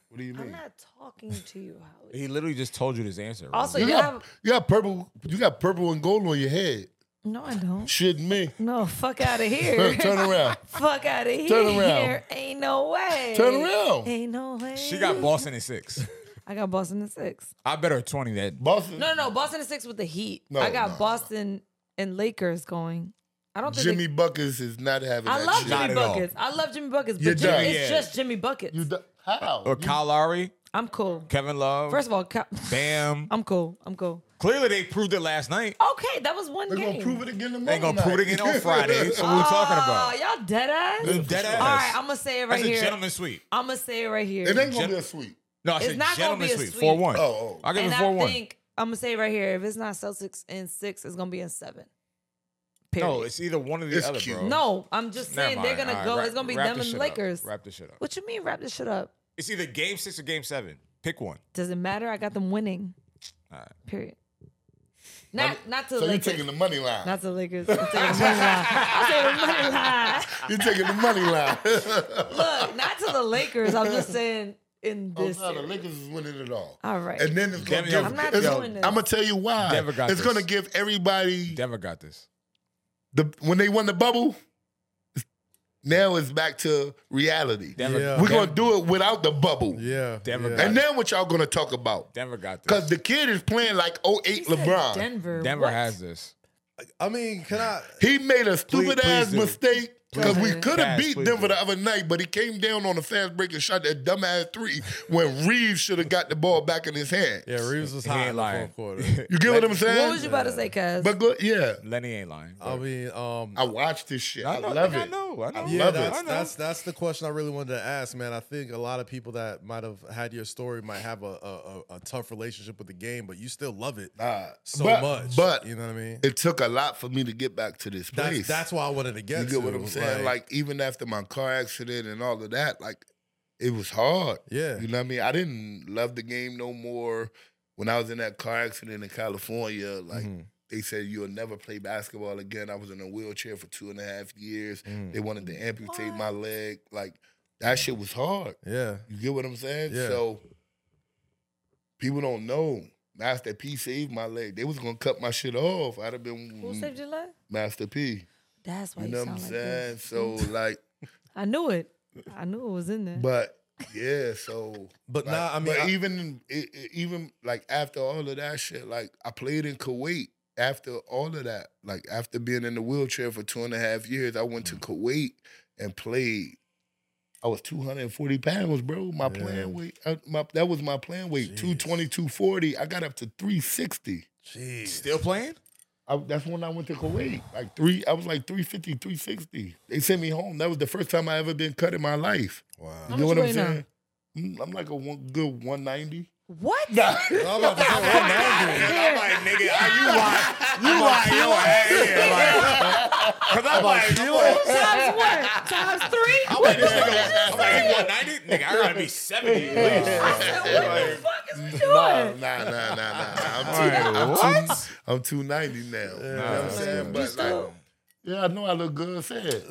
Speaker 4: What do you
Speaker 2: I'm
Speaker 4: mean?
Speaker 2: not talking to you, Howard.
Speaker 3: He literally just told you this answer. right?
Speaker 2: Also,
Speaker 4: you,
Speaker 2: you
Speaker 4: got,
Speaker 2: have
Speaker 4: you got purple. You got purple and gold on your head.
Speaker 2: no, I don't. (laughs)
Speaker 4: Shit, me.
Speaker 2: No, fuck out
Speaker 4: (laughs)
Speaker 2: of here.
Speaker 4: Turn around.
Speaker 2: fuck out of here.
Speaker 4: Turn around.
Speaker 2: Ain't no way.
Speaker 4: Turn around.
Speaker 2: Ain't no way.
Speaker 3: she got Boston in six.
Speaker 2: I got Boston in six.
Speaker 3: I bet her twenty that
Speaker 4: Boston.
Speaker 2: No, no, Boston in six with the Heat.
Speaker 4: No,
Speaker 2: I got
Speaker 4: no, no.
Speaker 2: Boston and Lakers going. I don't think they-
Speaker 4: Jimmy Buckets is not having.
Speaker 2: I
Speaker 4: that
Speaker 2: love
Speaker 4: shit.
Speaker 3: Not
Speaker 2: Jimmy
Speaker 3: at all.
Speaker 2: Buckets. I love Jimmy Buckets,
Speaker 4: You're
Speaker 2: but Jimmy,
Speaker 4: done.
Speaker 2: it's
Speaker 3: Yeah.
Speaker 2: just Jimmy Buckets.
Speaker 4: You do- how?
Speaker 3: or
Speaker 4: You-
Speaker 3: Kyle Lowry,
Speaker 2: I'm cool.
Speaker 3: Kevin Love,
Speaker 2: First of all, Cal- (laughs)
Speaker 3: Bam.
Speaker 2: I'm cool. I'm cool.
Speaker 3: Clearly, they proved it last night.
Speaker 2: Okay, that was one
Speaker 4: They're
Speaker 2: game.
Speaker 4: gonna prove it again tomorrow.
Speaker 3: They ain't gonna
Speaker 4: night.
Speaker 3: prove it again on
Speaker 4: (laughs)
Speaker 3: Friday. So we're talking about.
Speaker 2: Oh, y'all dead ass.
Speaker 3: You dead ass.
Speaker 2: All right, I'm gonna say it right
Speaker 3: That's a
Speaker 2: here.
Speaker 3: gentleman sweep.
Speaker 2: I'm gonna say it right here.
Speaker 4: It ain't gonna be a sweep.
Speaker 3: No, I
Speaker 2: It's
Speaker 3: said
Speaker 2: not gonna
Speaker 3: gentleman
Speaker 2: be a
Speaker 3: sweep.
Speaker 2: sweep.
Speaker 3: Four one.
Speaker 4: Oh, oh.
Speaker 3: I give
Speaker 2: and
Speaker 3: it
Speaker 2: I
Speaker 3: four one.
Speaker 2: think I'm gonna say it right here. If it's not Celtics in six, it's gonna be in seven. Period.
Speaker 3: No, it's either one or the
Speaker 4: It's
Speaker 3: other,
Speaker 4: cute.
Speaker 3: bro.
Speaker 2: No, I'm just
Speaker 3: Never
Speaker 2: saying they're
Speaker 3: mind.
Speaker 2: gonna
Speaker 3: All right,
Speaker 2: go.
Speaker 3: wrap-
Speaker 2: it's gonna be
Speaker 3: wrap
Speaker 2: them
Speaker 3: this
Speaker 2: and
Speaker 3: shit
Speaker 2: Lakers.
Speaker 3: Up. Wrap this shit up.
Speaker 2: What you mean? Wrap this shit up.
Speaker 3: It's either game six or game seven. Pick one.
Speaker 2: Doesn't matter. I got them winning.
Speaker 3: All right.
Speaker 2: Period. Not not to
Speaker 4: So you're
Speaker 2: Lakers.
Speaker 4: taking the money line.
Speaker 2: not to
Speaker 3: (laughs)
Speaker 2: Lakers. I'm taking the money line. I'm taking the money line.
Speaker 4: You're taking the money
Speaker 2: (laughs)
Speaker 4: line.
Speaker 2: Look, not to the Lakers. I'm just saying in
Speaker 4: Oh,
Speaker 2: this.
Speaker 4: no, the
Speaker 2: series.
Speaker 4: Lakers is winning it all.
Speaker 2: All right.
Speaker 4: And then it's gonna
Speaker 3: Devin,
Speaker 4: give,
Speaker 3: I'm
Speaker 2: not doing this.
Speaker 4: I'm gonna tell you why.
Speaker 3: Devin got
Speaker 4: it's
Speaker 3: this.
Speaker 4: gonna give everybody
Speaker 3: Denver got this.
Speaker 4: the when they won the bubble. Now it's back to reality.
Speaker 3: Denver,
Speaker 5: Yeah.
Speaker 4: We're
Speaker 3: Denver,
Speaker 4: gonna do it without the bubble.
Speaker 5: Yeah.
Speaker 3: Denver
Speaker 5: yeah.
Speaker 3: got-
Speaker 4: And then what y'all gonna talk about?
Speaker 3: Denver got
Speaker 4: Cause
Speaker 3: this.
Speaker 4: the kid is playing like 08
Speaker 2: He said
Speaker 4: LeBron.
Speaker 2: Denver.
Speaker 3: Denver
Speaker 2: What?
Speaker 3: has this.
Speaker 5: I mean, can I?
Speaker 4: He made a stupid
Speaker 3: please
Speaker 4: ass
Speaker 3: do.
Speaker 4: mistake. Because we could have
Speaker 3: Guys,
Speaker 4: beat
Speaker 3: please
Speaker 4: Denver
Speaker 3: do.
Speaker 4: the other night, but he came down on a fast break and shot that dumbass three when Reeves should have got the ball back in his hand.
Speaker 5: Yeah, Reeves was
Speaker 3: He
Speaker 5: high
Speaker 3: ain't
Speaker 5: in the
Speaker 3: lying.
Speaker 5: fourth quarter.
Speaker 4: You get what I'm
Speaker 2: What
Speaker 4: saying?
Speaker 2: was you about to say, Cuz?
Speaker 4: but go, yeah,
Speaker 3: Lenny ain't lying.
Speaker 5: (laughs) I mean, um,
Speaker 4: I watched this shit. Oh, I,
Speaker 3: know,
Speaker 4: love
Speaker 3: nigga, I
Speaker 4: it.
Speaker 3: know. I know.
Speaker 5: yeah,
Speaker 4: love it.
Speaker 5: that's,
Speaker 3: I know.
Speaker 5: that's that's the question I really wanted to ask, man. I think a lot of people that might have had your story might have a a, a, a tough relationship with the game, but you still love it
Speaker 4: Nah,
Speaker 5: so
Speaker 4: but-
Speaker 5: much.
Speaker 4: But
Speaker 5: you know what I mean?
Speaker 4: it took a lot for me to get back to this
Speaker 5: That's
Speaker 4: place.
Speaker 5: that's why I wanted to get.
Speaker 4: you get
Speaker 5: to,
Speaker 4: what I'm saying? Like, even after my car accident and all of that, like it was hard.
Speaker 5: Yeah.
Speaker 4: You know what I mean? I didn't love the game no more. When I was in that car accident in California, like
Speaker 5: Mhm.
Speaker 4: they said, you'll never play basketball again. I was in a wheelchair for two and a half years.
Speaker 5: Mm-hmm.
Speaker 4: They wanted to amputate my leg. Like that shit was hard.
Speaker 5: Yeah.
Speaker 4: You get what I'm saying?
Speaker 5: Yeah.
Speaker 4: So people don't know. Master P saved my leg. They was gonna cut my shit off. I'd have been
Speaker 2: Who saved your life?
Speaker 4: Master P.
Speaker 2: That's why
Speaker 4: You
Speaker 2: you,
Speaker 4: know
Speaker 2: sound
Speaker 4: what I'm
Speaker 2: like
Speaker 4: saying?
Speaker 2: this.
Speaker 4: So like,
Speaker 2: I knew it. I knew it was in there.
Speaker 4: but yeah, so
Speaker 5: But
Speaker 4: like,
Speaker 5: nah, I mean,
Speaker 4: but
Speaker 5: I-
Speaker 4: even e- e- even like after all of that shit, like I played in Kuwait. After all of that, like after being in the wheelchair for two and a half years, I went
Speaker 5: Mm.
Speaker 4: to Kuwait and played. I was 240 pounds, bro. My
Speaker 5: Yeah.
Speaker 4: plan weight, uh, my, that was my plan weight,
Speaker 5: Jeez.
Speaker 4: 220, 240. I got up to 360.
Speaker 5: Jeez.
Speaker 3: Still
Speaker 4: (laughs)
Speaker 3: playing?
Speaker 4: I, that's when I went to Kuwait. Like three, I was like 350, 360. They sent me home. That was the first time I ever been cut in my life.
Speaker 5: Wow.
Speaker 2: How
Speaker 4: You know
Speaker 2: much
Speaker 4: what
Speaker 2: you
Speaker 4: I'm
Speaker 2: weigh now?
Speaker 4: saying? Mm, I'm like a one, good 190. (laughs)
Speaker 2: what?
Speaker 5: I'm about to say, well, now you-
Speaker 3: I'm like, nigga, you lying. You lying your ass
Speaker 4: (laughs)
Speaker 3: here. Because I'm like, I'm like,
Speaker 2: Times what? Times three?
Speaker 3: I'm like, this nigga, (laughs) I'm like, he 190? Nigga, I gotta be 70 at least.
Speaker 2: what the fuck is we doing?
Speaker 4: Nah, nah, nah, nah, nah. I'm, two, I'm,
Speaker 3: What?
Speaker 4: two, I'm 290 now. You know what I'm saying?
Speaker 2: You
Speaker 4: But like,
Speaker 2: still-
Speaker 4: yeah, I know I look good. Said.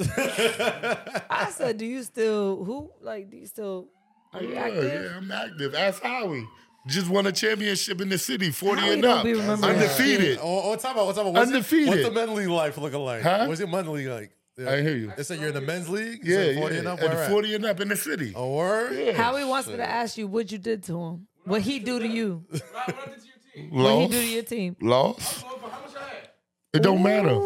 Speaker 2: I said, do you still who like do you still
Speaker 4: Like,
Speaker 2: are you
Speaker 4: yeah,
Speaker 2: active?
Speaker 4: yeah, I'm active. Ask Howie. Just won a championship in the city, 40
Speaker 2: Howie
Speaker 4: and
Speaker 2: gonna
Speaker 4: up.
Speaker 2: be remembered.
Speaker 4: Undefeated.
Speaker 5: Oh, oh, talk about, oh, talk about. What's it- What's
Speaker 4: Undefeated.
Speaker 5: the men's league life looking like?
Speaker 4: Huh?
Speaker 5: What's your men's league like? Yeah.
Speaker 4: I hear you.
Speaker 5: They said you're in the men's league. You
Speaker 4: Yeah,
Speaker 5: said
Speaker 4: yeah.
Speaker 5: 40 and up.
Speaker 4: At
Speaker 5: where
Speaker 4: the
Speaker 5: at?
Speaker 4: 40 and up in the city.
Speaker 1: Oh.
Speaker 5: A word.
Speaker 4: Yeah.
Speaker 2: Howie wants me to ask you what you did to him. What he do to you? What he
Speaker 4: Lost.
Speaker 2: do to your team?
Speaker 4: Lost. It don't matter.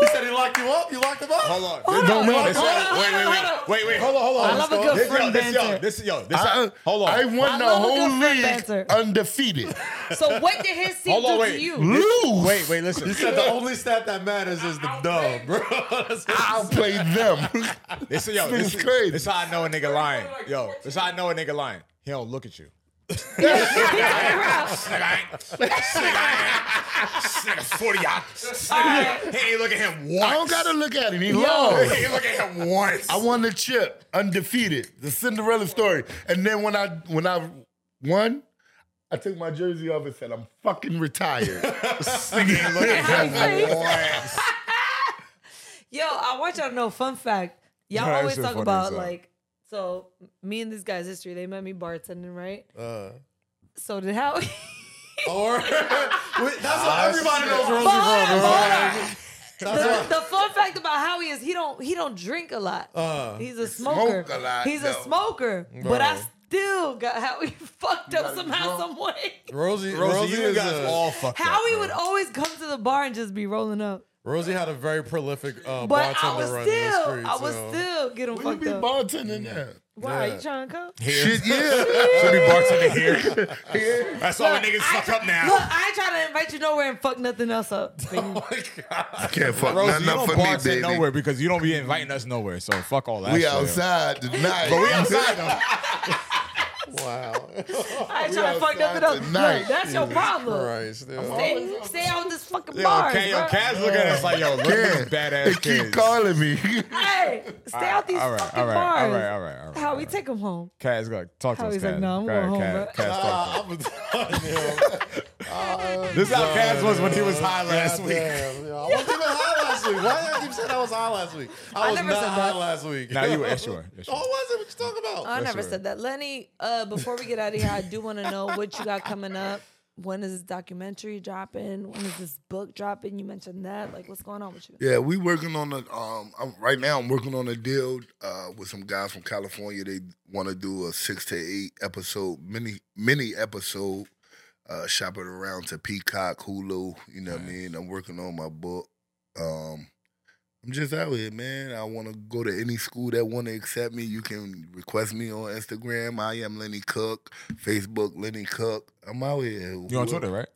Speaker 5: He said he locked you up. You locked him up.
Speaker 3: Hold on.
Speaker 2: Hold on,
Speaker 4: matter.
Speaker 2: hold on,
Speaker 3: Wait, wait, wait,
Speaker 2: hold on.
Speaker 3: wait, wait.
Speaker 5: Hold on, hold on.
Speaker 2: I love a
Speaker 5: Let's go.
Speaker 2: good friend
Speaker 3: This, yo,
Speaker 2: banter.
Speaker 3: this, yo, this,
Speaker 4: I,
Speaker 3: hold on.
Speaker 4: I won
Speaker 2: I
Speaker 4: the
Speaker 2: love a
Speaker 4: whole
Speaker 2: good friend
Speaker 4: league
Speaker 2: banter.
Speaker 4: undefeated.
Speaker 2: So what did his team
Speaker 3: Hold on,
Speaker 2: do
Speaker 3: wait.
Speaker 2: to you?
Speaker 4: Lose.
Speaker 3: wait, wait, listen.
Speaker 5: He said the only stat that matters is the dub, bro.
Speaker 3: (laughs)
Speaker 5: That's what
Speaker 4: I'll play them.
Speaker 3: This is yo.
Speaker 4: This
Speaker 3: This,
Speaker 4: is
Speaker 3: is
Speaker 4: crazy.
Speaker 3: This how I know a nigga lying. Yo, this how I know a nigga lying. He don't look at you. This nigga ain't. This nigga ain't. This nigga forty out. This nigga ain't- He ain't look at him once.
Speaker 4: I don't
Speaker 3: (laughs)
Speaker 4: gotta look at him. He
Speaker 3: Yo,
Speaker 4: lost.
Speaker 3: he ain't look at him once.
Speaker 4: I won the chip, undefeated, the Cinderella story. And then when I when I won, I took my jersey off and said, "I'm fucking retired." (laughs)
Speaker 3: This nigga ain't look at him once.
Speaker 2: Yo, I want y'all to know fun fact. Y'all
Speaker 3: Nah,
Speaker 2: always
Speaker 3: it's so
Speaker 2: talk
Speaker 3: funny,
Speaker 2: about
Speaker 3: so.
Speaker 2: like so me and this guy's history, they met me bartending, right?
Speaker 5: Uh,
Speaker 2: So did Howie
Speaker 5: or (laughs) Wait, that's what everybody knows. Rosie
Speaker 2: (laughs) Hold on,
Speaker 5: from, bro.
Speaker 2: hold
Speaker 5: That's
Speaker 2: the,
Speaker 5: what.
Speaker 2: the fun fact about Howie is he don't he don't drink a lot.
Speaker 5: Uh,
Speaker 2: He's a smoker.
Speaker 4: smoke a lot,
Speaker 2: He's
Speaker 4: though.
Speaker 2: a smoker. But I still got Howie (laughs) fucked up somehow, some way.
Speaker 5: Rosie,
Speaker 3: Rosie,
Speaker 5: Rosie,
Speaker 3: you
Speaker 5: is
Speaker 3: guys
Speaker 5: a-
Speaker 3: all fucked up.
Speaker 2: Howie
Speaker 3: bro.
Speaker 2: would always come to the bar and just be rolling up.
Speaker 5: Rosie had a very prolific uh,
Speaker 2: But I
Speaker 5: bartender
Speaker 2: was
Speaker 5: run in the
Speaker 2: still,
Speaker 5: streets.
Speaker 2: I was
Speaker 5: so. (laughs)
Speaker 2: still get him
Speaker 4: Will you
Speaker 2: fucked
Speaker 4: be
Speaker 2: up.
Speaker 4: bartending there?
Speaker 2: Why
Speaker 5: Yeah.
Speaker 2: are you trying to come?
Speaker 4: Shit, yeah.
Speaker 3: Should be bartending here. That's all the niggas
Speaker 2: I
Speaker 3: fuck
Speaker 2: try-
Speaker 3: up now.
Speaker 2: Look, I ain't trying to invite you nowhere and fuck nothing else (laughs) up. baby.
Speaker 5: Oh my God.
Speaker 4: Can't fuck
Speaker 3: Rosie,
Speaker 4: nothing
Speaker 3: you
Speaker 4: up
Speaker 3: don't
Speaker 4: for me,
Speaker 3: bartend
Speaker 4: baby.
Speaker 3: nowhere because you don't be inviting us nowhere. So fuck all that.
Speaker 4: We
Speaker 3: shit.
Speaker 4: outside tonight.
Speaker 3: But we outside though.
Speaker 5: Wow.
Speaker 2: I ain't trying to fuck
Speaker 4: outside
Speaker 2: nothing else.
Speaker 4: tonight.
Speaker 2: Look, that's your problem.
Speaker 5: Christ, dude.
Speaker 2: Stay, stay out this fucking
Speaker 3: Yo,
Speaker 2: bar.
Speaker 3: Cat, yo, Cat's looking at us like, yo, look at
Speaker 4: Yeah.
Speaker 3: these badass
Speaker 4: They keep
Speaker 3: kids.
Speaker 4: calling me. (laughs)
Speaker 2: Hey, stay out these
Speaker 3: All right,
Speaker 2: fucking
Speaker 3: all right,
Speaker 2: bars.
Speaker 3: all right, all right, all right.
Speaker 2: Howie, take him home.
Speaker 3: Cat's like, talk to us,
Speaker 2: Howie's
Speaker 3: Cat.
Speaker 2: like, no, I'm
Speaker 3: Go ahead,
Speaker 2: going home,
Speaker 3: Cat.
Speaker 2: bro.
Speaker 3: Cat's
Speaker 5: Ah,
Speaker 3: talk
Speaker 5: I'm telling you.
Speaker 3: to us. (laughs) This is how Cat's was when he was high last
Speaker 5: God
Speaker 3: week.
Speaker 5: damn, yo. I wasn't even high last week. Why y'all keep saying I was high last week? I,
Speaker 2: I
Speaker 5: was
Speaker 2: never
Speaker 5: not
Speaker 2: said
Speaker 5: high
Speaker 2: that.
Speaker 5: last week. (laughs)
Speaker 3: Nah, you were- yes, you were. Yes, you
Speaker 5: Oh, was it? What you talking about?
Speaker 2: I never
Speaker 3: right.
Speaker 2: said that. Lenny, uh, before we get out of here, I do want to know what you got coming up. When is this documentary dropping? When is this book dropping? You mentioned that. Like, what's going on with
Speaker 3: (laughs)
Speaker 2: you?
Speaker 4: Yeah, we working on a um. I'm, right now, I'm working on a deal uh with some guys from California. They want to do a six to eight episode mini mini episode. Uh, shop it around to Peacock, Hulu. You know what I mean. I'm working on my book. Um, I'm just out here, man. I want to go to any school that want to accept me. You can request me on Instagram. I am Lenny Cook. Facebook, Lenny Cook. I'm out here.
Speaker 3: You on Twitter, right?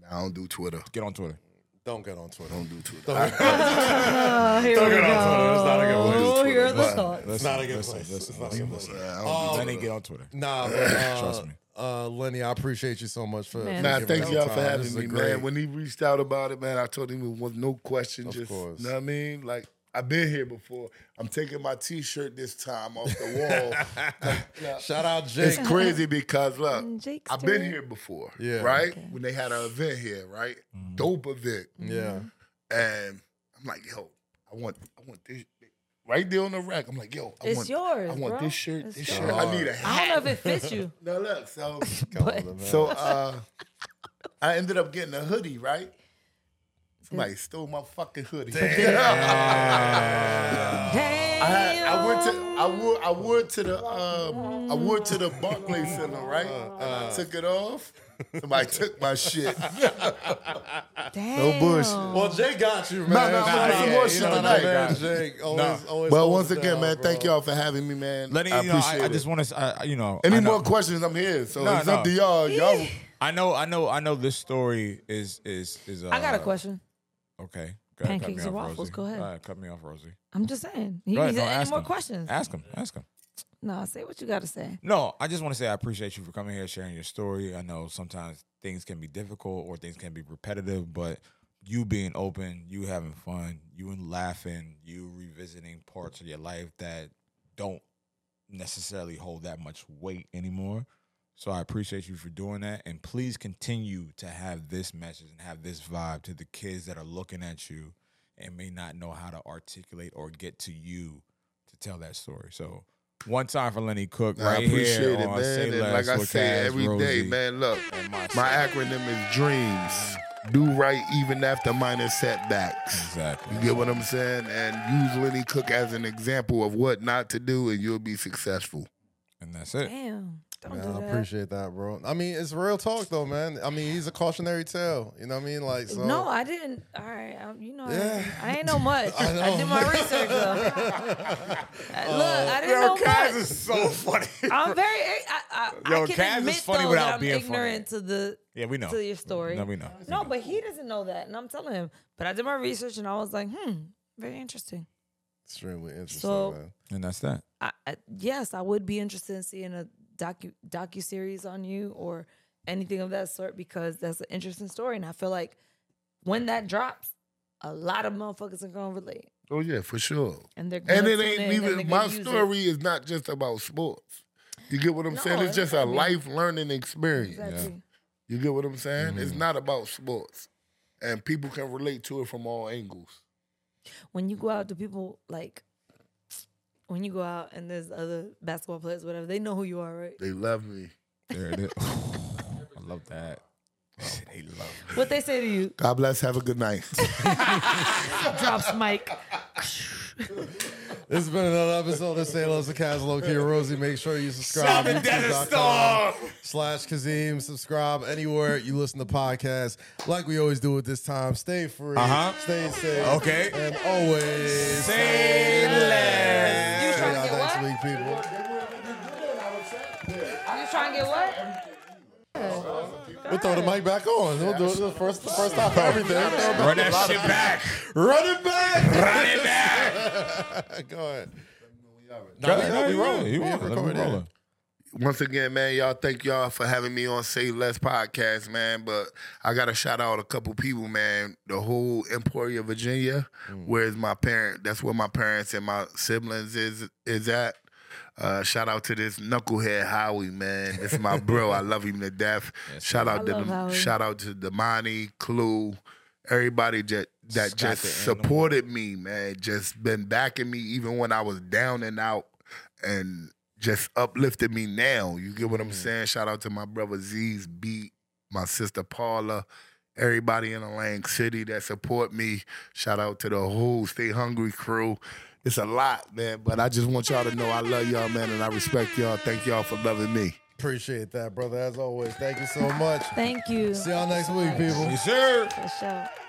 Speaker 4: Nah, I don't do Twitter.
Speaker 3: Get on Twitter.
Speaker 5: Don't get on
Speaker 4: (laughs)
Speaker 5: Twitter.
Speaker 4: I don't do Twitter.
Speaker 5: Don't-
Speaker 2: Uh, here
Speaker 5: Don't
Speaker 2: we
Speaker 5: get on Twitter. It's not a good
Speaker 2: go.
Speaker 5: place.
Speaker 2: Oh, here are the
Speaker 4: But-
Speaker 2: thoughts.
Speaker 5: It's not a good place. It's not a good place.
Speaker 4: I don't do
Speaker 5: Oh,
Speaker 3: Lenny, get on Twitter.
Speaker 5: Nah, but, uh,
Speaker 3: Trust me.
Speaker 5: Uh, Lenny, I appreciate you so much for. for
Speaker 2: Man.
Speaker 4: Nah,
Speaker 5: giving
Speaker 4: thank
Speaker 5: us
Speaker 4: y'all
Speaker 5: time.
Speaker 4: for
Speaker 5: This
Speaker 4: having
Speaker 5: is
Speaker 4: me,
Speaker 5: a great-
Speaker 4: man. When he reached out about it, man, I told him it was no question.
Speaker 5: Of
Speaker 4: just,
Speaker 5: course.
Speaker 4: know what I mean? Like, I've been here before. I'm taking my T-shirt this time off the
Speaker 5: (laughs)
Speaker 4: wall.
Speaker 5: Shout out Jake.
Speaker 4: it's crazy because look,
Speaker 2: Jake's
Speaker 4: I've been here before,
Speaker 5: Yeah. Mm-hmm.
Speaker 4: right?
Speaker 2: Okay.
Speaker 4: When they had an event here, right? Dope event,
Speaker 5: Yeah.
Speaker 4: and I'm like, yo, I want, I want this right there on the rack. I'm like, yo, I
Speaker 2: It's
Speaker 4: want,
Speaker 2: yours,
Speaker 4: I want
Speaker 2: bro.
Speaker 4: this shirt,
Speaker 2: It's
Speaker 4: this
Speaker 2: yours.
Speaker 4: shirt. I need a
Speaker 2: I don't
Speaker 4: hat.
Speaker 2: know if it fits you.
Speaker 4: No, look, so
Speaker 2: but
Speaker 4: so uh, I ended up getting a hoodie, right? Somebody stole my fucking hoodie.
Speaker 2: damn.
Speaker 4: I, had- (laughs) I went to I would I would to the um, I would to the Barclay Center, right?
Speaker 5: Uh,
Speaker 4: I took it off.
Speaker 5: (laughs)
Speaker 4: Somebody took my shit.
Speaker 2: damn.
Speaker 4: No bullshit.
Speaker 5: Well, Jake got you, man.
Speaker 4: no, no,
Speaker 5: Shout
Speaker 4: some
Speaker 5: out.
Speaker 4: more
Speaker 5: You
Speaker 4: shit
Speaker 5: know, my
Speaker 4: tonight.
Speaker 5: man Jake always, always
Speaker 4: But
Speaker 5: holds
Speaker 4: once
Speaker 5: it
Speaker 4: again,
Speaker 5: down,
Speaker 4: man,
Speaker 5: bro.
Speaker 4: thank y'all for having me, man.
Speaker 3: Lenny,
Speaker 4: I
Speaker 3: you know,
Speaker 4: appreciate
Speaker 3: I, I
Speaker 4: it.
Speaker 3: just want to, you know, I
Speaker 4: Any
Speaker 3: know-
Speaker 4: more questions? I'm here, so
Speaker 3: No,
Speaker 4: it's up
Speaker 3: no.
Speaker 4: to y'all. Y'all,
Speaker 3: I know, I know, I know. This story is is is. Uh,
Speaker 2: I got a question.
Speaker 3: Okay, go ahead, cut
Speaker 2: Pancakes or
Speaker 3: me off,
Speaker 2: waffles?
Speaker 3: Rosie.
Speaker 2: Go ahead.
Speaker 3: cut me off, Rosie.
Speaker 2: I'm just saying. You
Speaker 3: Go ahead,
Speaker 2: need
Speaker 3: no,
Speaker 2: any
Speaker 3: ask
Speaker 2: more
Speaker 3: him.
Speaker 2: questions?
Speaker 3: Ask him. Ask him.
Speaker 2: No, say what you got to say.
Speaker 3: No, I just want to say I appreciate you for coming here, sharing your story. I know sometimes things can be difficult or things can be repetitive, but you being open, you having fun, you and laughing, you revisiting parts of your life that don't necessarily hold that much weight anymore. So I appreciate you for doing that, and please continue to have this message and have this vibe to the kids that are looking at you and may not know how to articulate or get to you to tell that story. So one time for Lenny Cook,
Speaker 4: I
Speaker 3: right
Speaker 4: appreciate
Speaker 3: here
Speaker 4: it,
Speaker 3: on Say
Speaker 4: man. And
Speaker 3: Less
Speaker 4: like I
Speaker 3: with
Speaker 4: say
Speaker 3: Cass
Speaker 4: every day,
Speaker 3: Rosie. Oh,
Speaker 4: man. Look,
Speaker 3: and
Speaker 4: my acronym is dreams. Do right even after minor setbacks.
Speaker 3: Exactly.
Speaker 4: You get what I'm saying? And use Lenny Cook as an example of what not to do, and you'll be successful.
Speaker 3: And that's it.
Speaker 2: Damn. Don't
Speaker 5: Nah,
Speaker 2: do
Speaker 5: I
Speaker 2: that.
Speaker 5: appreciate that, bro. I mean, it's real talk though, man. I mean, he's a cautionary tale. You know what I mean? Like, so
Speaker 2: no, I didn't. All right, I, you know, I-
Speaker 5: Yeah.
Speaker 2: I, ain't know
Speaker 3: (laughs)
Speaker 2: much. I,
Speaker 5: know.
Speaker 2: did my research though. I- Look,
Speaker 3: Oh,
Speaker 2: I didn't know
Speaker 3: (laughs)
Speaker 2: much.
Speaker 3: so funny.
Speaker 2: I'm very. I, I,
Speaker 3: Yo,
Speaker 2: I can
Speaker 3: Kaz is
Speaker 2: admit
Speaker 3: funny
Speaker 2: though
Speaker 3: without
Speaker 2: that I'm
Speaker 3: being funny.
Speaker 2: ignorant to the
Speaker 3: yeah, we know.
Speaker 2: to your story.
Speaker 3: No, we know.
Speaker 2: No, but he doesn't know that, and I'm telling him. But I did my research, and I was like, hmm, very interesting.
Speaker 5: (laughs) extremely interesting,
Speaker 2: So-
Speaker 5: man.
Speaker 3: And that's that.
Speaker 2: I, I, yes, I would be interested in seeing a docu docu series on you or anything of that sort because that's an interesting story, and I feel like when that drops, a lot of motherfuckers are gonna relate,
Speaker 4: Oh yeah, for sure.
Speaker 2: and they're gonna
Speaker 4: And it
Speaker 2: tune in,
Speaker 4: ain't
Speaker 2: and they're
Speaker 4: even
Speaker 2: gonna
Speaker 4: my
Speaker 2: use it.
Speaker 4: story is not just about sports. You get what I'm
Speaker 2: No,
Speaker 4: saying? It's
Speaker 2: it's
Speaker 4: just a
Speaker 2: gotta be.
Speaker 4: life learning experience.
Speaker 2: Exactly.
Speaker 4: You get what I'm saying? It's not about sports. And people can relate to it from all angles.
Speaker 2: when you go out, do people like when you go out and there's other basketball players, whatever, they know who you are, right?
Speaker 4: They love me.
Speaker 3: There it is. (laughs) I love that. (laughs) They love me.
Speaker 2: What they say to you
Speaker 4: God bless. Have a good night.
Speaker 2: drops
Speaker 4: (laughs)
Speaker 2: Mike.
Speaker 5: This has been another episode of Say Loves the Caslow Key Rosie. Make sure you subscribe. YouTube.com Slash Kazim. Subscribe anywhere you listen to podcasts. Like we always do at this time. Stay free.
Speaker 3: Uh-huh.
Speaker 5: Stay safe.
Speaker 3: Okay.
Speaker 5: And always.
Speaker 3: Say less.
Speaker 2: You
Speaker 5: Check
Speaker 2: trying
Speaker 5: out
Speaker 2: to get
Speaker 5: next
Speaker 2: what?
Speaker 5: week, people.
Speaker 2: You trying to get what?
Speaker 5: We'll throw the mic back on. We'll do it the first, the first time for everything. Throw it back.
Speaker 3: Run that shit back.
Speaker 5: Run it back.
Speaker 3: Run it back.
Speaker 5: Go ahead.
Speaker 3: No,
Speaker 5: we-
Speaker 3: no,
Speaker 5: we
Speaker 3: you
Speaker 5: rolling.
Speaker 3: rolling. You
Speaker 5: We
Speaker 3: rolling. Let me
Speaker 5: recording.
Speaker 3: roll it.
Speaker 4: Once again, man, y'all thank y'all for having me on Say Less podcast, man. But I gotta shout out a couple people, man. The whole Emporia, Virginia, where's my parent? That's where my parents and my siblings is is at. Uh, shout out to this knucklehead Howie, man. This is my bro. I love him to death. shout out
Speaker 2: I
Speaker 4: to
Speaker 2: love Howie.
Speaker 4: shout out to Damani, Clue, everybody that that
Speaker 3: Scott
Speaker 4: just
Speaker 3: the Animal.
Speaker 4: supported me, man. Just been backing me even when I was down and out, and just uplifted me now. You get what
Speaker 3: Mm.
Speaker 4: I'm saying? Shout out to my brother Z's beat, my sister Paula, everybody in Atlantic City that support me. Shout out to the whole Stay Hungry crew. It's a lot, man, but I just want y'all to know I love y'all, man, and I respect y'all. Thank y'all for loving me.
Speaker 5: Appreciate that, brother. As always, thank you so much.
Speaker 2: Thank you.
Speaker 5: See y'all next week, people.
Speaker 3: Yes, sir.
Speaker 2: For sure.